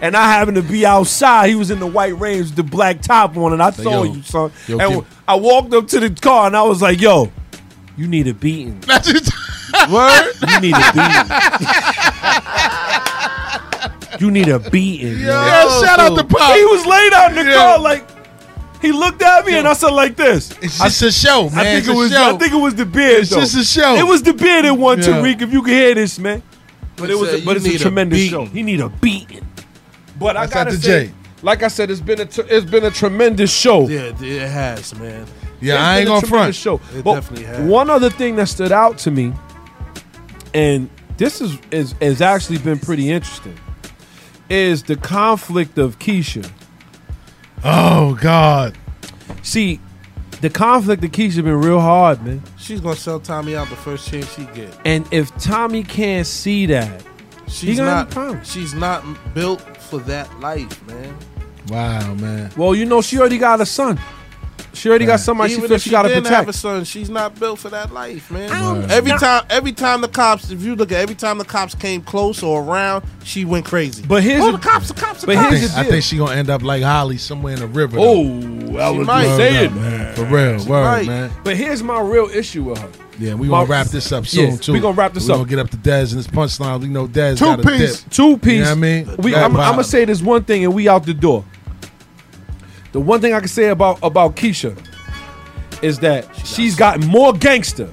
Speaker 4: and I happened to be outside. He was in the white range, with the black top on, and I
Speaker 5: Hey,
Speaker 4: saw
Speaker 5: yo.
Speaker 4: you, son.
Speaker 5: Yo,
Speaker 4: and
Speaker 5: give-
Speaker 4: I walked up to the car and I was like, "Yo, you need a beating. Word, you need a beating. you need a beating." yo.
Speaker 5: Yeah, shout out to Pop.
Speaker 4: He was laid out in the
Speaker 5: Yeah.
Speaker 4: car like. He looked at me and I said like this.
Speaker 5: It's just a show, man.
Speaker 4: I think
Speaker 5: It's
Speaker 4: it
Speaker 5: a
Speaker 4: was.
Speaker 5: show.
Speaker 4: I think it was the beard.
Speaker 5: It's
Speaker 4: though.
Speaker 5: just a show.
Speaker 4: It was the beard that won
Speaker 5: Yeah.
Speaker 4: Tariq. If you can hear this, man. But it
Speaker 5: It's
Speaker 4: was.
Speaker 5: a-
Speaker 4: A, but
Speaker 5: you
Speaker 4: it's a
Speaker 5: need a
Speaker 4: tremendous
Speaker 5: beating.
Speaker 4: show. He need a beating. But I
Speaker 5: That's out
Speaker 4: gotta
Speaker 5: to
Speaker 4: say,
Speaker 5: Jay.
Speaker 4: like I said, it's been a tr- it's been a tremendous show.
Speaker 6: Yeah, it has, man.
Speaker 5: Yeah,
Speaker 4: It's
Speaker 5: I
Speaker 4: been
Speaker 5: ain't
Speaker 4: a
Speaker 5: gonna front.
Speaker 4: tremendous Show.
Speaker 6: It
Speaker 4: But
Speaker 6: definitely has.
Speaker 4: One other thing that stood out to me, and this is is has actually been pretty interesting, is the conflict of Keisha.
Speaker 5: Oh God.
Speaker 4: See, the conflict of Keisha been real hard, man.
Speaker 6: She's gonna sell Tommy out the first chance she get.
Speaker 4: And if Tommy can't see that,
Speaker 6: She's
Speaker 4: gonna have a
Speaker 6: not. She's not built for that life, man.
Speaker 5: Wow, man.
Speaker 4: Well, you know, she already got a son. She already got somebody she
Speaker 6: Even
Speaker 4: feels
Speaker 6: if
Speaker 4: she got to
Speaker 6: didn't have a
Speaker 4: protect.
Speaker 6: son, she's not built for that life, man.
Speaker 4: don't-
Speaker 6: Every
Speaker 4: Nah.
Speaker 6: time, every time the cops, if you look at every time the cops came close or around, she went crazy.
Speaker 4: But here's
Speaker 6: oh,
Speaker 4: the-
Speaker 6: the cops, the cops, the
Speaker 4: but
Speaker 6: cops.
Speaker 4: here's
Speaker 5: I think, I think she gonna end up like Holly somewhere in the river.
Speaker 4: Oh,
Speaker 5: though.
Speaker 4: I She was
Speaker 5: Word
Speaker 4: might. just
Speaker 5: up,
Speaker 4: saying.
Speaker 5: man. For real,
Speaker 4: She
Speaker 5: word,
Speaker 4: might.
Speaker 5: man.
Speaker 4: But here's my real issue with her.
Speaker 5: Yeah, we
Speaker 4: My-
Speaker 5: gonna wrap this up soon
Speaker 4: Yes,
Speaker 5: too.
Speaker 4: We gonna wrap this
Speaker 5: we
Speaker 4: up.
Speaker 5: gonna get up to Dez and his punchline. We know Dez
Speaker 4: two
Speaker 5: got a
Speaker 4: piece,
Speaker 5: dip.
Speaker 4: two piece.
Speaker 5: You know what I mean,
Speaker 4: we,
Speaker 5: That
Speaker 4: I'm, I'm gonna
Speaker 5: vibe.
Speaker 4: say this one thing, and we out the door. The one thing I can say about about Keisha is that she's gotten more gangster.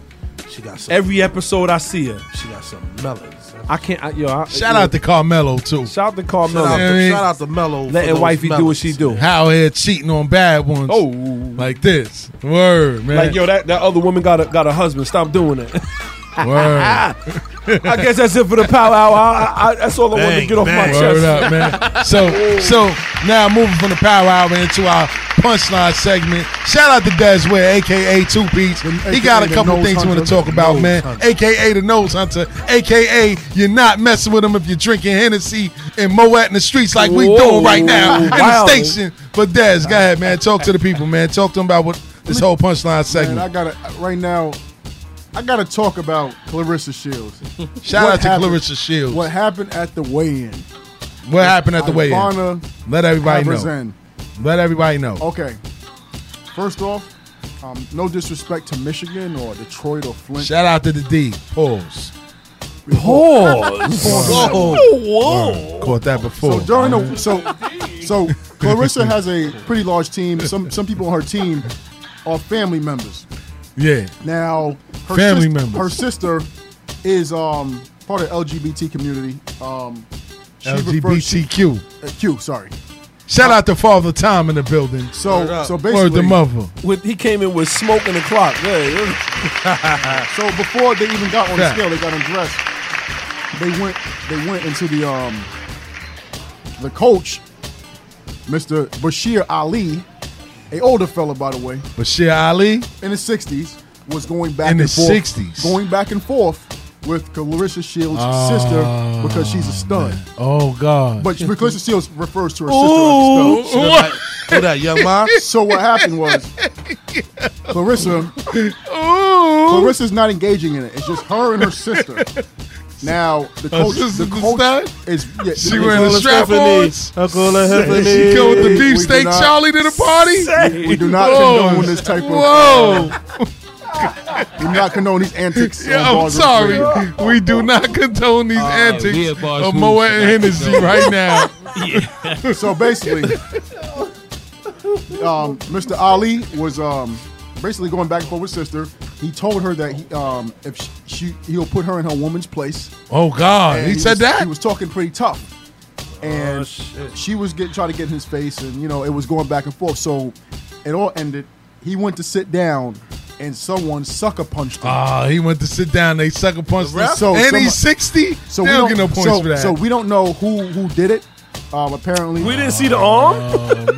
Speaker 6: She got some,
Speaker 4: every episode I see her.
Speaker 6: she got some melons.
Speaker 4: I can't. I, yo, I,
Speaker 5: Shout out to Carmelo too.
Speaker 4: Shout out to Carmelo.
Speaker 5: Shout out to-
Speaker 6: shout out to Mello. for
Speaker 4: Letting
Speaker 6: those
Speaker 4: wifey do what she do.
Speaker 5: How here cheating on bad ones.
Speaker 4: Oh,
Speaker 5: like this. Word, man.
Speaker 4: Like yo, that, that other woman got a got a husband. Stop doing it.
Speaker 5: Word.
Speaker 4: I guess that's it for the power hour. I, I, that's all I wanted to
Speaker 5: Bang,
Speaker 4: get off my
Speaker 5: bang.
Speaker 4: chest.
Speaker 5: Word up, man. So, so now moving from the power hour into our punchline segment. Shout out to Dez Ware, aka Two Beats. He got a
Speaker 9: AKA the
Speaker 5: couple
Speaker 9: nose
Speaker 5: things we want to
Speaker 9: hunter.
Speaker 5: talk about,
Speaker 9: Nose
Speaker 5: man.
Speaker 9: hunter.
Speaker 5: AKA the Nose Hunter. AKA you're not messing with him if you're drinking Hennessy and Moet in the streets like we
Speaker 9: Whoa,
Speaker 5: doing right now in
Speaker 9: wow.
Speaker 5: the station. But Dez, go ahead, man. Talk to the people, man. Talk to them about what this whole punchline segment.
Speaker 9: Man, I gotta right now. I gotta talk about Clarissa Shields.
Speaker 5: Shout
Speaker 9: What
Speaker 5: out to Clarissa Shields.
Speaker 9: What happened at the weigh-in?
Speaker 5: What happened at the weigh-in?
Speaker 9: Ivana
Speaker 5: Let everybody know.
Speaker 9: Haverzen.
Speaker 5: Let everybody know.
Speaker 9: Okay. First off, um, no disrespect to Michigan or Detroit or Flint.
Speaker 5: Shout out to the D. Pause.
Speaker 9: Pause.
Speaker 5: Whoa.
Speaker 9: Whoa.
Speaker 5: Caught that before.
Speaker 9: So during the so so Clarissa has a pretty large team. Some some people on her team are family members.
Speaker 5: yeah.
Speaker 9: Now, her
Speaker 5: Family
Speaker 9: sis-
Speaker 5: members.
Speaker 9: Her sister is um, part of LGBT community. Um, she refer- she-
Speaker 5: LGBTQ.
Speaker 9: uh, Q, sorry.
Speaker 5: Shout out to Father Tom in the building.
Speaker 9: So- Word so up.
Speaker 5: word
Speaker 9: basically-
Speaker 5: to mother.
Speaker 4: With, he came in with smoke and a clock. Yeah.
Speaker 9: so before they even got on the
Speaker 4: Yeah.
Speaker 9: scale, they got undressed. They went they went into the um the coach, Mr. Bashir Ali, a older fella by the way,
Speaker 5: Bashir Ali.
Speaker 9: in the sixties, was going back
Speaker 5: In the
Speaker 9: and forth,
Speaker 5: 60s.
Speaker 9: going back and forth with Clarissa Shields'
Speaker 5: Oh,
Speaker 9: sister because she's a stud.
Speaker 5: Oh God.
Speaker 9: But Clarissa Shields refers to her
Speaker 5: Ooh.
Speaker 9: sister
Speaker 5: Ooh.
Speaker 9: as a stud.
Speaker 5: Who that, young ma?
Speaker 9: So what happened was Clarissa Clarissa's not engaging in it. It's just her and her sister. Now the
Speaker 5: Her
Speaker 9: coach,
Speaker 5: sister's
Speaker 9: the
Speaker 5: a
Speaker 9: coach
Speaker 5: stud?
Speaker 9: is yeah,
Speaker 5: She wearing the strap-ons?
Speaker 9: I
Speaker 5: call her Stephanie. She come with the beefsteak Charlie to the party?
Speaker 9: We, we do not
Speaker 5: Whoa.
Speaker 9: condone this type of.
Speaker 5: Whoa.
Speaker 9: we do not condone these antics. on
Speaker 5: Yeah, I'm
Speaker 9: Baldur's
Speaker 5: sorry.
Speaker 9: Gate.
Speaker 5: We do not condone these
Speaker 9: we
Speaker 5: antics
Speaker 9: at Bars
Speaker 5: of
Speaker 9: Hoops,
Speaker 5: Moet and
Speaker 9: not
Speaker 5: Hennessy
Speaker 9: condone.
Speaker 5: right now.
Speaker 9: so basically, um, Mr. Ali was um, basically going back and forth with sister. He told her that he, um, if she, she he'll put her in her woman's place.
Speaker 5: Oh, God.
Speaker 9: And
Speaker 5: He said
Speaker 9: was-
Speaker 5: that?
Speaker 9: He was talking pretty tough. And she was getting trying to get in his face, and you know it was going back and forth. So it all ended. He went to sit down, and someone sucker punched him.
Speaker 5: Ah, he went to sit down. They sucker punched him.
Speaker 9: So
Speaker 5: and
Speaker 9: someone-
Speaker 5: he's 60?
Speaker 9: So
Speaker 5: So they
Speaker 9: we
Speaker 5: don't
Speaker 9: don't
Speaker 5: get no points
Speaker 9: so,
Speaker 5: for that.
Speaker 9: So we don't know who who did it. Um, apparently, we
Speaker 4: didn't see the arm.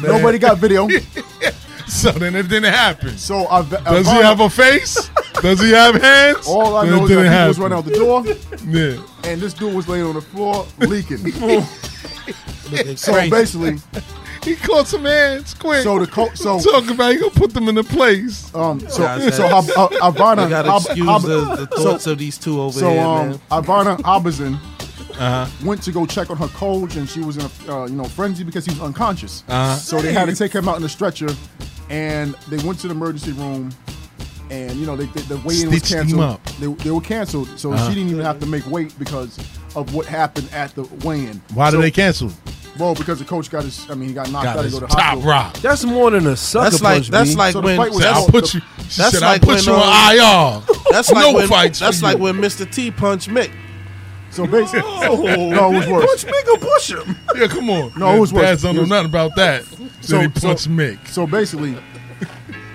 Speaker 9: Nobody got video.
Speaker 5: so then it didn't happen.
Speaker 9: So uh, I've,
Speaker 5: Does he have a face? Does he have hands?
Speaker 9: All I
Speaker 5: Then it
Speaker 9: know is
Speaker 5: didn't
Speaker 9: that he was
Speaker 5: happen.
Speaker 9: running out the door,
Speaker 5: Yeah.
Speaker 9: and this dude was laying on the floor leaking. so
Speaker 5: crazy.
Speaker 9: basically,
Speaker 5: He caught some hands quick.
Speaker 9: So the coach. So
Speaker 5: talk about you gonna put them in the place.
Speaker 9: Um. So
Speaker 6: Guys,
Speaker 9: so
Speaker 6: guys,
Speaker 9: Hav- uh, Ivana.
Speaker 6: we gotta
Speaker 9: Hab-
Speaker 6: excuse
Speaker 9: Hab-
Speaker 6: the- the thoughts of these two over
Speaker 9: so,
Speaker 6: here,
Speaker 9: um,
Speaker 6: man.
Speaker 9: Ivana Abazin
Speaker 5: Uh-huh.
Speaker 9: went to go check on her coach, and she was in a uh, you know frenzy because he was unconscious.
Speaker 5: Uh-huh.
Speaker 9: So they had to take him out in a stretcher, and they went to the emergency room. And you know they, they, the weigh-in was
Speaker 5: Stitched him
Speaker 9: canceled.
Speaker 5: up.
Speaker 9: They, they were canceled, so
Speaker 5: Uh-huh.
Speaker 9: she didn't even have to make weight because of what happened at the weigh-in.
Speaker 5: Why
Speaker 9: so,
Speaker 5: did they cancel?
Speaker 9: Well, because the coach got his. I mean, he got knocked
Speaker 5: Got
Speaker 9: out.
Speaker 5: his
Speaker 9: He go to
Speaker 5: top
Speaker 9: hospital.
Speaker 5: rock.
Speaker 4: That's more than a sucker
Speaker 6: That's like
Speaker 4: punch.
Speaker 6: that's
Speaker 4: B.
Speaker 6: like
Speaker 9: So the
Speaker 6: when
Speaker 9: fight was
Speaker 6: that's-
Speaker 9: over. I'll put
Speaker 5: you- she said, "I'll put you on IR."
Speaker 6: um, That's like
Speaker 5: No
Speaker 6: when
Speaker 5: fights for
Speaker 6: that's
Speaker 5: you.
Speaker 6: like when Mr. T punched Mick.
Speaker 9: So basically, no, it was worse.
Speaker 4: Punch Mick or push him.
Speaker 5: Yeah, come on.
Speaker 9: No, it was worse.
Speaker 5: Dads don't
Speaker 9: It
Speaker 5: know
Speaker 9: was-
Speaker 5: nothing about that. So he punched Mick.
Speaker 9: So basically,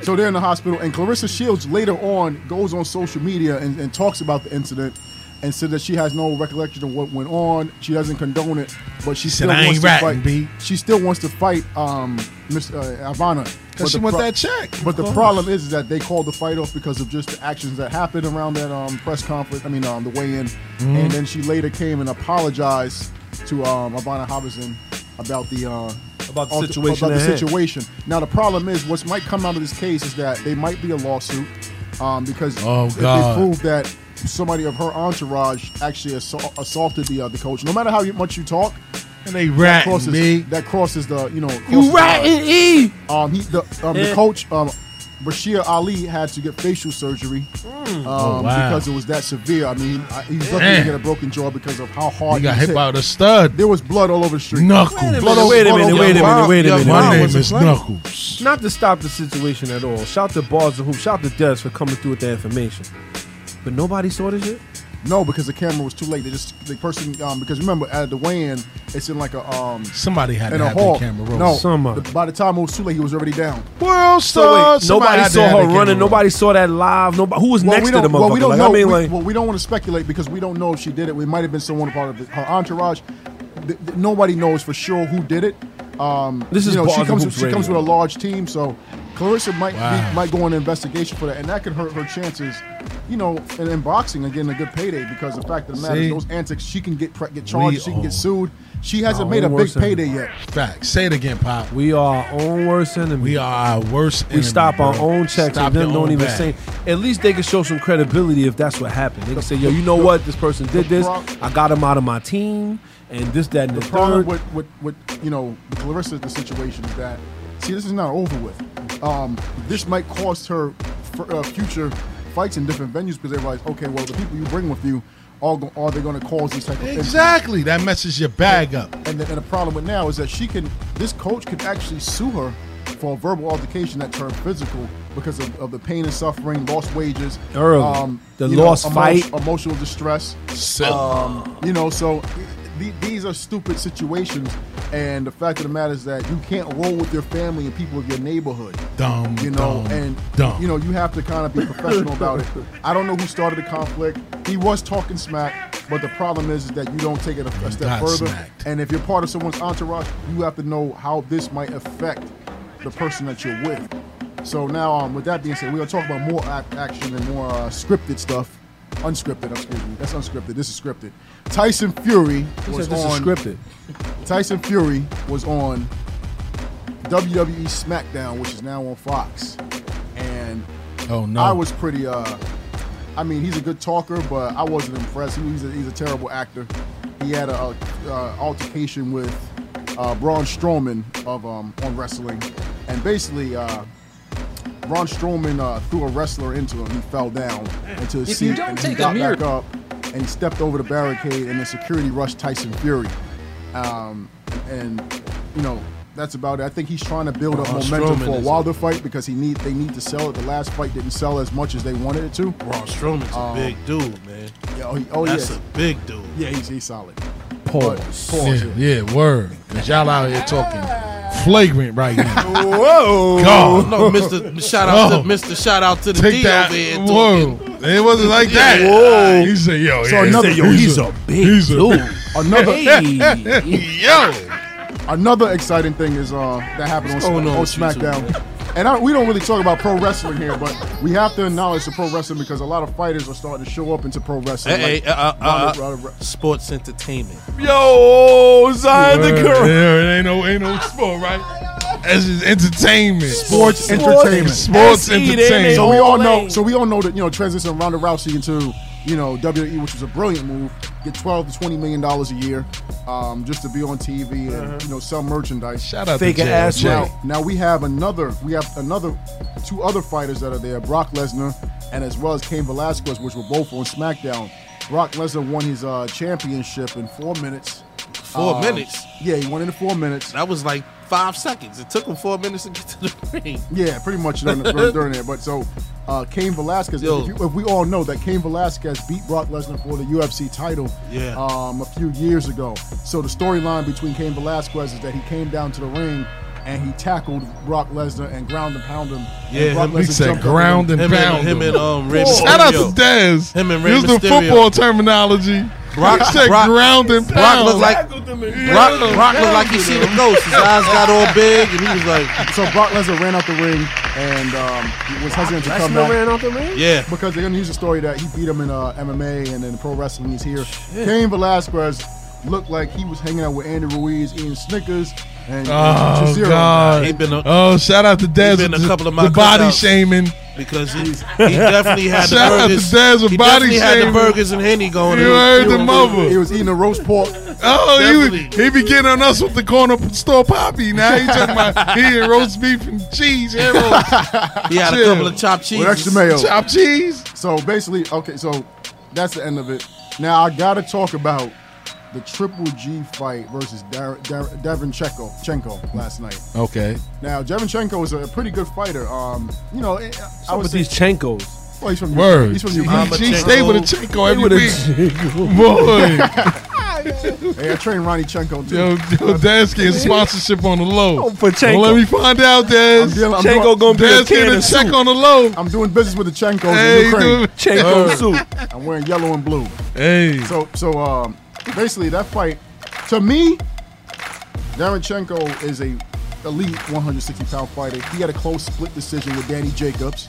Speaker 9: so they're in the hospital, and Clarissa Shields later on goes on social media and, and talks about the incident and said that she has no recollection of what went on. She doesn't condone it, but she,
Speaker 5: She said,
Speaker 9: still
Speaker 5: "I
Speaker 9: wants
Speaker 5: ain't
Speaker 9: to
Speaker 5: ratting,
Speaker 9: fight.
Speaker 5: B."
Speaker 9: She still wants to fight um, Miss uh, Ivana
Speaker 5: 'Cause
Speaker 9: But
Speaker 5: she
Speaker 9: the
Speaker 5: want that check, of
Speaker 9: But the
Speaker 5: course.
Speaker 9: problem is, is that they called the fight off because of just the actions that happened around that um, press conference. I mean, um, the weigh-in,
Speaker 5: Mhm.
Speaker 9: and then she later came and apologized to um, Ivana Hobson about the uh,
Speaker 4: About the
Speaker 9: alter-
Speaker 4: situation
Speaker 9: about the
Speaker 4: at hand.
Speaker 9: situation situation. Now the problem is, what might come out of this case is that they might be a lawsuit um, because
Speaker 5: Oh,
Speaker 9: if they
Speaker 5: God.
Speaker 9: prove that somebody of her entourage actually assault, assaulted the uh, the coach, no matter how you- much you talk,
Speaker 5: and they ratting,
Speaker 9: crosses,
Speaker 5: B.
Speaker 9: that crosses the you know crosses
Speaker 4: You
Speaker 9: the-
Speaker 4: ratting E.
Speaker 9: Um, he the um,
Speaker 4: Eh.
Speaker 9: the coach um, Bashir Ali had to get facial surgery um,
Speaker 5: Oh, wow.
Speaker 9: because it was that severe. I mean, I, he's lucky to
Speaker 5: Damn.
Speaker 9: get a broken jaw because of how hard
Speaker 5: He got
Speaker 9: was
Speaker 5: hit by the stud.
Speaker 9: Oh, There was blood all over the street.
Speaker 5: Knuckle.
Speaker 9: Blood
Speaker 4: Wait a
Speaker 9: all-
Speaker 4: minute,
Speaker 9: blood
Speaker 4: wait a
Speaker 9: all
Speaker 4: minute,
Speaker 9: over
Speaker 4: wait a
Speaker 9: the
Speaker 4: minute,
Speaker 9: ground.
Speaker 4: wait
Speaker 5: My
Speaker 4: a minute.
Speaker 5: name is Knuckle.
Speaker 4: Not to stop the situation at all. Shout to Bars and Hoops. Shout to Des for coming through with the information. But nobody saw this shit?
Speaker 9: No, because the camera was too late. They just the person um, because remember at the weigh-in, it's in like a um
Speaker 5: Somebody had
Speaker 9: in
Speaker 5: to
Speaker 9: a
Speaker 5: have that
Speaker 9: hall.
Speaker 5: camera roll.
Speaker 9: No,
Speaker 5: Somebody.
Speaker 9: the- by the time it was too late, he was already down.
Speaker 5: World
Speaker 4: So wait, nobody saw her running. Nobody saw that live. Nobody who was
Speaker 9: Well,
Speaker 4: next
Speaker 9: we
Speaker 4: to
Speaker 9: don't,
Speaker 4: the motherfucker.
Speaker 9: well, we don't
Speaker 4: like,
Speaker 9: know.
Speaker 4: I mean,
Speaker 9: we,
Speaker 4: like,
Speaker 9: well, we don't want to speculate because we don't know if she did it. It might have been someone part of her entourage. Th- th- nobody knows for sure who did it. Um,
Speaker 4: This is
Speaker 9: you know,
Speaker 4: Bars
Speaker 9: she
Speaker 4: and
Speaker 9: comes with,
Speaker 4: Hoops
Speaker 9: she comes with
Speaker 4: Radio.
Speaker 9: a large team, so Clarissa might
Speaker 4: Wow.
Speaker 9: be, might go on an investigation for that, and that could hurt her chances. You know, in, in boxing and getting a good payday because the fact of the matter
Speaker 5: See?
Speaker 9: is those antics she can get pre- get charged,
Speaker 5: We
Speaker 9: she can
Speaker 5: are
Speaker 9: get sued. She hasn't
Speaker 5: our
Speaker 9: made a
Speaker 5: own
Speaker 9: big
Speaker 5: worst enemy.
Speaker 9: payday yet.
Speaker 5: Facts. Say it again, Pop.
Speaker 4: We are our own worst enemy.
Speaker 5: We are our worst
Speaker 4: we stop our own checks and them don't even
Speaker 5: say.
Speaker 4: say. At least they can show some credibility if that's what happened. They can say, "Yo, you know what? This person did this. I got him out of my team, and this, that, and the,
Speaker 9: the problem
Speaker 4: third.
Speaker 9: with, with, with you know Clarissa the situation is that see this is not over with. Um, this might cost her for, uh, future fights in different venues because they realize okay, well the people you bring with you are go- are they going to cause these type of incidents?
Speaker 5: Exactly. That messes your bag up.
Speaker 9: And the, and the problem with now is that she can this coach can actually sue her for a verbal altercation that turned physical because of, of the pain and suffering, lost wages,
Speaker 4: Early. The
Speaker 9: Um, you know,
Speaker 4: lost
Speaker 9: emo-
Speaker 4: fight.
Speaker 9: emotional distress.
Speaker 5: So-
Speaker 9: Um, you know, so the- these are stupid situations, and the fact of the matter is that you can't roll with your family and people of your neighborhood.
Speaker 5: Dumb,
Speaker 9: you know,
Speaker 5: dumb,
Speaker 9: and
Speaker 5: dumb.
Speaker 9: you know you have to kind of be professional about it. I don't know who started the conflict. He was talking smack, but the problem is, is that you don't take it a, a step
Speaker 5: got
Speaker 9: further.
Speaker 5: smacked.
Speaker 9: And if you're part of someone's entourage, you have to know how this might affect the person that you're with. So now, um, with that being said, we're gonna talk about more act- action and more uh, scripted stuff. Unscripted, excuse me. That's unscripted. This is scripted. Tyson Fury
Speaker 4: He
Speaker 9: was
Speaker 4: said this is
Speaker 9: on
Speaker 4: scripted.
Speaker 9: Tyson Fury was on WWE SmackDown, which is now on Fox, and
Speaker 5: Oh, no.
Speaker 9: I was pretty. Uh, I mean, he's a good talker, but I wasn't impressed. He- He's a, he's a terrible actor. He had a, uh altercation with uh, Braun Strowman of um, on wrestling, and basically. Uh, Braun Strowman uh, threw a wrestler into him. He fell down into his
Speaker 17: If
Speaker 9: seat.
Speaker 17: you don't
Speaker 9: and he
Speaker 17: take a
Speaker 9: got
Speaker 17: mirror-
Speaker 9: back up and he stepped over the barricade, and the security rushed Tyson Fury. Um, and you know that's about it. I think he's trying to build up
Speaker 6: Uh,
Speaker 17: Braun
Speaker 9: momentum
Speaker 17: Strowman
Speaker 9: for a
Speaker 17: is-
Speaker 9: Wilder fight because he need they need to sell it. The last fight didn't sell as much as they wanted it to. Braun
Speaker 6: Strowman's a big dude, man.
Speaker 9: Yeah, oh, he- oh,
Speaker 6: That's
Speaker 9: yes.
Speaker 6: a big dude.
Speaker 9: Yeah, he's, he's solid.
Speaker 5: Pause.
Speaker 9: pause Ah.
Speaker 5: Yeah, yeah, word. Cause y'all out here talking flagrant right now.
Speaker 6: Whoa!
Speaker 5: God.
Speaker 6: No, Mr. Shout out
Speaker 5: Oh.
Speaker 6: to Mr. Shout out to the
Speaker 5: Take
Speaker 6: D
Speaker 5: that.
Speaker 6: over here.
Speaker 5: Whoa. It wasn't like that.
Speaker 6: Yeah.
Speaker 5: Whoa. He said, yo,
Speaker 9: So
Speaker 5: yeah, he
Speaker 9: another-
Speaker 5: said,
Speaker 9: yo, he's a
Speaker 5: big he's
Speaker 9: dude. Another
Speaker 5: yo.
Speaker 9: Another exciting thing is uh, that happened on,
Speaker 6: What's going
Speaker 9: Smack-
Speaker 6: on
Speaker 9: on
Speaker 6: with you two,
Speaker 9: SmackDown. and I, we don't really talk about pro wrestling here, but we have to acknowledge the pro wrestling because a lot of fighters are starting to show up into pro wrestling.
Speaker 6: Hey,
Speaker 9: like
Speaker 6: hey, uh, uh,
Speaker 9: Ronda-
Speaker 6: uh,
Speaker 9: Ronda-
Speaker 6: sports entertainment.
Speaker 4: Yo,
Speaker 6: Zion the girl.
Speaker 5: Yeah, it ain't no, ain't no sport, right? That's just entertainment.
Speaker 9: sports, entertainment.
Speaker 5: Sports entertainment.
Speaker 9: So we all know. So we all know that you know transition Ronda Rousey into you know WWE, which was a brilliant move. Get twelve to twenty million dollars a year, um, just to be on TV and you know sell merchandise. Shout
Speaker 5: out to Uh-huh. Fake Jay. ass Jay.
Speaker 9: Now, now we have another. We have another two other fighters that are there: Brock Lesnar and as well as Cain Velasquez, which were both on SmackDown. Brock Lesnar won his uh, championship in four minutes.
Speaker 6: Four
Speaker 9: Um,
Speaker 6: minutes?
Speaker 9: Yeah, he won it in four minutes.
Speaker 6: That was like five seconds. It took him four minutes to get to the ring.
Speaker 9: Yeah, pretty much during, during, during there. But so, uh, Cain Velasquez,
Speaker 6: Yo.
Speaker 9: if, you, if we all know that Cain Velasquez beat Brock Lesnar for the UFC title
Speaker 6: Yeah.
Speaker 9: um, a few years ago. So the storyline between Cain Velasquez is that he came down to the ring and he tackled Brock Lesnar and ground and pound him.
Speaker 6: Yeah,
Speaker 9: Brock
Speaker 6: him- he
Speaker 9: Lesnar
Speaker 5: said
Speaker 9: jumped up
Speaker 5: ground
Speaker 9: him.
Speaker 5: and Him and- pound him him. and, um, Rey Shout out to Mysterio. Dez.
Speaker 6: Him and Rey
Speaker 5: Use the
Speaker 6: Mysterio.
Speaker 5: football terminology.
Speaker 6: Brock-
Speaker 5: He said
Speaker 6: Brock-
Speaker 5: ground and
Speaker 6: Brock
Speaker 5: pound.
Speaker 6: look like- Brock, Brock looked like he seen a ghost. His eyes got all big, and he was like,
Speaker 9: So Brock Lesnar ran out the ring and um, he was hesitant to come
Speaker 6: Lesnar
Speaker 9: back.
Speaker 6: ran out the ring? Yeah.
Speaker 9: because they're gonna use the story that he beat him in uh, MMA and then pro wrestling. He's here. Cain Velasquez looked like he was hanging out with Andy Ruiz eating Snickers and
Speaker 5: Oh
Speaker 9: Chizero.
Speaker 5: God! oh, shout out to Dez.
Speaker 6: been a
Speaker 5: with the-
Speaker 6: couple of my
Speaker 5: the body
Speaker 6: cookouts.
Speaker 5: shaming.
Speaker 6: because he, he definitely had
Speaker 5: Shout out
Speaker 6: the
Speaker 5: to
Speaker 6: burgers.
Speaker 5: Dez with
Speaker 6: he
Speaker 5: body
Speaker 6: definitely had the
Speaker 5: shaming.
Speaker 6: burgers and henny going.
Speaker 5: You
Speaker 6: in.
Speaker 5: heard the mother.
Speaker 9: He was eating a roast pork.
Speaker 5: Oh, he, was, he be getting on us with the corner store poppy. Now he talking about he eating roast beef and cheese. and rolls.
Speaker 6: He had a
Speaker 5: Chill.
Speaker 6: couple of chopped cheese.
Speaker 9: With extra mayo.
Speaker 5: Chopped cheese.
Speaker 9: So basically, okay, so that's the end of it. Now I gotta talk about the Triple G fight versus Dar- Dar- Devin Chenko, Chenko last night.
Speaker 5: Okay.
Speaker 9: Now Devin Chenko is a pretty good fighter. Um, you know, I- I
Speaker 4: Some
Speaker 9: would
Speaker 4: of
Speaker 9: say
Speaker 4: these Chenkos.
Speaker 9: Well, he's from
Speaker 5: Word.
Speaker 9: He's from
Speaker 5: He-
Speaker 9: Ukraine.
Speaker 5: he stay with a Chenko every week.
Speaker 9: Boy. hey, I train Ronnie Chenko too.
Speaker 5: Yo, yo Dez getting sponsorship on the low.
Speaker 9: For Chenko.
Speaker 5: Well, let me find out,
Speaker 9: I'm
Speaker 5: Dez.
Speaker 9: dealing- I'm doing-
Speaker 5: Dez getting a check on the low.
Speaker 9: I'm doing business with the Chenkos
Speaker 5: Hey,
Speaker 9: in Ukraine.
Speaker 5: dude. Chenko
Speaker 9: Word.
Speaker 5: soup.
Speaker 9: I'm wearing yellow and blue.
Speaker 5: Hey.
Speaker 9: So so um, basically that fight, to me, Darunchenko is a elite 160 pound fighter. He had a close split decision with Danny Jacobs.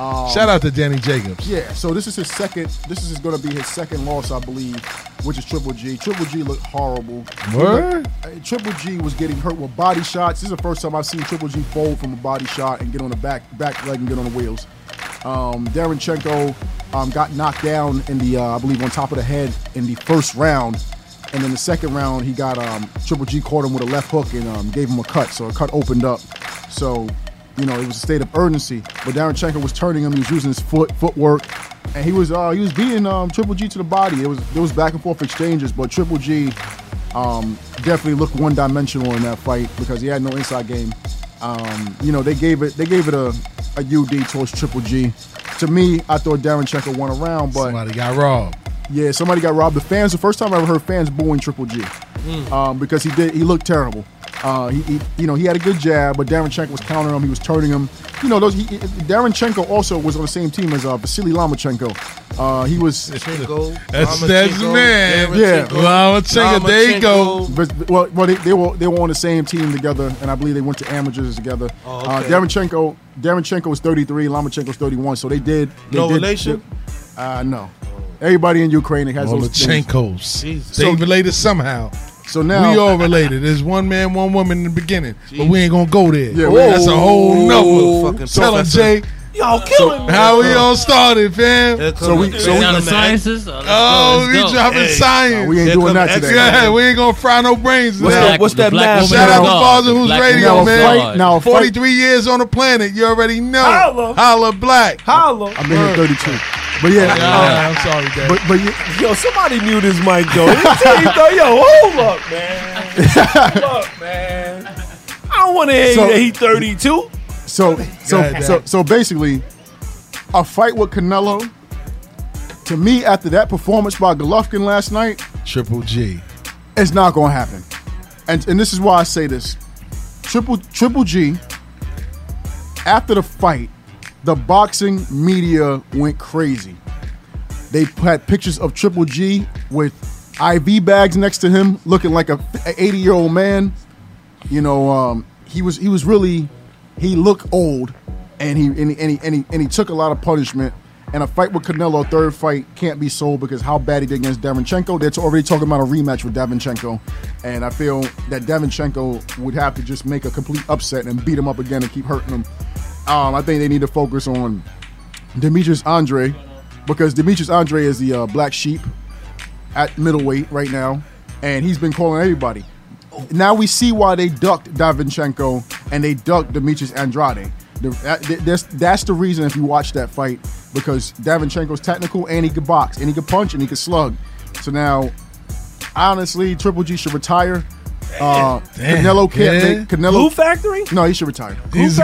Speaker 9: Um,
Speaker 5: Shout out to Danny Jacobs.
Speaker 9: Yeah, so this is his second. This is going to be his second loss, I believe, which is Triple G. Triple G looked horrible. He
Speaker 5: Word?
Speaker 9: looked- uh, Triple G was getting hurt with body shots. This is the first time I've seen Triple G fold from a body shot and get on the back back leg and get on the wheels. Um, Darunchenko um, got knocked down in the, uh, I believe, on top of the head in the first round. And then the second round, he got um, Triple G caught him with a left hook and um, gave him a cut. So a cut opened up. So you know, it was a state of urgency. But Darunchenko was turning him. He was using his foot footwork, and he was uh, he was beating um, Triple G to the body. It was there was back and forth exchanges, but Triple G um, definitely looked one dimensional in that fight because he had no inside game. Um, you know, they gave it they gave it a, a UD towards Triple G. To me, I thought Darunchenko won a round, but
Speaker 5: Somebody got robbed.
Speaker 9: Yeah, somebody got robbed. The fans. The first time I ever heard fans booing Triple G,
Speaker 14: Mm.
Speaker 9: um, because he did. He looked terrible. Uh, he, he, you know, he had a good jab, but Daronchenko was countering him. He was turning him. You know, those. He, he- Daronchenko also was on the same team as uh, Vasily Lomachenko. Uh, he was.
Speaker 5: That's- that's the man.
Speaker 9: Yeah,
Speaker 5: Lomachenko. Lomachenko, there you go.
Speaker 9: But, well, well, they, they were they were on the same team together, and I believe they went to amateurs together.
Speaker 6: Oh,
Speaker 9: uh,
Speaker 6: okay.
Speaker 9: Daronchenko, Daronchenko was 33, Lomachenko's 31, so they did. They
Speaker 6: No
Speaker 9: did,
Speaker 6: relation?
Speaker 9: uh, no. Everybody in Ukraine has those things.
Speaker 5: Lomachenko's.
Speaker 9: Jesus.
Speaker 5: They
Speaker 9: So-
Speaker 5: related somehow.
Speaker 9: So now-
Speaker 5: we all related. There's one man, one woman in the beginning, but we ain't gonna go there.
Speaker 9: Yeah,
Speaker 5: Yeah,
Speaker 9: we-
Speaker 5: that's a whole
Speaker 9: Fucking
Speaker 5: nother. Tell him,
Speaker 9: professor.
Speaker 5: Jay.
Speaker 4: Y'all
Speaker 5: killing me. How we all started, fam.
Speaker 9: So we- so we- Down to sciences? Oh, let's go,
Speaker 5: Oh,
Speaker 9: let's
Speaker 5: we
Speaker 9: go.
Speaker 5: dropping
Speaker 9: Hey.
Speaker 5: science.
Speaker 9: No, we ain't Here doing come that today. X-Men.
Speaker 5: Yeah, we ain't gonna fry no brains.
Speaker 9: What's
Speaker 5: now.
Speaker 9: that- what's The that black math? woman
Speaker 5: Shout out
Speaker 9: is
Speaker 5: to
Speaker 9: God.
Speaker 5: Father
Speaker 9: The
Speaker 5: Who's
Speaker 9: black
Speaker 5: Radio,
Speaker 9: woman is
Speaker 5: man.
Speaker 9: God. Now, fight-
Speaker 5: 43 years on the planet. You already know.
Speaker 9: Holla.
Speaker 5: Holla black. Oh,
Speaker 4: Holla.
Speaker 9: I've been here 32. But yeah,
Speaker 5: Yeah,
Speaker 9: uh,
Speaker 5: I'm sorry, Dad.
Speaker 9: But but
Speaker 4: yo, somebody mute his mic though. His teeth, though. Yo, hold up, man. Look, man. I don't want to hear
Speaker 9: So-
Speaker 4: that he 32.
Speaker 9: So so
Speaker 4: ahead,
Speaker 9: so
Speaker 4: Dad.
Speaker 9: so basically, a fight with Canelo. To me, after that performance by Golovkin last night,
Speaker 5: Triple G.
Speaker 9: it's not going to happen. And and this is why I say this: Triple Triple G. After the fight, the boxing media went crazy. They had pictures of Triple G with IV bags next to him, looking like a 80 year old man. You know, um, he was he was really he looked old, and he and he, and he and he and he took a lot of punishment. And a fight with Canelo, third fight, can't be sold because how bad he did against Davinchenko. They're already talking about a rematch with Davinchenko, and I feel that Davinchenko would have to just make a complete upset and beat him up again and keep hurting him. Um, I think they need to focus on Demetrius Andre because Demetrius Andre is the uh, black sheep at middleweight right now, and he's been calling everybody. Now we see why they ducked Davinchenko and they ducked Demetrius Andrade. The- that- that's, that's the reason if you watch that fight because Davinchenko's technical and he could box and he could punch and he could slug. So now, honestly, Triple G should retire. Uh,
Speaker 4: Damn.
Speaker 9: Canelo can't
Speaker 4: Yeah.
Speaker 9: make Canelo.
Speaker 4: Glue Factory?
Speaker 9: No, he should retire.
Speaker 4: Nah,
Speaker 9: It's-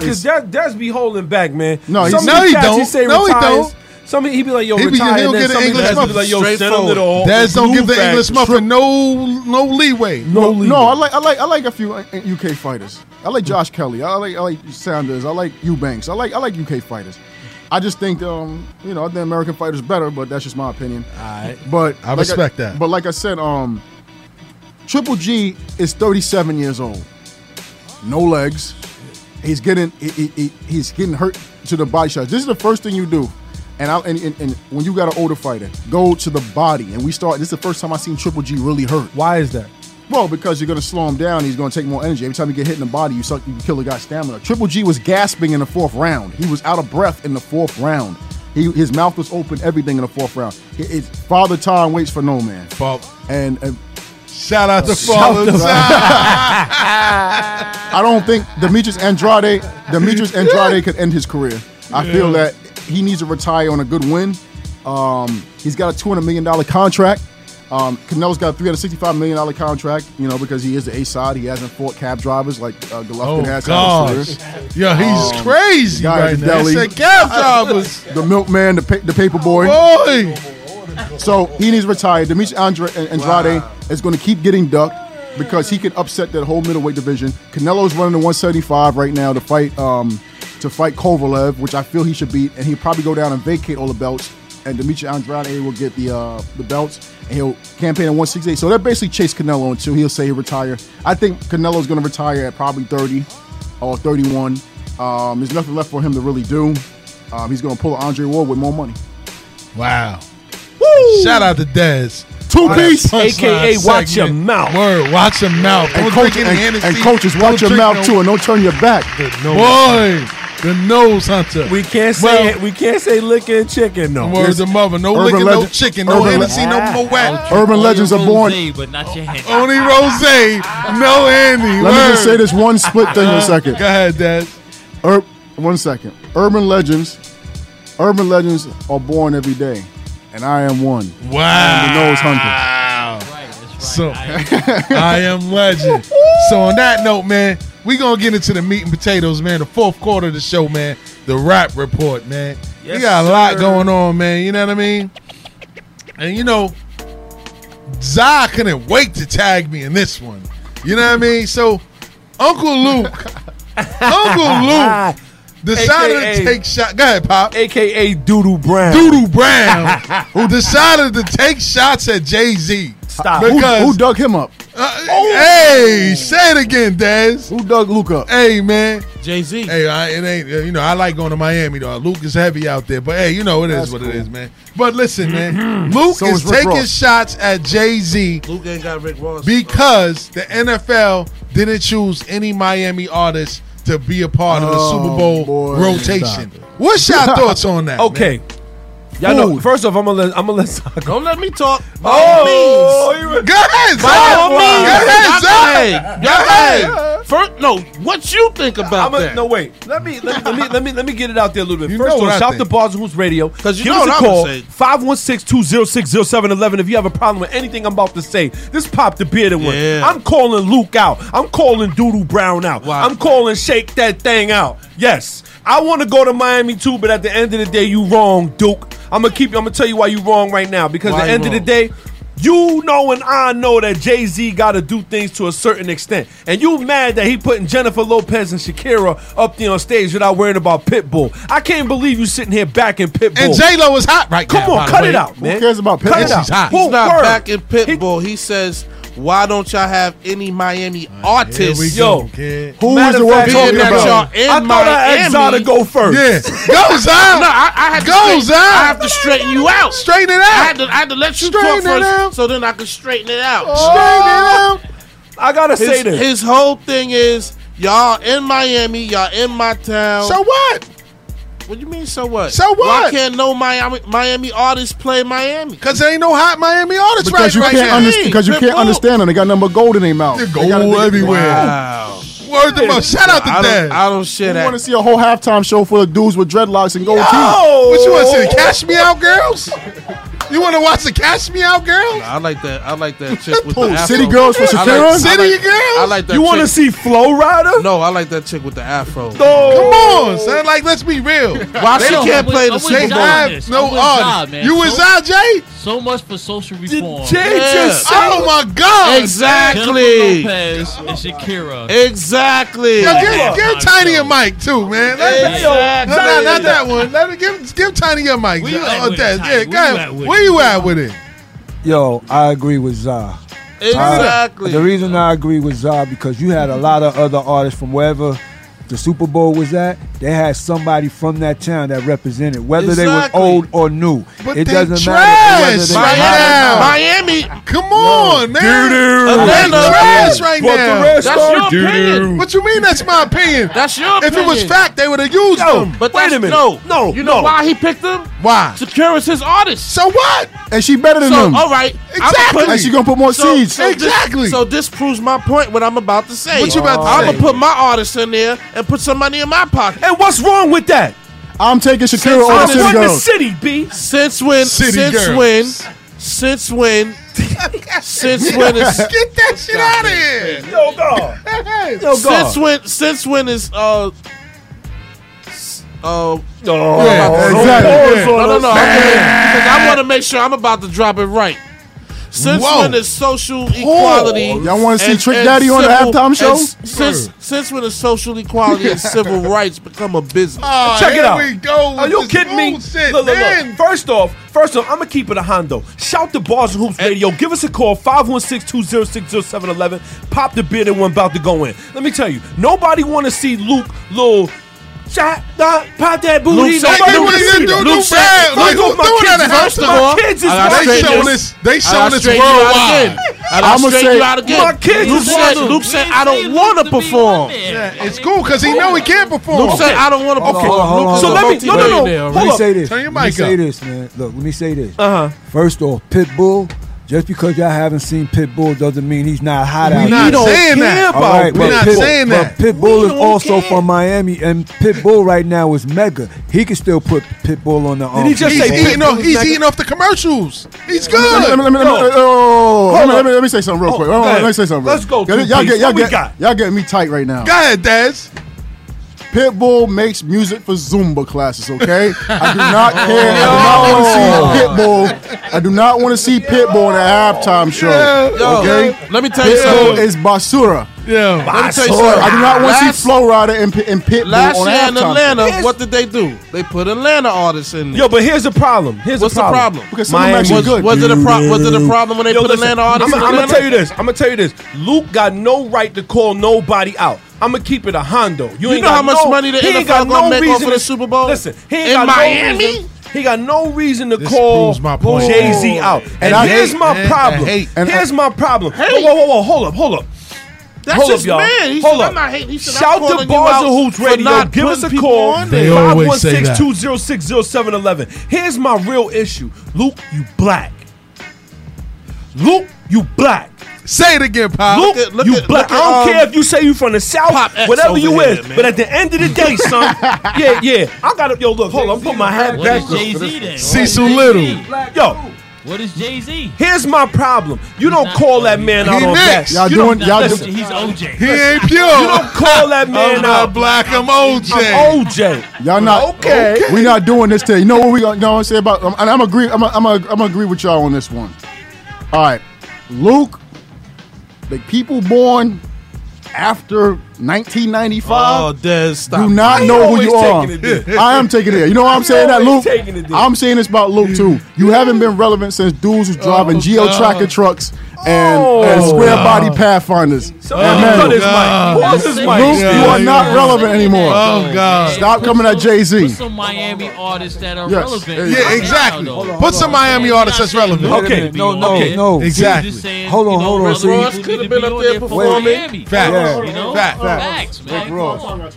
Speaker 4: because that that's be holding back, man.
Speaker 9: No, he's-
Speaker 4: Some of
Speaker 9: No,
Speaker 4: the
Speaker 9: he
Speaker 4: cats
Speaker 9: don't.
Speaker 4: Say
Speaker 9: No, he
Speaker 4: retires,
Speaker 9: don't.
Speaker 4: Some he be like, yo,
Speaker 5: He be-
Speaker 4: retire.
Speaker 5: he'll
Speaker 4: and then
Speaker 5: get an
Speaker 4: some
Speaker 5: English
Speaker 4: cats be
Speaker 5: muffin.
Speaker 4: like, yo, send him to the whole
Speaker 5: Dads don't
Speaker 4: Glue
Speaker 5: give the English
Speaker 4: Factory.
Speaker 5: muffin no no leeway.
Speaker 9: No, no, I like I like I like a few uh, UK fighters. I like Josh Kelly. I like I like Sanders. I like Eubanks. I like I like UK fighters. I just think um you know I think American fighters better, but that's just my opinion.
Speaker 5: Alright.
Speaker 9: But
Speaker 5: I respect that.
Speaker 9: But like I said, um, Triple G is 37 years old. No legs. He's getting he, he- he- he's getting hurt to the body shots. This is the first thing you do. And, I, and, and and when you got an older fighter, go to the body. And we start. This is the first time I seen Triple G really hurt.
Speaker 4: Why is that?
Speaker 9: Well, because you're gonna slow him down. He's gonna take more energy. Every time you get hit in the body, you suck. You kill a guy's stamina. Triple G was gasping in the fourth round. He was out of breath in the fourth round. He, his mouth was open. Everything in the fourth round. It, it's father time waits for no man. And, and
Speaker 5: shout out to Father
Speaker 9: I don't think Demetrius Andrade, Demetrius Andrade could end his career. I feel
Speaker 5: Yeah.
Speaker 9: that he needs to retire on a good win. Um, he's got a two hundred million dollar contract. Um, Canelo's got a three hundred sixty-five million dollar contract. You know because he is the A side. He hasn't fought cab drivers like uh, Golovkin
Speaker 5: Oh,
Speaker 9: has. throughout his
Speaker 5: gosh.
Speaker 9: career. Um,
Speaker 5: Yo, he's
Speaker 9: Oh.
Speaker 5: crazy
Speaker 9: guy at
Speaker 5: right
Speaker 9: the
Speaker 5: now. He
Speaker 9: deli.
Speaker 5: said cab drivers.
Speaker 9: the milkman, the pa- the paper boy.
Speaker 5: Boy.
Speaker 9: So he needs to retire. Demetrius Andre- Andrade is going to keep getting ducked because he could upset that whole middleweight division. Canelo's running to 175 right now to fight um, to fight Kovalev, which I feel he should beat, and he'll probably go down and vacate all the belts. And Demetrius Andrade will get the uh, the belts, and he'll campaign at 168. So that basically chase Canelo into. He'll say he'll retire. I think Canelo's going to retire at probably 30 or 31. Um, there's nothing left for him to really do. Um, he's going to pull Andre Ward with more money.
Speaker 5: Wow. Shout out to Dez.
Speaker 9: Two
Speaker 5: For that
Speaker 9: piece.
Speaker 5: punchline
Speaker 9: AKA watch your
Speaker 4: mouth.
Speaker 5: Word, watch your mouth.
Speaker 9: And,
Speaker 5: Don't
Speaker 9: coach-
Speaker 5: drink any
Speaker 9: and- and
Speaker 5: Hennessy.
Speaker 9: coaches,
Speaker 5: Don't
Speaker 9: watch your
Speaker 5: drink
Speaker 9: mouth
Speaker 5: no-
Speaker 9: too, and don't turn your back.
Speaker 5: Boy, the nose hunter.
Speaker 4: We can't say
Speaker 5: Well-
Speaker 4: it. We can't say licking and chicken. No.
Speaker 5: Word to mother. No
Speaker 4: Urban
Speaker 5: licking, no
Speaker 4: legend-
Speaker 5: chicken, no
Speaker 4: urban le-
Speaker 5: Hennessy, no more whack.
Speaker 9: Urban legends are born.
Speaker 7: but not your hand.
Speaker 5: Only rose, no
Speaker 9: Let
Speaker 5: Andy.
Speaker 9: me just say this one split thing in a second.
Speaker 5: Go ahead, Dad.
Speaker 9: Ur- one second. Urban legends, urban legends are born every day, and I am one.
Speaker 5: Wow.
Speaker 9: I'm the nose hunter.
Speaker 5: So I am legend. So on that note, man, we gonna get into the meat and potatoes, man. The fourth quarter of the show, man. The rap report, man. we
Speaker 4: Yes,
Speaker 5: got a lot
Speaker 4: sir.
Speaker 5: going on, man. You know what I mean? And you know, Zai couldn't wait to tag me in this one. You know what I mean? So Uncle Luke, Uncle Luke decided to
Speaker 4: AKA
Speaker 5: take shot. Go ahead, Pop.
Speaker 4: AKA Doodle Brown.
Speaker 5: Doodle Brown, who decided to take shots at Jay Z.
Speaker 9: Stop. Who-
Speaker 5: Because
Speaker 9: who dug him up?
Speaker 5: Hey, say it again, Dez. Who dug Luke up? Hey, man. Jay Z. Hey, I, it ain't. uh, You know, I like going to Miami though. Luke is heavy out there, but hey, you know Oh, it is
Speaker 6: That's
Speaker 5: what it
Speaker 6: cool.
Speaker 5: is, man. But listen, man, Luke
Speaker 6: So
Speaker 5: is
Speaker 6: is Rick
Speaker 5: taking
Speaker 6: Ross.
Speaker 5: shots at Jay Z
Speaker 6: Mm-hmm. Luke ain't got Rick Ross.
Speaker 5: because the NFL didn't choose any Miami artists to be a part of the
Speaker 4: Oh,
Speaker 5: Super Bowl
Speaker 4: boy.
Speaker 5: rotation.
Speaker 4: Stop it.
Speaker 5: What's your thoughts on that?
Speaker 4: Okay.
Speaker 5: man?
Speaker 4: Y'all know,
Speaker 5: Food.
Speaker 4: first off, I'm gonna let I'm gonna let Zai go.
Speaker 6: Don't let me talk.
Speaker 4: By Oh, all means.
Speaker 5: go ahead,
Speaker 4: By Zai. all means.
Speaker 6: Go ahead,
Speaker 4: Go
Speaker 6: Zai.
Speaker 4: ahead. Go ahead.
Speaker 6: First, no, what you think about
Speaker 4: I'm a,
Speaker 6: that?
Speaker 4: no wait. Let me let, let me let me let me get it out there a little bit.
Speaker 6: You know
Speaker 4: First of
Speaker 6: what I
Speaker 4: all, shout
Speaker 6: think.
Speaker 4: the Bars and Hoops Radio. Because
Speaker 6: you
Speaker 4: give
Speaker 6: know
Speaker 4: us
Speaker 6: what
Speaker 4: a
Speaker 6: I'm gonna
Speaker 4: call
Speaker 6: say.
Speaker 4: 516-206-0711 if you have a problem with anything I'm about to say. This pop the bearded one. I'm calling Luke out. I'm calling Doodle Brown out. I'm calling Shake That Thing out. Yes. I want to go to Miami too, but at the end of the day, you wrong, Duke. I'm gonna keep. I'm gonna tell you why you wrong right now. Because
Speaker 6: Why
Speaker 4: at the
Speaker 6: you
Speaker 4: end of the
Speaker 6: wrong?
Speaker 4: day day, you know and I know that Jay Z got to do things to a certain extent, and you mad that he putting Jennifer Lopez and Shakira up there on stage without worrying about Pitbull. I can't believe you sitting here backing Pitbull.
Speaker 5: And J Lo is hot right
Speaker 4: Come
Speaker 5: now. by
Speaker 4: on,
Speaker 5: the
Speaker 4: cut
Speaker 5: way.
Speaker 4: it out, man. Cut it out.
Speaker 6: He's
Speaker 4: Whoa,
Speaker 6: not
Speaker 4: word.
Speaker 6: back in Pitbull. He, says, "Why don't y'all have any Miami artists?"
Speaker 5: we go, Yo, kid. who
Speaker 6: Matter
Speaker 5: is the
Speaker 6: of
Speaker 5: one
Speaker 6: fact,
Speaker 5: talking
Speaker 6: being that
Speaker 5: about?
Speaker 6: y'all in
Speaker 5: I thought I asked
Speaker 6: Miami-
Speaker 5: Zai to go first. Yeah. Go, Zai.
Speaker 6: No, I, I had to
Speaker 5: Go,
Speaker 6: straighten-
Speaker 5: Zai.
Speaker 6: I have to straighten you out.
Speaker 5: Straighten it out.
Speaker 6: I had to, I had to let you
Speaker 5: Straighten
Speaker 6: talk first,
Speaker 5: it out.
Speaker 6: so then I could straighten it out. it
Speaker 5: Straighten
Speaker 6: out.
Speaker 4: I gotta
Speaker 6: his,
Speaker 4: say this.
Speaker 6: His whole thing is y'all in Miami, y'all in my town.
Speaker 5: So what?
Speaker 6: What do you mean? So what?
Speaker 5: So
Speaker 6: Why
Speaker 5: what?
Speaker 6: can't no Miami Miami artists play Miami?
Speaker 5: Cause there ain't no hot Miami artists
Speaker 9: Because you
Speaker 5: right
Speaker 9: can't
Speaker 5: right
Speaker 9: understand. Because you can't understand them. They got number gold in their mouth.
Speaker 5: They
Speaker 9: They got-
Speaker 5: gold
Speaker 9: they-
Speaker 5: everywhere.
Speaker 6: Wow.
Speaker 5: Word to mouth. Shout out to
Speaker 9: I don't-
Speaker 5: Dad.
Speaker 6: I don't share
Speaker 9: You want to see a whole halftime show full of dudes with dreadlocks and gold teeth?
Speaker 5: What you want to see? the Cash me out, girls. You want to watch the Cash me out, girls?
Speaker 6: I like that. I like that chick with
Speaker 5: Who,
Speaker 6: the
Speaker 5: City
Speaker 6: afro.
Speaker 5: Girls for
Speaker 6: I
Speaker 5: Shakira?
Speaker 6: I
Speaker 5: City Girls?
Speaker 6: I like that.
Speaker 5: You wanna
Speaker 4: see Flow Rider?
Speaker 6: No, I like that chick with the afro.
Speaker 5: Come on, son. Like, let's be real.
Speaker 6: Why she
Speaker 5: don't-
Speaker 6: can't play the
Speaker 5: They
Speaker 6: Super Bowl?
Speaker 5: have
Speaker 6: I'm with
Speaker 5: No
Speaker 6: Zai,
Speaker 5: artists.
Speaker 6: man.
Speaker 5: You was
Speaker 6: So-
Speaker 5: out, Jay?
Speaker 7: So much for social reform.
Speaker 5: Jay just Yeah. said- Oh, my God.
Speaker 6: Exactly.
Speaker 7: Jennifer Lopez and Shakira.
Speaker 6: Exactly.
Speaker 5: Yo, give, give Tiny a mic too, man. Let-
Speaker 7: Exactly.
Speaker 5: No, no, not that one. Let me give give Tiny a mic.
Speaker 7: Where you at
Speaker 5: Oh,
Speaker 7: with
Speaker 5: that-
Speaker 7: it, Tiny?
Speaker 5: yeah, go
Speaker 7: Where you
Speaker 5: ahead.
Speaker 7: at with
Speaker 5: Where
Speaker 7: it?
Speaker 5: you at with it?
Speaker 17: Yo, I agree with Za.
Speaker 6: Exactly.
Speaker 17: I- the reason I agree with Za because you had a lot of other artists from wherever the Super Bowl was at. They had somebody from that town that represented, whether
Speaker 6: Exactly.
Speaker 17: they were old or new.
Speaker 6: But
Speaker 17: it
Speaker 6: they
Speaker 17: doesn't matter whether
Speaker 6: trash
Speaker 17: they
Speaker 6: right
Speaker 17: hot or not.
Speaker 6: Miami.
Speaker 5: Come on, man. Atlanta
Speaker 17: Doo-doo.
Speaker 5: trash right
Speaker 17: But the
Speaker 5: now.
Speaker 17: rest That's are your doo-doo. opinion.
Speaker 5: What you mean? That's my opinion.
Speaker 6: That's your
Speaker 5: If it was
Speaker 6: opinion.
Speaker 5: fact, they would have used
Speaker 6: No,
Speaker 5: them.
Speaker 6: but Wait that's- a minute. no, no, You know no. why he picked them?
Speaker 5: Why?
Speaker 6: Shakira's his artist.
Speaker 5: So what?
Speaker 9: And she better than
Speaker 6: so,
Speaker 9: them.
Speaker 6: All right. I'ma
Speaker 9: Exactly.
Speaker 6: put-
Speaker 9: And she gonna put more seeds.
Speaker 6: this-
Speaker 9: Exactly.
Speaker 6: so this proves my point. What I'm about to say.
Speaker 9: What you about to
Speaker 6: I'm
Speaker 9: say?
Speaker 6: gonna put my artist in there and put some money in my pocket.
Speaker 4: And what's wrong with that?
Speaker 9: I'm taking Shakira
Speaker 6: Since
Speaker 9: over
Speaker 6: I'm
Speaker 9: City
Speaker 6: from the
Speaker 9: Girls.
Speaker 4: city, B.
Speaker 6: Since when?
Speaker 9: City
Speaker 6: since
Speaker 9: girls.
Speaker 6: when? Since when? since when is
Speaker 5: Get that shit out of here.
Speaker 4: Yo, God.
Speaker 5: Yo,
Speaker 6: since when? Since when is uh? s- Uh,
Speaker 4: no,
Speaker 6: oh,
Speaker 5: Yeah, exactly.
Speaker 9: Oh,
Speaker 5: Yeah.
Speaker 6: no, no, no.
Speaker 5: Man.
Speaker 6: okay, Because I want to make sure I'm about to drop it right. Since
Speaker 9: Whoa.
Speaker 6: when is social equality?
Speaker 9: Y'all wanna see
Speaker 6: and-
Speaker 9: Trick
Speaker 6: and
Speaker 9: Daddy on the
Speaker 6: civil-
Speaker 9: halftime
Speaker 6: and
Speaker 9: show?
Speaker 6: s- Since since when is social equality and civil rights become a business?
Speaker 9: Ah,
Speaker 5: Oh,
Speaker 4: Check it out.
Speaker 5: go
Speaker 4: Are you kidding me? Look, look, look. First off, first off, I'm gonna keep it a hondo. Shout the Bars and Hoops Radio. Give us a call 516-206-0711. Pop the beer and we're about to go in. Let me tell you, nobody want to see Luke little. Shot, nah, pop that booty.
Speaker 5: Luke Shaq-
Speaker 4: Nobody
Speaker 5: Luke
Speaker 4: wanna
Speaker 5: Shaq-
Speaker 4: see that.
Speaker 5: Luke
Speaker 4: Luke
Speaker 5: Shaq-
Speaker 4: Shaq-
Speaker 5: Like,
Speaker 4: First
Speaker 5: who's
Speaker 4: off, my
Speaker 5: doing
Speaker 4: kids
Speaker 5: that
Speaker 4: is-
Speaker 5: house to
Speaker 4: my
Speaker 5: all?
Speaker 4: kids is
Speaker 5: I gotta
Speaker 4: watching
Speaker 5: straighten
Speaker 4: this.
Speaker 5: this- they showing this worldwide.
Speaker 6: I'm
Speaker 5: I'ma
Speaker 6: gonna
Speaker 5: say-
Speaker 6: say you out again.
Speaker 5: My kids
Speaker 6: Luke
Speaker 5: is
Speaker 6: said,
Speaker 5: watching.
Speaker 6: Luke said, I don't want to perform.
Speaker 5: Yeah, it's cool because he know he can't perform.
Speaker 6: Luke said, I don't want to
Speaker 17: Hold on,
Speaker 6: perform.
Speaker 17: hold on,
Speaker 6: Luke is
Speaker 17: hold
Speaker 6: a
Speaker 17: on.
Speaker 6: multi-millionaire,
Speaker 17: Let me
Speaker 6: right?
Speaker 17: say this.
Speaker 5: Turn your
Speaker 17: let me
Speaker 5: mic
Speaker 17: say
Speaker 5: up.
Speaker 17: this, man. Look, let me say this.
Speaker 5: Uh-huh.
Speaker 17: Uh huh. First off, Pitbull. Just because y'all haven't seen Pitbull doesn't mean he's not hot
Speaker 5: We
Speaker 17: out
Speaker 5: not
Speaker 17: here.
Speaker 5: don't saying care that. about
Speaker 17: All right,
Speaker 5: Pitbull.
Speaker 17: but
Speaker 5: We not
Speaker 17: Pit-
Speaker 5: saying
Speaker 17: but
Speaker 5: that.
Speaker 17: Pitbull is also from Miami, and Pitbull right now is mega. He can still put Pitbull on the. um,
Speaker 5: Oh, he's
Speaker 17: Super Bowl.
Speaker 5: eating, off, he's eating off the commercials. He's good.
Speaker 9: Let me, let me, let me, let me,
Speaker 17: uh,
Speaker 9: oh, let me, let me, let me say something real
Speaker 5: Oh,
Speaker 9: quick.
Speaker 5: go
Speaker 9: Hold on,
Speaker 5: ahead.
Speaker 9: let me say something. real
Speaker 5: Let's go,
Speaker 9: quick.
Speaker 5: Two
Speaker 9: Y'all,
Speaker 5: Piece.
Speaker 9: get, y'all,
Speaker 5: What we
Speaker 9: get,
Speaker 5: got?
Speaker 9: y'all getting me tight right now.
Speaker 5: Go ahead, Daz.
Speaker 9: Pitbull makes music for Zumba classes, okay? I do not
Speaker 5: Oh.
Speaker 9: care. I do not want to see Pitbull I do not want to see Pitbull in a halftime show.
Speaker 6: Yo,
Speaker 9: okay,
Speaker 6: let me tell you
Speaker 9: Pitbull
Speaker 6: something.
Speaker 9: is basura.
Speaker 5: Yeah,
Speaker 6: Let me tell you
Speaker 9: Basura.
Speaker 6: something.
Speaker 9: I do not want to
Speaker 6: Last-
Speaker 9: see Flow Rider and, Pit- and Pitbull
Speaker 6: Last
Speaker 9: on a
Speaker 6: year in
Speaker 9: halftime
Speaker 6: Atlanta,
Speaker 9: show.
Speaker 6: what did they do? They put Atlanta artists in there.
Speaker 4: Yo, but here's the problem. Here's
Speaker 6: What's
Speaker 4: the problem.
Speaker 6: Because some of them
Speaker 4: Miami-
Speaker 6: actually good. Was- was it a pro- was it a problem when they put Atlanta artists
Speaker 4: I'm,
Speaker 6: in
Speaker 4: I'm gonna
Speaker 6: Atlanta?
Speaker 4: tell you this. I'm gonna tell you this. Luke got no right to call nobody out. I'm gonna keep it a Hondo. You,
Speaker 6: You
Speaker 4: ain't
Speaker 6: know
Speaker 4: got
Speaker 6: how much
Speaker 4: no-
Speaker 6: money the
Speaker 4: he ain't
Speaker 6: NFL
Speaker 4: got
Speaker 6: gonna
Speaker 4: no
Speaker 6: make off
Speaker 4: reason
Speaker 6: of the
Speaker 4: to-
Speaker 6: Super Bowl?
Speaker 4: Listen, he ain't
Speaker 6: In
Speaker 4: got no
Speaker 6: Miami?
Speaker 4: reason- he got no reason to call
Speaker 5: proves my point.
Speaker 4: Jay Z out. And,
Speaker 5: And I
Speaker 4: here's
Speaker 5: hate,
Speaker 4: my
Speaker 5: man. I
Speaker 4: problem.
Speaker 5: hate.
Speaker 4: here's my problem. Whoa, whoa, whoa, whoa, hold up, hold up.
Speaker 6: That's
Speaker 4: Hold
Speaker 6: just
Speaker 4: up, y'all.
Speaker 6: man. He
Speaker 4: Hold
Speaker 6: said,
Speaker 4: up.
Speaker 6: I'm not hating. He said, I'm
Speaker 4: Shout to
Speaker 6: calling you
Speaker 4: Bars
Speaker 6: out
Speaker 4: and Hoops
Speaker 6: for
Speaker 4: Radio.
Speaker 6: not
Speaker 4: Give us a
Speaker 6: putting
Speaker 4: call.
Speaker 6: people on
Speaker 5: They
Speaker 6: there.
Speaker 5: always say that.
Speaker 4: 516-206-0711. Here's my real issue. Luke, you black. Luke, you black.
Speaker 5: Say it again, Pop.
Speaker 4: Luke,
Speaker 5: Look at- look
Speaker 4: you
Speaker 5: at-
Speaker 4: black.
Speaker 5: look at,
Speaker 4: I don't
Speaker 5: um,
Speaker 4: care if you say you from the South,
Speaker 5: X
Speaker 4: whatever
Speaker 5: over
Speaker 4: you
Speaker 5: here,
Speaker 4: is.
Speaker 5: man.
Speaker 4: But at the end of the day, son, yeah, yeah. I got to, yo, look, hold on. I'm putting my hat
Speaker 7: What
Speaker 4: back.
Speaker 7: is Jay-Z then?
Speaker 4: Cecil
Speaker 7: What is Jay-Z?
Speaker 4: Little. Yo,
Speaker 7: What is Jay Z?
Speaker 4: Here's my problem. You don't call that man out
Speaker 7: He
Speaker 4: on
Speaker 7: mixed.
Speaker 4: facts.
Speaker 7: Y'all
Speaker 4: you
Speaker 7: doing-
Speaker 4: don't-
Speaker 7: y'all
Speaker 4: listen,
Speaker 7: doing- He's OJ.
Speaker 4: listen.
Speaker 7: He ain't pure.
Speaker 4: You don't call that man
Speaker 5: I'm
Speaker 4: out.
Speaker 5: not black. I'm OJ.
Speaker 4: I'm OJ.
Speaker 9: Y'all not
Speaker 4: Okay.
Speaker 9: We not doing this today. You know what we gonna, gonna say about? Um, and I'm agree. I'm I'm I'm agree with y'all on this one. All right, Luke. The people born after 1995
Speaker 6: Oh, Des, stop.
Speaker 9: do not
Speaker 6: Why
Speaker 9: know
Speaker 6: you
Speaker 9: who you are.
Speaker 6: always taking it there?
Speaker 9: I am taking it. there. You know what I'm
Speaker 6: You
Speaker 9: saying? That Luke.
Speaker 6: always taking it there.
Speaker 9: I'm saying this about Luke too. You haven't been relevant since dudes was driving
Speaker 6: Oh,
Speaker 9: Geo
Speaker 4: God.
Speaker 9: tracker trucks and,
Speaker 4: Oh,
Speaker 9: and square
Speaker 4: God.
Speaker 9: body pathfinders.
Speaker 4: Somebody cut his mic. Pause his mic.
Speaker 9: Luke, you are not relevant anymore.
Speaker 7: Oh, God.
Speaker 9: Stop coming at Jay Z.
Speaker 7: Put some Miami artists that are
Speaker 9: Yes.
Speaker 7: relevant.
Speaker 5: Yeah, exactly. Put some Miami artists that's relevant.
Speaker 4: Okay,
Speaker 17: no, no, no.
Speaker 5: Exactly.
Speaker 17: Hold on, hold on. So
Speaker 5: Ross
Speaker 17: you-
Speaker 5: could
Speaker 7: have been up there
Speaker 17: Wait.
Speaker 7: performing.
Speaker 5: Facts.
Speaker 17: Yeah.
Speaker 5: You know? Facts.
Speaker 7: Facts, man.
Speaker 17: Rick Ross.
Speaker 7: Come on.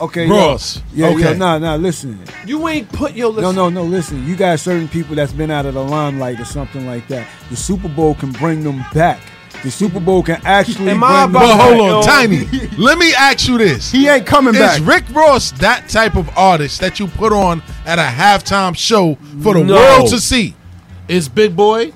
Speaker 17: Okay.
Speaker 5: Ross.
Speaker 17: Yeah, yeah,
Speaker 5: Okay.
Speaker 17: nah, nah, listen.
Speaker 4: You ain't put your
Speaker 17: No, no, no, listen. You got certain people that's been out of the limelight or something like that. The Super Bowl can bring them back. The Super Bowl can actually
Speaker 5: Am
Speaker 17: bring
Speaker 5: I
Speaker 17: them
Speaker 5: about
Speaker 17: back.
Speaker 5: but hold on, Tiny. Let me ask you this:
Speaker 9: He ain't coming
Speaker 5: Is
Speaker 17: back.
Speaker 5: Rick Ross that type of artist that you put on at a halftime show for the
Speaker 4: No.
Speaker 5: world to see?
Speaker 6: Is Big Boy?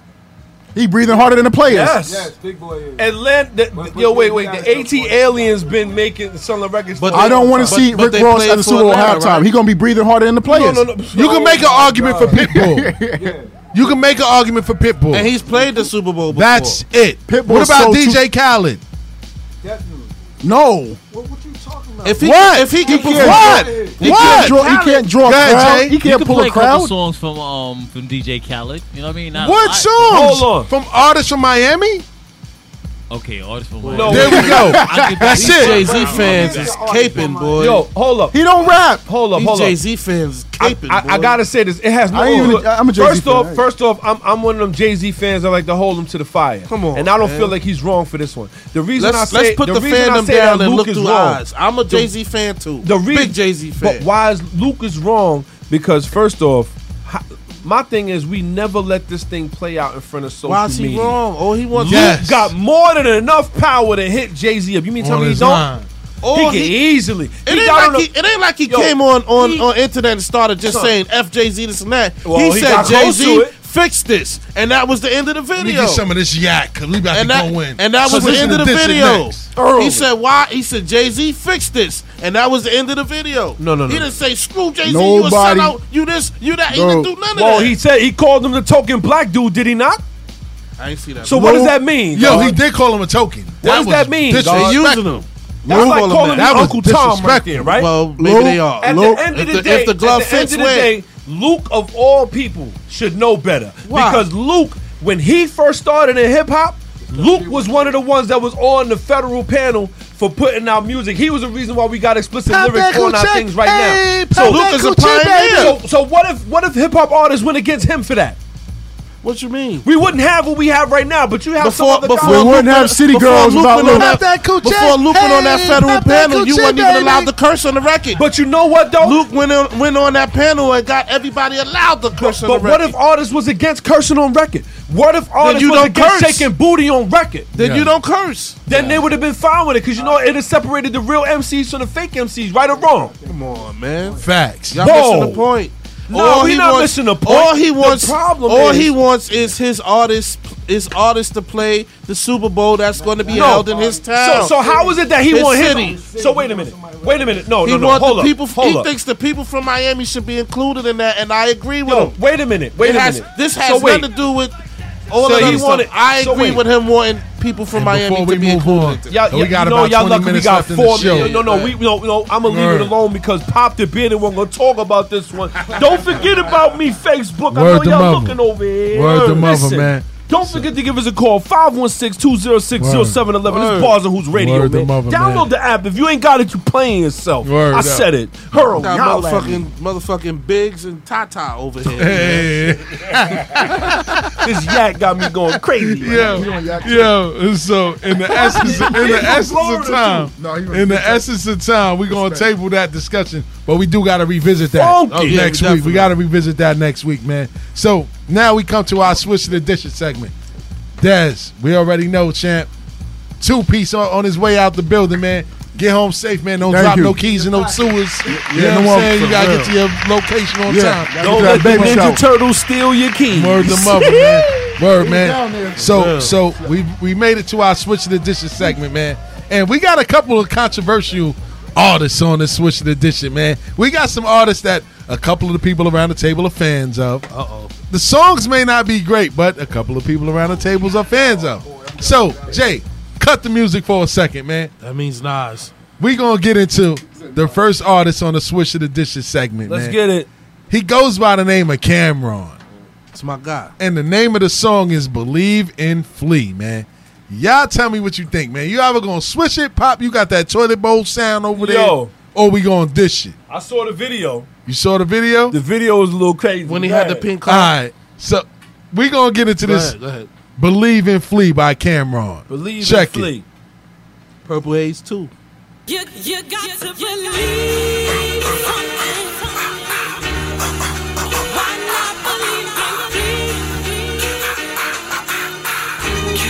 Speaker 9: He breathing harder than the players.
Speaker 4: Yes. big boy. Atlanta. The, yo, wait, wait. The AT aliens been making some of the records.
Speaker 9: I don't want to see Rick Ross at the Super Bowl halftime. He gonna be breathing harder than the players.
Speaker 4: no, no.
Speaker 5: You can make an argument for Pitbull. You can make an argument for Pitbull.
Speaker 6: And he's played the Super Bowl before.
Speaker 5: That's it.
Speaker 6: Pitbull
Speaker 5: what about
Speaker 6: sold
Speaker 5: DJ Khaled?
Speaker 9: No.
Speaker 6: If he,
Speaker 5: What?
Speaker 6: If he
Speaker 5: He
Speaker 6: can perform,
Speaker 5: can't- What?
Speaker 6: He
Speaker 5: What?
Speaker 6: can't
Speaker 9: draw- he can't draw a
Speaker 5: Go ahead,
Speaker 9: crowd.
Speaker 5: Jay.
Speaker 9: He can't
Speaker 7: You
Speaker 9: pull
Speaker 7: play
Speaker 9: a crowd.
Speaker 7: couple songs from um from DJ Khaled. You know what I mean? Not a
Speaker 5: What
Speaker 7: lot,
Speaker 5: songs?
Speaker 7: but-
Speaker 5: From artists from Miami?
Speaker 7: Okay, artists from
Speaker 4: No.
Speaker 7: Miami.
Speaker 5: There we go.
Speaker 7: I get
Speaker 5: That's
Speaker 7: these
Speaker 5: it.
Speaker 6: Jay-Z fans is caping, boy.
Speaker 4: Yo, hold up.
Speaker 9: He don't rap.
Speaker 4: Hold up,
Speaker 6: These
Speaker 4: hold up.
Speaker 6: Jay-Z fans
Speaker 4: I,
Speaker 6: caping,
Speaker 4: I, I
Speaker 6: boy.
Speaker 4: gotta say this. It has no.
Speaker 9: I ain't even-
Speaker 4: look,
Speaker 9: I'm a Jay-Z
Speaker 4: first
Speaker 9: fan,
Speaker 4: off,
Speaker 9: I ain't.
Speaker 4: first off, I'm, I'm one of them Jay Z fans that like to hold him to the fire.
Speaker 6: Come on,
Speaker 4: and I don't
Speaker 6: man.
Speaker 4: feel like he's wrong for this one. The reason
Speaker 6: let's,
Speaker 4: I say
Speaker 6: let's put
Speaker 4: the,
Speaker 6: the,
Speaker 4: reason I
Speaker 6: fandom
Speaker 4: say that
Speaker 6: down and
Speaker 4: Luke
Speaker 6: look
Speaker 4: is
Speaker 6: through
Speaker 4: wrong.
Speaker 6: eyes. I'm a Jay Z fan too.
Speaker 4: The re-
Speaker 6: Big Jay Z fan.
Speaker 4: But why is Luke is wrong? Because first off, hi- my thing is we never let this thing play out in front of social
Speaker 6: Why is he
Speaker 4: media.
Speaker 6: wrong? Oh, he
Speaker 4: Luke
Speaker 6: wants.
Speaker 4: got more than enough power to hit Jay Z up. You mean tell
Speaker 5: On
Speaker 4: me he
Speaker 5: his
Speaker 4: don't?
Speaker 5: line.
Speaker 6: Oh,
Speaker 4: he can
Speaker 6: he-
Speaker 4: easily.
Speaker 6: It ain't,
Speaker 4: got
Speaker 6: like
Speaker 4: on a-
Speaker 6: he, it ain't like he
Speaker 4: Yo,
Speaker 6: came on on,
Speaker 4: he-
Speaker 6: on internet and started just
Speaker 4: Son.
Speaker 6: saying F Jay Z this and that.
Speaker 4: Well,
Speaker 6: he,
Speaker 4: he
Speaker 6: said
Speaker 4: got close
Speaker 6: Jay
Speaker 4: to
Speaker 6: Z
Speaker 4: it.
Speaker 6: fixed this, and that was the end of the
Speaker 5: Let me
Speaker 6: video.
Speaker 5: get some of this yak because we about
Speaker 6: And
Speaker 5: to
Speaker 6: that,
Speaker 5: go in.
Speaker 6: and that
Speaker 5: So
Speaker 6: was the
Speaker 5: listen
Speaker 6: end of
Speaker 5: to
Speaker 6: the
Speaker 5: this and
Speaker 6: video.
Speaker 5: next.
Speaker 6: He said, "Why?" He said, "Jay Z fixed this," and that was the end of the video.
Speaker 4: No, no, no.
Speaker 6: He didn't say, "Screw Jay Z, you a
Speaker 9: Nobody-
Speaker 6: sellout, you this, you that." He
Speaker 9: Bro.
Speaker 6: didn't do none of
Speaker 4: well,
Speaker 6: that.
Speaker 4: he said he called him the token black dude. Did he not?
Speaker 6: I ain't see that.
Speaker 4: So what does that mean?
Speaker 5: Yo,
Speaker 4: dog?
Speaker 5: he did call him a token. What
Speaker 4: does that mean, dog?
Speaker 6: They using him.
Speaker 4: That's like
Speaker 6: Lou-
Speaker 4: calling me
Speaker 5: That was
Speaker 4: Uncle Tom right there, right?
Speaker 6: Well, maybe
Speaker 4: Luke-
Speaker 6: they are.
Speaker 4: At
Speaker 6: Luke-
Speaker 4: the end of
Speaker 6: if
Speaker 4: the,
Speaker 6: the-
Speaker 4: day,
Speaker 6: if the glove
Speaker 4: at the
Speaker 6: fits,
Speaker 4: end of the
Speaker 6: win.
Speaker 4: day, Luke of all people should know better
Speaker 6: Why?
Speaker 4: because Luke, when he first started in hip hop, Luke was one of the ones that was on the federal panel for putting out music. He was the reason why we got explicit
Speaker 5: Pop
Speaker 4: lyrics
Speaker 5: that
Speaker 4: on our
Speaker 5: Gucci.
Speaker 4: things right
Speaker 5: Hey,
Speaker 4: now.
Speaker 5: pop that Gucci,
Speaker 4: So, so what if what if hip hop artists went against him for that?
Speaker 6: What you mean?
Speaker 4: We wouldn't have what we have right now, but you have
Speaker 6: Before-
Speaker 4: some other
Speaker 6: before
Speaker 4: guy-
Speaker 9: We wouldn't have City
Speaker 6: before
Speaker 9: Girls
Speaker 6: Luke
Speaker 9: without
Speaker 6: went on
Speaker 9: Luke.
Speaker 6: that-
Speaker 5: that Gucci.
Speaker 6: Before Luke went on that
Speaker 5: Hey,
Speaker 6: federal
Speaker 5: pop that
Speaker 6: panel, you
Speaker 5: Gucci,
Speaker 6: weren't even
Speaker 5: baby.
Speaker 6: allowed to curse on the record.
Speaker 4: But you know what though?
Speaker 6: Luke went on, went on that panel and got everybody allowed to curse on the
Speaker 4: But what
Speaker 6: record.
Speaker 4: if artists was against cursing on record? What if artists
Speaker 6: you
Speaker 4: was
Speaker 6: don't
Speaker 4: against
Speaker 6: curse.
Speaker 4: taking booty on record?
Speaker 6: then you don't curse?
Speaker 4: Then they would have been fine with it because you know it has separated the real MCs from the fake MCs, right or wrong.
Speaker 6: Come on, man.
Speaker 5: Facts.
Speaker 6: Y'all
Speaker 4: Whoa.
Speaker 6: missing the point.
Speaker 4: No,
Speaker 6: All
Speaker 4: we
Speaker 6: he
Speaker 4: not
Speaker 6: wants-
Speaker 4: missing the point.
Speaker 6: All he
Speaker 4: The
Speaker 6: wants,
Speaker 4: problem
Speaker 6: all
Speaker 4: is-
Speaker 6: he wants is his artist, his artist to play the Super Bowl that's going to be
Speaker 4: No.
Speaker 6: held in his town.
Speaker 4: So, so how is it that he
Speaker 6: his
Speaker 4: want
Speaker 6: city.
Speaker 4: him? So wait a minute. Wait a minute. Oh, No,
Speaker 6: he
Speaker 4: no, no.
Speaker 6: want
Speaker 4: hold
Speaker 6: the
Speaker 4: up.
Speaker 6: people.
Speaker 4: hold
Speaker 6: he
Speaker 4: up.
Speaker 6: thinks the people from Miami should be included in that, and I agree with
Speaker 4: Yo,
Speaker 6: him.
Speaker 4: wait a minute. Wait
Speaker 6: It
Speaker 4: a
Speaker 6: has-
Speaker 4: minute.
Speaker 6: This
Speaker 4: So
Speaker 6: has
Speaker 4: wait.
Speaker 6: nothing to do with all
Speaker 4: So
Speaker 6: of that
Speaker 4: he
Speaker 6: other
Speaker 4: wanted-
Speaker 6: stuff. I
Speaker 4: so
Speaker 6: agree
Speaker 4: wait.
Speaker 6: with him wanting people from Miami
Speaker 5: before we
Speaker 6: to be
Speaker 5: move on,
Speaker 6: included.
Speaker 4: Y'all,
Speaker 5: we got
Speaker 4: you know,
Speaker 5: about
Speaker 4: y'all
Speaker 5: 20
Speaker 4: lucky we
Speaker 5: minutes
Speaker 4: got
Speaker 5: left in the
Speaker 4: four
Speaker 5: show.
Speaker 4: minutes. No, no, we, no, no. I'm gonna leave
Speaker 5: Word.
Speaker 4: it alone because Pop the Beard and we're gonna talk about this one. Don't forget about me, Facebook.
Speaker 5: Word
Speaker 4: I
Speaker 5: to
Speaker 4: know y'all
Speaker 5: mother.
Speaker 4: looking over here.
Speaker 5: Word to mother,
Speaker 4: Listen,
Speaker 5: man.
Speaker 4: Don't forget to give us a call 516-206-0711. It's
Speaker 5: Word.
Speaker 4: Bars and Who's Radio,
Speaker 5: Word to
Speaker 4: man.
Speaker 5: mother,
Speaker 4: Download
Speaker 5: man.
Speaker 4: the app if you ain't got it. You playing yourself.
Speaker 5: Word
Speaker 4: I
Speaker 5: up.
Speaker 4: said it. Hurl,
Speaker 6: Got
Speaker 4: y'all at me.
Speaker 6: motherfucking, motherfucking Biggs and Tata over here.
Speaker 5: Hey.
Speaker 4: this yak got me going crazy.
Speaker 5: Yeah, yeah. So uh, in the essence, in the essence of time, in the essence of time, we're gonna table that discussion, but we do gotta revisit that
Speaker 4: Funky.
Speaker 5: up
Speaker 4: Yeah, we
Speaker 5: next week.
Speaker 4: definitely.
Speaker 5: We gotta revisit that next week, man. So now we come to our switch to the dishes segment. Dez, we already know, champ. Two piece on, on his way out the building, man. Get home safe, man. Don't
Speaker 9: Thank
Speaker 5: drop
Speaker 9: you.
Speaker 5: no keys in no sewers. you
Speaker 9: Yeah,
Speaker 5: know
Speaker 9: no,
Speaker 5: what I'm saying?
Speaker 9: for
Speaker 5: You gotta
Speaker 9: real.
Speaker 5: get to your location on
Speaker 9: Yeah,
Speaker 5: time.
Speaker 9: gotta Don't get that let the baby Ninja shower.
Speaker 4: Turtles steal your keys.
Speaker 5: Word to mother, man. Word,
Speaker 9: Get down there.
Speaker 5: man. So,
Speaker 9: Yeah.
Speaker 5: so we we made it to our switch to the dishes segment, man, and we got a couple of controversial artists on this switch to the dishes, man. We got some artists that a couple of the people around the table are fans of. Uh oh. The songs may not be great, but a couple of people around the tables are fans of. So, Jay, cut the music for a second, man.
Speaker 6: That means Nas.
Speaker 5: We gonna get into the first artist on the switch to the dishes segment.
Speaker 4: Let's
Speaker 5: man.
Speaker 4: get it.
Speaker 5: He goes by the name of Cameron.
Speaker 6: It's my guy.
Speaker 5: And the name of the song is Believe in Flea, man. Y'all tell me what you think, man. You either gonna switch it, pop, you got that toilet bowl sound over there,
Speaker 4: Yo.
Speaker 5: or we gonna dish it.
Speaker 4: I saw the video.
Speaker 5: You saw the video?
Speaker 4: The video was a little crazy.
Speaker 6: When he had the pink
Speaker 5: All
Speaker 6: car.
Speaker 5: right. So we gonna get into
Speaker 6: Go
Speaker 5: this
Speaker 6: ahead, go ahead.
Speaker 5: Believe in Flea by Cameron.
Speaker 6: Believe in
Speaker 5: Check
Speaker 6: Flea.
Speaker 5: It.
Speaker 6: Purple Haze too.
Speaker 14: You, you got to believe something. Why not believe in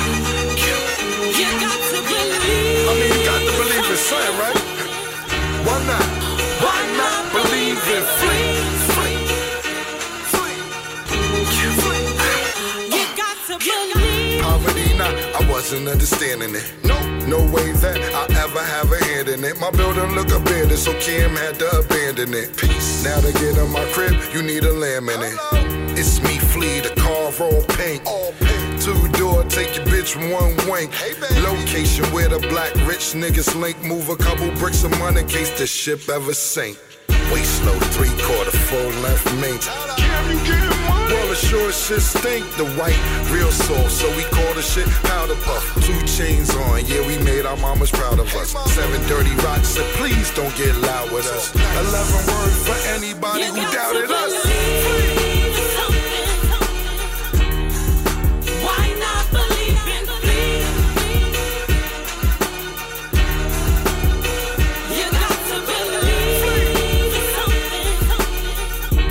Speaker 14: me? You got to believe. I mean, you got to believe in something, right? Why not? Why not believe in free? Free. Free. You got to believe.
Speaker 18: Poverty, nah, I wasn't understanding it. No, no way that I ever have a hand in it. My building look abandoned, so Kim had to abandon it. Peace. Now to get in my crib, you need a lamb in it. It's me, Flea, the car all pink. Two door, take your bitch one wink. Location where the black rich niggas link. Move a couple bricks of money in case the ship ever sink. Waist low, three quarter, full length mink. Well, the sure shit stink. The white, real sauce, so we call the shit powder puff. Two chains on, yeah, we made our mamas proud of us. Seven dirty rocks, said please don't get loud with us. Eleven words for anybody who doubted us.
Speaker 14: Why not believe in me? You got to believe in something.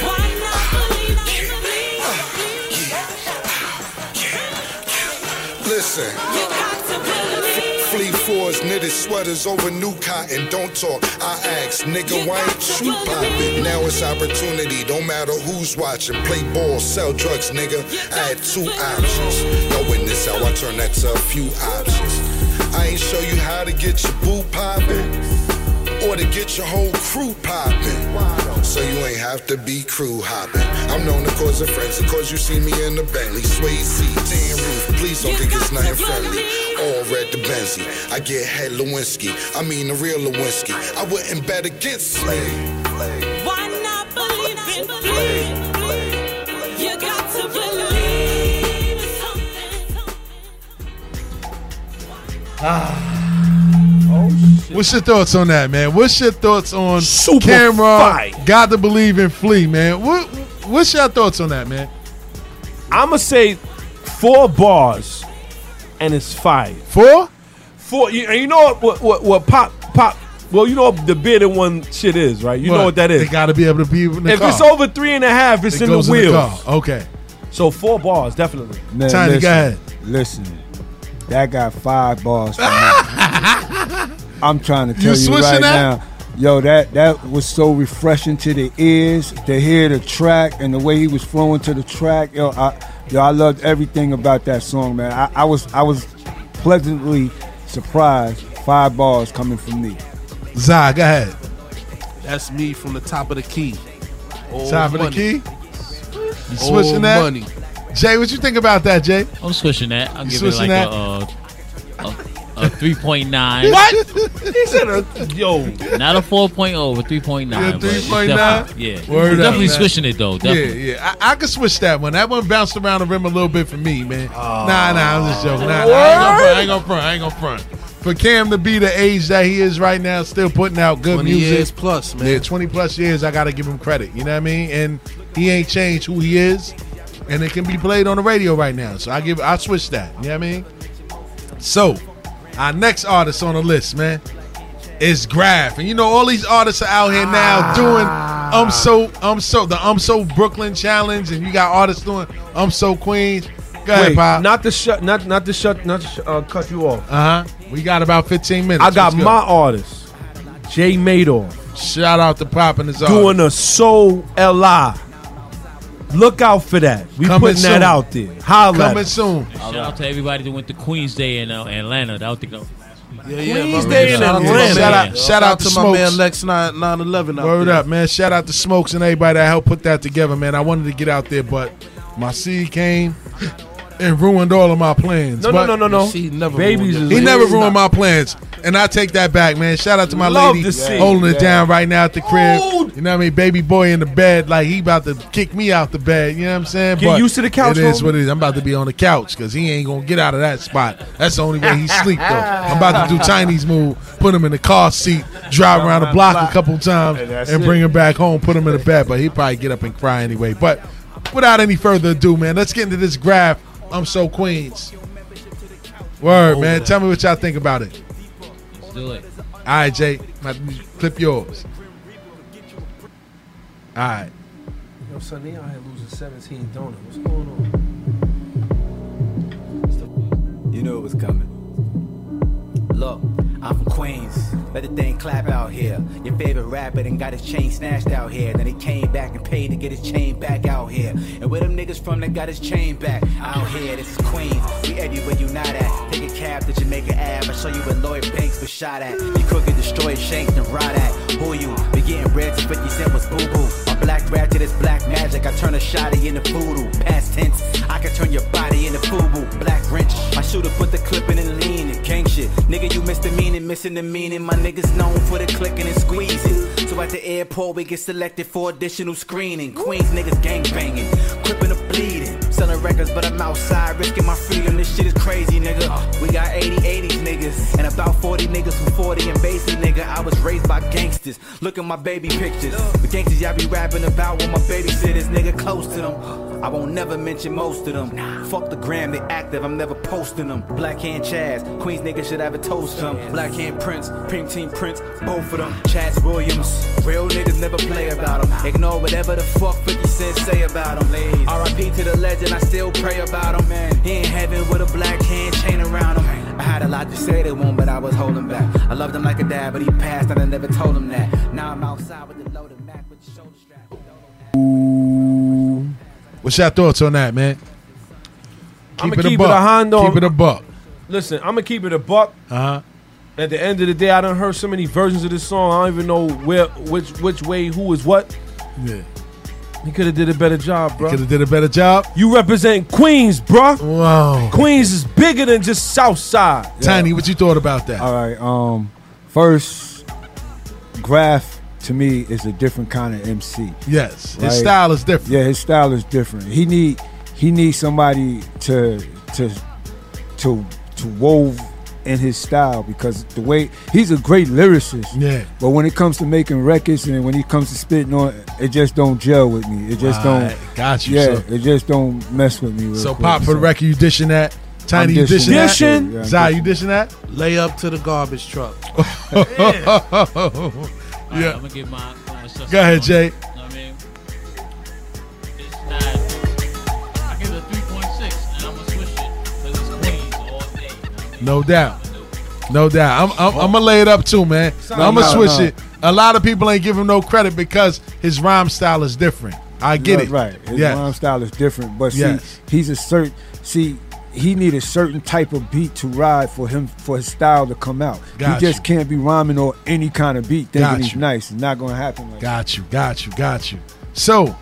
Speaker 14: Why not believe in me?
Speaker 18: Listen. Flea fours, knitted sweaters over new cotton. Don't talk. I ask, nigga, why ain't you poppin'? Now it's opportunity. Don't matter who's watching. Play ball, sell drugs, nigga. I had two options. Yo, witness how I turn that to a few options. I ain't show you how to get your boo poppin', or to get your whole crew poppin'. So you ain't have to be crew hopping. I'm known to cause offense. Of course, you see me in the Bentley, suede seat, tan roof. Please don't think it's nothing friendly. All red to Benzie. I get head Lewinsky. I mean the real Lewinsky. I wouldn't bet against Slade.
Speaker 14: Why not believe in me? You got to believe in something.
Speaker 5: Ah. What's your thoughts on that, man? What's your thoughts on
Speaker 4: Super
Speaker 5: Cameron?
Speaker 4: fire.
Speaker 5: Got to believe in Flea, man. What what's your thoughts on that, man?
Speaker 4: I'ma say four bars and it's fire.
Speaker 5: Four?
Speaker 4: Four you, and you know what what, what what pop pop well you know what the better one shit is, right? You know what that is.
Speaker 5: They gotta be able to be in the
Speaker 4: if
Speaker 5: car.
Speaker 4: it's over three and a half, it's
Speaker 5: It
Speaker 4: in the
Speaker 5: goes in the car.
Speaker 4: wheels.
Speaker 5: Okay.
Speaker 4: so four bars, definitely.
Speaker 17: Man,
Speaker 5: Tiny, go ahead.
Speaker 17: Listen, that got five bars. For me. I'm trying to
Speaker 5: You
Speaker 17: tell you,
Speaker 5: switching
Speaker 17: right
Speaker 5: that?
Speaker 17: now. Yo, that that was so refreshing to the ears to hear the track and the way he was flowing to the track. Yo, I yo, I loved everything about that song, man. I, I was I was pleasantly surprised. Five bars coming from me.
Speaker 5: Zai, go ahead.
Speaker 6: That's me from the top of the key. Old
Speaker 5: Top of the
Speaker 6: money.
Speaker 5: key. You
Speaker 6: Old
Speaker 5: switching that?
Speaker 6: money.
Speaker 5: Jay, what you think about that, Jay?
Speaker 7: I'm switching that. I'll
Speaker 5: You
Speaker 7: give it
Speaker 5: switching
Speaker 7: like
Speaker 5: that?
Speaker 7: a, uh, a, a 3.9.
Speaker 5: What?
Speaker 4: he said, a, yo.
Speaker 7: Not a 4.0, but 3.9.
Speaker 5: Yeah,
Speaker 7: but it's
Speaker 5: 3.9?
Speaker 7: definitely- Yeah.
Speaker 5: Word
Speaker 7: We're
Speaker 5: up,
Speaker 7: definitely
Speaker 5: man.
Speaker 7: switching it, though. Definitely.
Speaker 5: Yeah, yeah. I, I could switch that one. That one bounced around the rim a little bit for me, man.
Speaker 4: Oh.
Speaker 5: Nah, nah, I'm just joking. Nah, nah, I ain't gonna front. I ain't gonna front. I ain't gonna front. For Cam to be the age that he is right now, still putting out good
Speaker 6: 20
Speaker 5: music.
Speaker 6: years plus, man.
Speaker 5: Yeah, 20 plus years, I gotta give him credit. You know what I mean? And he ain't changed who he is. And it can be played on the radio right now. So I give I switch that. You know what I mean? So, our next artist on the list, man, is Graf. And you know, all these artists are out here
Speaker 6: Ah.
Speaker 5: now doing I'm so I'm so the I'm so Brooklyn challenge, and you got artists doing I'm so Queens. Go ahead,
Speaker 4: Wait,
Speaker 5: Pop.
Speaker 4: not to shut, not not to shut, not to sh- uh, cut you off.
Speaker 5: Uh huh. We got about 15 minutes.
Speaker 4: I got
Speaker 5: Let's go.
Speaker 4: my artist, Jay Madoff,
Speaker 5: Shout out to Pop and his
Speaker 4: doing a soul li. Look out for that. We
Speaker 5: Coming
Speaker 4: putting
Speaker 5: soon.
Speaker 4: that out there. Holla. at us.
Speaker 5: soon.
Speaker 7: Shout out to everybody that went to Queens Day in uh, Atlanta. That was the go.
Speaker 6: Yeah, yeah,
Speaker 4: Queens
Speaker 6: my
Speaker 4: Day
Speaker 6: man. Shout out to
Speaker 4: in
Speaker 6: my
Speaker 4: Atlanta.
Speaker 6: man.
Speaker 4: Shout out-
Speaker 5: shout out
Speaker 6: to
Speaker 5: to
Speaker 6: my man
Speaker 5: Smokes.
Speaker 6: Lex 9 911 out
Speaker 5: Word
Speaker 6: there.
Speaker 5: up, man. Shout out to Smokes and everybody that helped put that together, man. I wanted to get out there, but my seed came and ruined all of my plans.
Speaker 4: No, no,
Speaker 5: But-
Speaker 4: no, no, no.
Speaker 6: She never
Speaker 4: Babies is
Speaker 5: He never ruined my plans, and I take that back, man. Shout out to my
Speaker 4: Love
Speaker 5: lady
Speaker 4: to see.
Speaker 5: holding
Speaker 4: Yeah.
Speaker 5: it down right now at the crib. You know what I mean? Baby boy in the bed, like he about to kick me out the bed. You know what I'm saying?
Speaker 4: Get used to the couch,
Speaker 5: It is
Speaker 4: homie.
Speaker 5: what it is. I'm about to be on the couch because he ain't gonna get out of that spot. That's the only way he sleep though. I'm about to do Chinese move, put him in the car seat, drive around the block a couple times,
Speaker 4: And that's
Speaker 5: and
Speaker 4: it.
Speaker 5: bring him back home, put him in the bed. But he probably get up and cry anyway. But without any further ado, man, let's get into this graph. I'm so Queens. Word, man. Tell me what y'all think about it.
Speaker 7: Let's do it.
Speaker 5: All right, Jay, my, clip yours. All right.
Speaker 4: Yo, son, they out here losing 17 donuts. What's going on?
Speaker 19: You knew it was coming.
Speaker 20: Look, I'm from Queens. Let the thing clap out here. Your favorite rapper done got his chain snatched out here. Then he came back and paid to get his chain back out here. And where them niggas from that got his chain back out here? This is Queens. We everywhere you not at. Take a cab to Jamaica Ave. I show you where Lloyd Banks was shot at. You crooked, destroyed, shanked, and rot at. Who you? Be getting red to 50 cent was boo boo. A black rap to this black magic. I turn a shotty into voodoo. Past tense. I can turn your body into fubu. Black wrench. My shooter put the clip in and lean and gang shit. Nigga, you missed the meaning, missing the meaning. My niggas known for the clicking and squeezing. So at the airport, we get selected for additional screening. Queens niggas gang banging, crippin' or bleeding. Selling records, but I'm outside risking my freedom. This shit is crazy, nigga. We got 80 80s niggas and about 40 niggas from 40 and basic, nigga. I was raised by gangsters. Look at my baby pictures. The gangsters y'all be rapping about with my babysitters, nigga, close to them. I won't never mention most of them. Fuck the gram, they active, I'm never posting them. Black hand Chaz, Queens nigga should have a toast them. Black hand Prince, Pink Team Prince, both of them. Chaz Williams, real niggas never play about them. Ignore whatever the fuck 50 Cent say about them. RIP to the legend, I still pray about him. Man. He in heaven with a black hand chain around him. I had a lot to say to him, but I was holding back. I loved him like a dad, but he passed and I never told him that. Now I'm outside with the loaded Mac with the shoulder strap.
Speaker 5: What's your thoughts on that, man?
Speaker 4: I'ma
Speaker 5: a
Speaker 4: keep it
Speaker 5: buck.
Speaker 4: a hondo.
Speaker 5: Keep it a buck.
Speaker 4: Listen, I'm gonna keep it a buck.
Speaker 5: Uh huh.
Speaker 4: At the end of the day, I done heard so many versions of this song. I don't even know where, which, which way, who is what.
Speaker 5: Yeah.
Speaker 4: He could have did a better job, bro.
Speaker 5: Could have did a better job.
Speaker 4: You represent Queens, bruh.
Speaker 5: Wow.
Speaker 4: Queens is bigger than just Southside.
Speaker 5: Tiny, what you thought about that?
Speaker 17: All right. Um, first, Graf to me is a different kind of MC.
Speaker 5: Yes, his style is different.
Speaker 17: Yeah, his style is different. He need he needs somebody to to to to wove in his style because the way he's a great lyricist.
Speaker 5: Yeah.
Speaker 17: But when it comes to making records and when it comes to spitting on, it just don't gel with me. It just
Speaker 5: Right,
Speaker 17: don't.
Speaker 5: got you,
Speaker 17: Yeah.
Speaker 5: sir.
Speaker 17: It just don't mess with me. Real
Speaker 5: So,
Speaker 17: quick,
Speaker 5: Pop, for the record, you dishing that. Tiny, you
Speaker 17: I'm dishing
Speaker 5: dishing
Speaker 17: that.
Speaker 5: that.
Speaker 17: Dishing? Yeah, I'm
Speaker 5: Zai, you
Speaker 17: dishing.
Speaker 5: dishing that?
Speaker 6: Lay up to the garbage truck.
Speaker 7: All right,
Speaker 5: Yeah.
Speaker 7: I'm gonna give my. my assessment
Speaker 5: Go ahead,
Speaker 7: on it.
Speaker 5: Jay.
Speaker 7: You know what I mean, it's not. I give it a 3.6, and I'm gonna switch it because it's Queens all day.
Speaker 5: No doubt. No doubt. I'm, I'm, I'm gonna lay it up too, man. I'm gonna
Speaker 17: No,
Speaker 5: switch
Speaker 17: no.
Speaker 5: it. a lot of people ain't give him no credit because his rhyme style is different. I get
Speaker 17: Right,
Speaker 5: it.
Speaker 17: Right. His
Speaker 5: Yes.
Speaker 17: rhyme style is different, but see,
Speaker 5: Yes.
Speaker 17: he's a certain see. He need a certain type of beat to ride for him for his style to come out.
Speaker 5: Got
Speaker 17: He just can't be rhyming on any kind of beat thinking
Speaker 5: Got
Speaker 17: he's
Speaker 5: you.
Speaker 17: nice. It's not gonna happen. Like
Speaker 5: Got you, got you, got you. So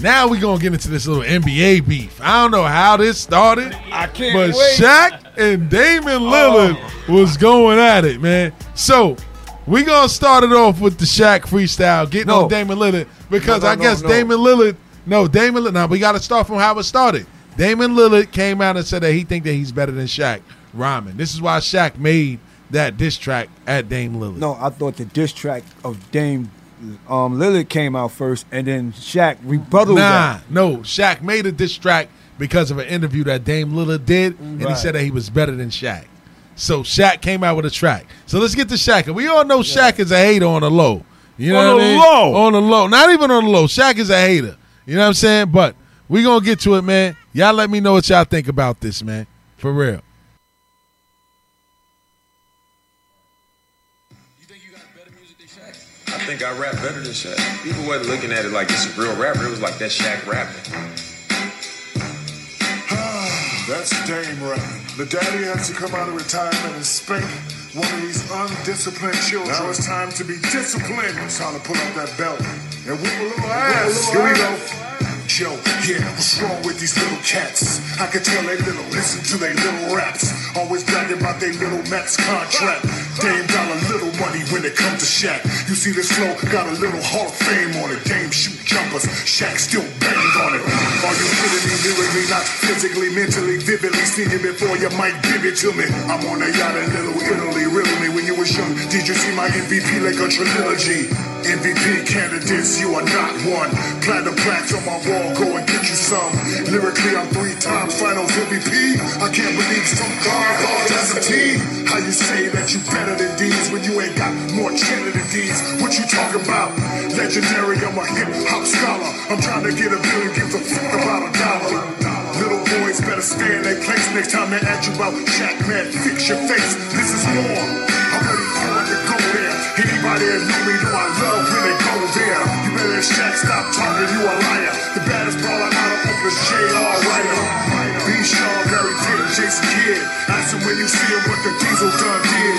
Speaker 5: now we gonna get into this little NBA beef. I don't know how this started. I
Speaker 17: can't
Speaker 5: But
Speaker 17: wait. Oh.
Speaker 5: Shaq and Damon Lillard was going at it, man. So we gonna start it off with the Shaq freestyle, getting on Damon Lillard because
Speaker 17: No, no,
Speaker 5: I guess
Speaker 17: no, no.
Speaker 5: Damon Lillard. No, Damon. Lillard. Now we gotta start from how it started. Damon Lillard came out and said that he think that he's better than Shaq rhyming. This is why Shaq made that diss track at Dame Lillard.
Speaker 17: No, Oh, I thought the diss track of Dame um, Lillard came out first, and then Shaq rebutted
Speaker 5: Nah,
Speaker 17: that.
Speaker 5: no. Shaq made a diss track because of an interview that Dame Lillard did, and he
Speaker 17: Right.
Speaker 5: said that he was better than Shaq. So Shaq came out with a track. So let's get to Shaq. And we all know Shaq is a hater on the low. You know
Speaker 4: On
Speaker 5: what
Speaker 4: the
Speaker 5: I mean?
Speaker 4: low.
Speaker 5: On the low. Not even on the low. Shaq is a hater. You know what I'm saying? But we gonna get to it, man. Y'all let me know what y'all think about this, man. For real.
Speaker 21: I think I rap better than Shaq. People wasn't looking at it like it's a real rapper. It was like that Shaq rapping.
Speaker 22: That's Dame rapping. The daddy has to come out of retirement and spank one of these undisciplined children. Now it's time to be disciplined. It's time to pull up that belt and whip a little ass. little Here we ass. go. Yo, yeah, what's wrong with these little cats? I can tell they little, listen to they little raps. Always bragging about they little max contract. Dame got a little money when it comes to Shaq. You see this flow, got a little Hall of Fame on it. Dame shoot jumpers, Shaq still banged on it. Are you kidding me? Lyrically, not physically, mentally, vividly, seen it before you might give it to me. I'm on a yacht in Little Italy, riddle me. When you was young, did you see my MVP like a trilogy? MVP candidates, you are not one. Platinum plaques on my wall, go and get you some. Lyrically, I'm three time finals MVP. I can't believe some guard thought that's a team. How you say that you better than these when you ain't got more cheddar than these? What you talking about? Legendary, I'm a hip hop scholar. I'm trying to get a billion, give a fuck about a dollar. Little boys better stay in their place next time they ask you about Jack, man. Fix your face, this is more. I'm ready for it to go there. Anybody that know me know I love when they go there. You better Shaq, stop talking, you a liar. The baddest baller out of Oakland, J.R. Ryder. B. Shaw, Barry Taylor, Jason Kidd. Ask him when you see him what the diesel done did.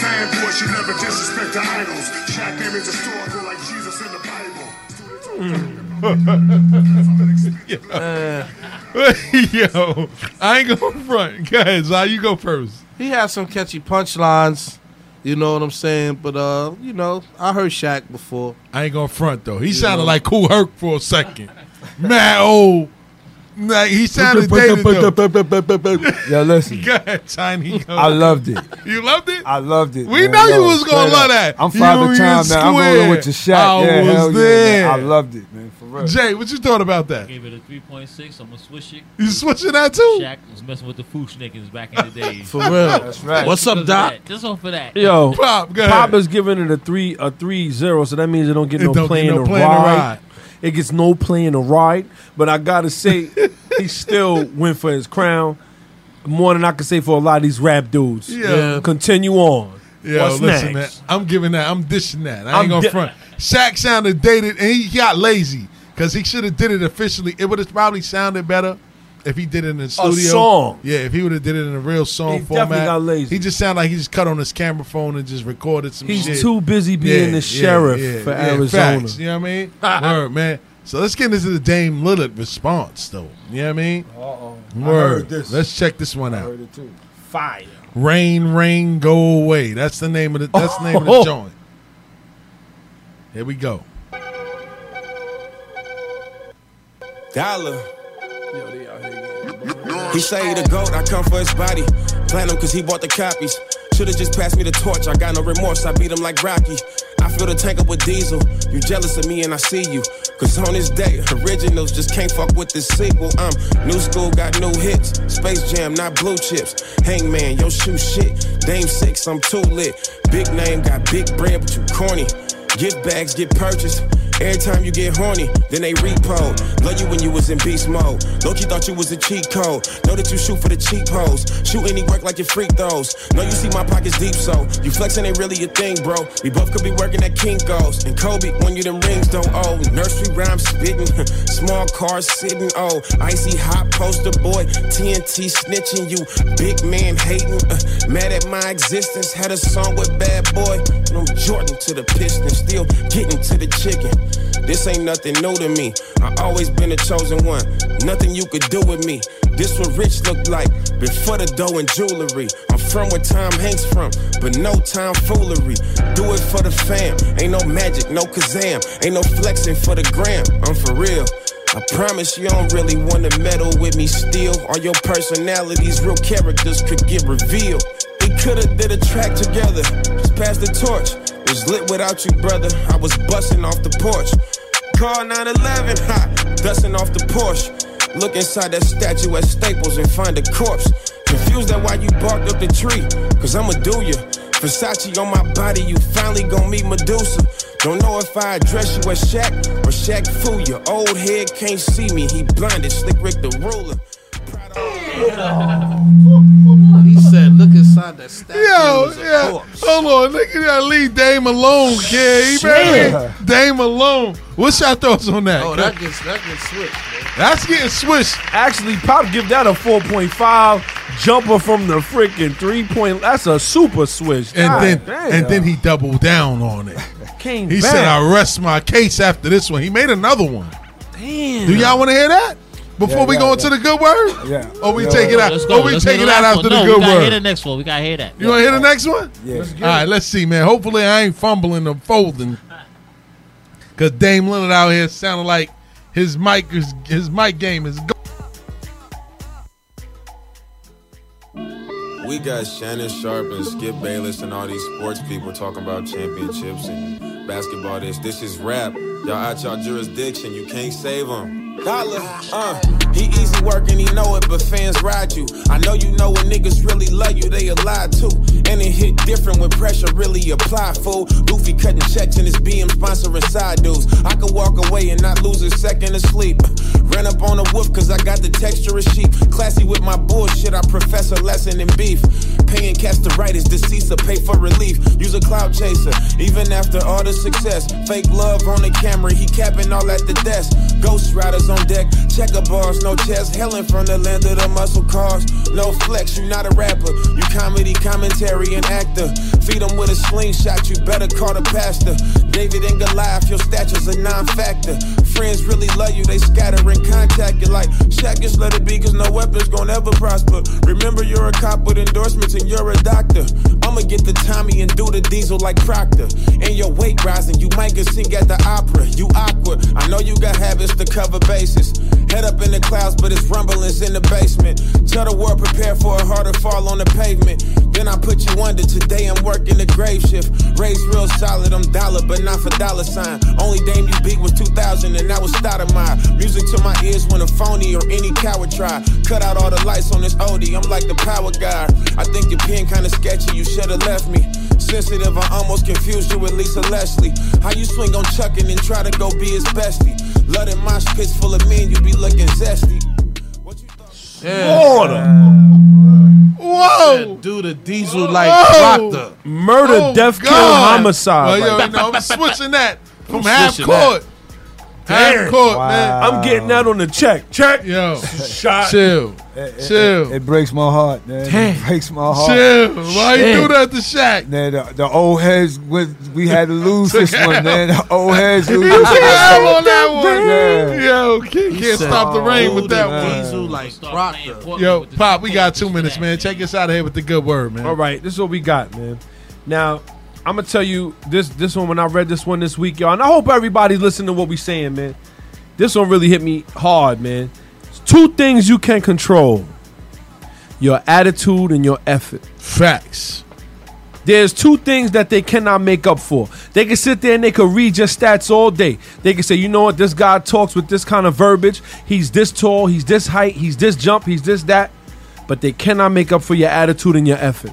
Speaker 22: Fanboy should never disrespect the idols. Shaq name is historical like Jesus in the Bible.
Speaker 5: Mm. Yo, I ain't going front. Guys, how you go first?
Speaker 6: He has some catchy punchlines. You know what I'm saying? But uh, you know, I heard Shaq before.
Speaker 5: I ain't gonna front though. He sounded like Cool Herc for a second. Mad old. Like he sounded dated though.
Speaker 17: Yo, listen.
Speaker 5: God, Chinese.
Speaker 17: I loved it.
Speaker 5: You loved it?
Speaker 17: I loved it.
Speaker 5: We
Speaker 17: man.
Speaker 5: know you
Speaker 17: Yo,
Speaker 5: was gonna
Speaker 17: straight
Speaker 5: love
Speaker 17: up.
Speaker 5: that.
Speaker 17: I'm
Speaker 5: You
Speaker 17: Father
Speaker 5: even
Speaker 17: Time now. I'm rolling with your Shaq.
Speaker 5: swear
Speaker 17: yeah,
Speaker 5: I was
Speaker 17: hell yeah, man.
Speaker 5: there.
Speaker 17: I loved it, man. For real.
Speaker 5: Jay, what you thought about that?
Speaker 7: Gave it a 3.6. I'm gonna switch it.
Speaker 5: You switching that too?
Speaker 7: Shaq was messing with the Foosh niggas back in the day.
Speaker 6: For real. That's right. What's up,
Speaker 7: Just for
Speaker 6: Doc?
Speaker 7: that. Just off for that.
Speaker 4: Yo,
Speaker 5: Pop, go
Speaker 4: Pop
Speaker 5: ahead.
Speaker 4: is giving it a three a three zero, so that means it don't get
Speaker 5: It
Speaker 4: no
Speaker 5: don't get
Speaker 4: play in
Speaker 5: no
Speaker 4: the
Speaker 5: play in the
Speaker 4: ride.
Speaker 5: ride.
Speaker 4: It gets no play in the ride. But I gotta say, he still went for his crown. More than I can say for a lot of these rap dudes.
Speaker 5: Yeah. Yeah.
Speaker 4: Continue on.
Speaker 5: Yo,
Speaker 4: What's
Speaker 5: listen,
Speaker 4: next?
Speaker 5: man. I'm giving that. I'm dishing that. I ain't
Speaker 4: I'm
Speaker 5: gonna
Speaker 4: di-
Speaker 5: front. Shaq sounded dated, and he got lazy because he should have did it officially. It would have probably sounded better if he did it in the studio.
Speaker 4: song.
Speaker 5: Yeah, if he would have did it in a real song
Speaker 4: He
Speaker 5: format.
Speaker 4: definitely got lazy.
Speaker 5: He just sounded like he just cut on his camera phone and just recorded some
Speaker 4: He's
Speaker 5: shit.
Speaker 4: too busy being the sheriff for Arizona.
Speaker 5: facts. you know what I mean? Word, man. So let's get into the Dame Lillard response, though. You know what I mean?
Speaker 17: Uh-oh. I
Speaker 5: Word.
Speaker 17: heard this.
Speaker 5: Let's check this one
Speaker 17: I
Speaker 5: out.
Speaker 17: heard it too. Fire.
Speaker 5: Rain, rain, go away. That's the name of the. That's the name of
Speaker 4: Oh.
Speaker 5: the joint. Here we go.
Speaker 23: Dollar. He say he the goat, I come for his body. Platinum cause he bought the copies. Should've just passed me the torch, I got no remorse, I beat him like Rocky. I fill the tank up with diesel. You jealous of me and I see you. Cause on this day, originals just can't fuck with this sequel. I'm new school, got new hits. Space Jam, not blue chips. Hangman, yo shoe shit. Dame six, I'm too lit. Big name, got big bread, but you corny. Get bags, get purchased. Every time you get horny, then they repo. Love you when you was in beast mode. Loki thought you was a cheat code. Know that you shoot for the cheap hoes. Shoot any work like your freak throws. Know you see my pockets deep, so you flexing ain't really your thing, bro. We both could be working at Kinko's. And Kobe, when you them rings don't owe. Nursery rhymes spitting, small cars sitting, oh. Icy hot poster boy, TNT snitching you. Big man hating, uh, mad at my existence. Had a song with Bad Boy. And I'm Jordan to the Pistons, still getting to the chicken. This ain't nothing new to me. I always been a chosen one. Nothing you could do with me. This what rich look like before the dough and jewelry. I'm from where Tom Hanks from, but no time foolery. Do it for the fam. Ain't no magic, no kazam. Ain't no flexing for the gram. I'm for real. I promise you don't really wanna meddle with me still. All your personalities, real characters could get revealed. We coulda did a track together, just pass the torch. Was lit without you, brother. I was busting off the porch. Call 911, ha, dusting off the Porsche. Look inside that statue at Staples and find a corpse. Confused at why you barked up the tree, cause I'ma do ya. Versace on my body, you finally gon' meet Medusa. Don't know if I address you as Shaq or Shaq Fu. Your old head can't see me, he blinded, slick Rick the ruler.
Speaker 6: He said, "Look inside that statue."
Speaker 5: Yo,
Speaker 6: is a
Speaker 5: yeah.
Speaker 6: corpse.
Speaker 5: Hold on, nigga, you gotta leave Dame alone, kid. You better leave Dame alone. What's your thoughts on that?
Speaker 6: Oh, that gets that gets switched.
Speaker 5: That's getting swished.
Speaker 4: Actually, Pop give that a 4.5 jumper from the freaking three point. That's a super swish.
Speaker 5: and
Speaker 4: God
Speaker 5: then
Speaker 4: damn.
Speaker 5: and then he doubled down on it.
Speaker 4: Came
Speaker 5: he
Speaker 4: back.
Speaker 5: said, "I rest my case after this one." He made another one.
Speaker 4: Damn.
Speaker 5: Do y'all want to hear that before
Speaker 4: Yeah,
Speaker 5: we
Speaker 4: yeah,
Speaker 5: go
Speaker 4: yeah.
Speaker 5: into the good word?
Speaker 17: Yeah.
Speaker 5: Or we take it out.
Speaker 7: Let's go.
Speaker 5: Or we
Speaker 7: Let's
Speaker 5: take
Speaker 7: hear
Speaker 5: it
Speaker 7: the
Speaker 5: out
Speaker 7: last
Speaker 5: after
Speaker 7: one. no,
Speaker 5: the good
Speaker 7: we gotta hear the
Speaker 5: word.
Speaker 7: next one. We gotta hear that.
Speaker 5: You want to hear the next one?
Speaker 17: Yeah.
Speaker 7: Let's get
Speaker 5: All right, let's see, man. Hopefully, I ain't fumbling and folding. Cause Dame Leonard out here sounding like his mic is his mic game is. Go-
Speaker 23: We got Shannon Sharp and Skip Bayless and all these sports people talking about championships and basketball. This, this is rap. Y'all out y'all jurisdiction. You can't save them. Dollar, uh, he easy working, he know it, but fans ride you. I know you know when niggas really love you, they a lie too. And it hit different when pressure really apply, fool. Goofy cutting checks and his BM sponsoring side dudes. I could walk away and not lose a second of sleep. Ran up on a wolf cause I got the texture of sheep. Classy with my bullshit, I profess a lesson in beef. Paying cats to write is deceased to pay for relief. Use a cloud chaser, even after all the success. Fake love on the camera, he capping all at the desk. Ghost riders on deck, checker bars, no chest. Hailing from the land of the muscle cars. No flex, you not a rapper. You comedy, commentary, and actor. Feed him with a slingshot, you better call the pastor. David and Goliath, your stature's a non factor. Friends really love you, they scatter and contact you like Shaq, just let it be, cause no weapons gon' ever prosper. Remember, you're a cop with endorsements and you're a doctor. I'ma get the Tommy and do the diesel like Proctor. And your weight rising, you might get sing at the opera. You awkward, I know you got habits to cover bases. Head up in the clouds, but it's rumblings in the basement. Tell the world, prepare for a harder fall on the pavement. Then I put you under, today I'm working the grave shift. Raised real solid, I'm dollar, but not for dollar sign. Only dame you beat was 2000, and that was Stoudemire. Music to my ears when a phony or any coward try. Cut out all the lights on this OD, I'm like the power guy. I think your pen kinda sketchy, you should've left me. Sensitive, I almost confused you with Lisa Leslie. How you swing on Chuck and then try to go be his bestie? Love in my pits full of men, you be looking zesty.
Speaker 5: Whoa!
Speaker 6: do the diesel like
Speaker 5: Whoa.
Speaker 6: Proctor.
Speaker 4: Murder,
Speaker 5: Oh,
Speaker 4: death,
Speaker 5: God.
Speaker 4: kill, homicide.
Speaker 5: Well, yo,
Speaker 4: Like-
Speaker 5: you know, I'm switching that from
Speaker 4: I'm
Speaker 5: half
Speaker 4: switching that.
Speaker 5: court. Half court, man.
Speaker 4: I'm getting that on the check. Check.
Speaker 5: Yo.
Speaker 4: Shot.
Speaker 5: Chill.
Speaker 17: It- it-
Speaker 5: Chill.
Speaker 17: It, breaks my heart, man. It breaks my heart.
Speaker 5: Chill. Why you do that to Shaq?
Speaker 17: Man, the, the old heads, with, we had to lose this
Speaker 5: Took
Speaker 17: one,
Speaker 5: L.
Speaker 17: man. The old heads
Speaker 5: You
Speaker 17: lose
Speaker 5: took
Speaker 17: this one.
Speaker 5: L on that one.
Speaker 17: Yeah.
Speaker 5: Yo, can't, can't stop the rain with that one.
Speaker 6: Diesel like Proctor.
Speaker 5: Yo, Pop, we got two minutes, man. Check us out of here with the good word, man.
Speaker 4: All right, this is what we got, man. Now, I'm gonna tell you this this one when I read this one this week, y'all, and I hope everybody's listening to what we saying, man. This one really hit me hard, man. It's two things you can control: your attitude and your effort.
Speaker 5: Facts.
Speaker 4: There's two things that they cannot make up for. They can sit there and they can read your stats all day. They can say, you know what, this guy talks with this kind of verbiage. He's this tall, he's this height, he's this jump, he's this that. But they cannot make up for your attitude and your effort.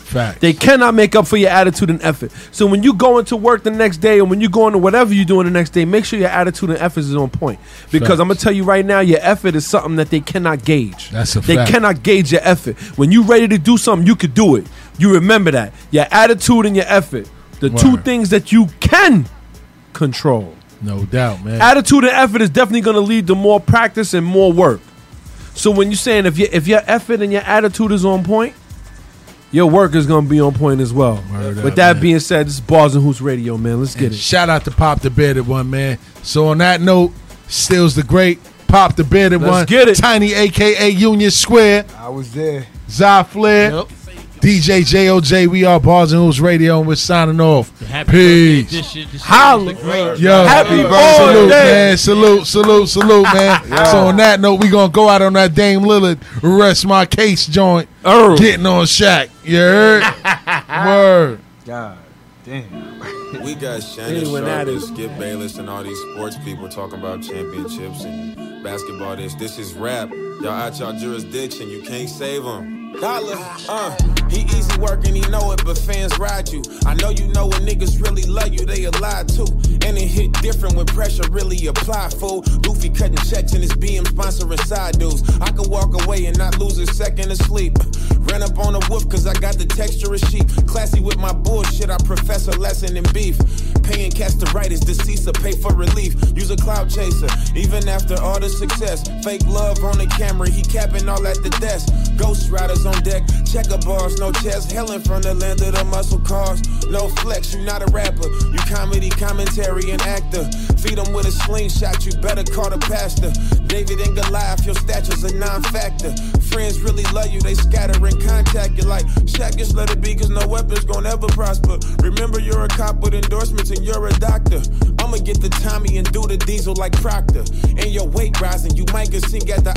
Speaker 5: Facts.
Speaker 4: They cannot make up for your attitude and effort. So when you go into work the next day, or when you go into whatever you're doing the next day, make sure your attitude and effort is on point. Because
Speaker 5: Facts.
Speaker 4: I'm gonna tell you right now, your effort is something that they cannot gauge.
Speaker 5: That's a
Speaker 4: They
Speaker 5: fact.
Speaker 4: cannot gauge your effort. When you ready to do something, you could do it. You remember that your attitude and your effort, the two things that you can control.
Speaker 5: No doubt, man.
Speaker 4: Attitude and effort is definitely going to lead to more practice and more work. So when you're saying if your if your effort and your attitude is on point, your work is going to be on point as well.
Speaker 5: up,
Speaker 4: With that
Speaker 5: man.
Speaker 4: being said, this is Bars and Hoops Radio, man. Let's get
Speaker 5: And
Speaker 4: it.
Speaker 5: Shout out to Pop the Bearded One, man. So on that note, Stills the Great, Pop the Bearded
Speaker 17: Let's
Speaker 5: One,
Speaker 17: get it.
Speaker 5: Tiny AKA Union Square,
Speaker 17: I was there.
Speaker 5: Zy Flair, DJ JOJ. We are Bars and Hoops Radio, and we're signing off.
Speaker 7: happy
Speaker 5: Peace.
Speaker 7: birthday edition. This shit is
Speaker 5: Holla.
Speaker 7: the great-
Speaker 5: Yo,
Speaker 7: Happy
Speaker 5: Salute,
Speaker 7: birthday.
Speaker 5: man. Salute, salute, salute, man.
Speaker 7: Yeah.
Speaker 5: So on that note, we gonna go out on that Dame Lillard rest my case joint.
Speaker 4: Oh.
Speaker 5: Getting on Shaq. You heard? Word.
Speaker 17: God damn.
Speaker 23: We got Shannon
Speaker 17: Anyone
Speaker 23: Sharp
Speaker 17: that
Speaker 23: and
Speaker 17: is-
Speaker 23: Skip Bayless and all these sports people talking about championships and basketball. This this is rap. Y'all out y'all jurisdiction. You can't save them. Dollar, uh, he easy working, he know it, but fans ride you. I know you know when niggas really love you, they alive too. And it hit different when pressure really apply, fool. Goofy cutting checks and his BM sponsoring side dudes. I could walk away and not lose a second of sleep. Ran up on a wolf cause I got the texture of sheep. Classy with my bullshit, I profess a lesson in beef. Paying cats to write is deceased to pay for relief. Use a cloud chaser, even after all the success. Fake love on the camera, he capping all at the desk. Ghost riders on deck, checker bars, no chest. Hailing from the land of the muscle cars. No flex, you not a rapper. You comedy, commentary, and actor. Feed him with a slingshot, you better call the pastor. David and Goliath, your stature's a non factor. Friends really love you, they scatter and contact you like Shaq, just let it be, cause no weapons gon' ever prosper. Remember, you're a cop with endorsements and you're a doctor. I'ma get the Tommy and do the diesel like Proctor. And your weight rising, you might get sink at the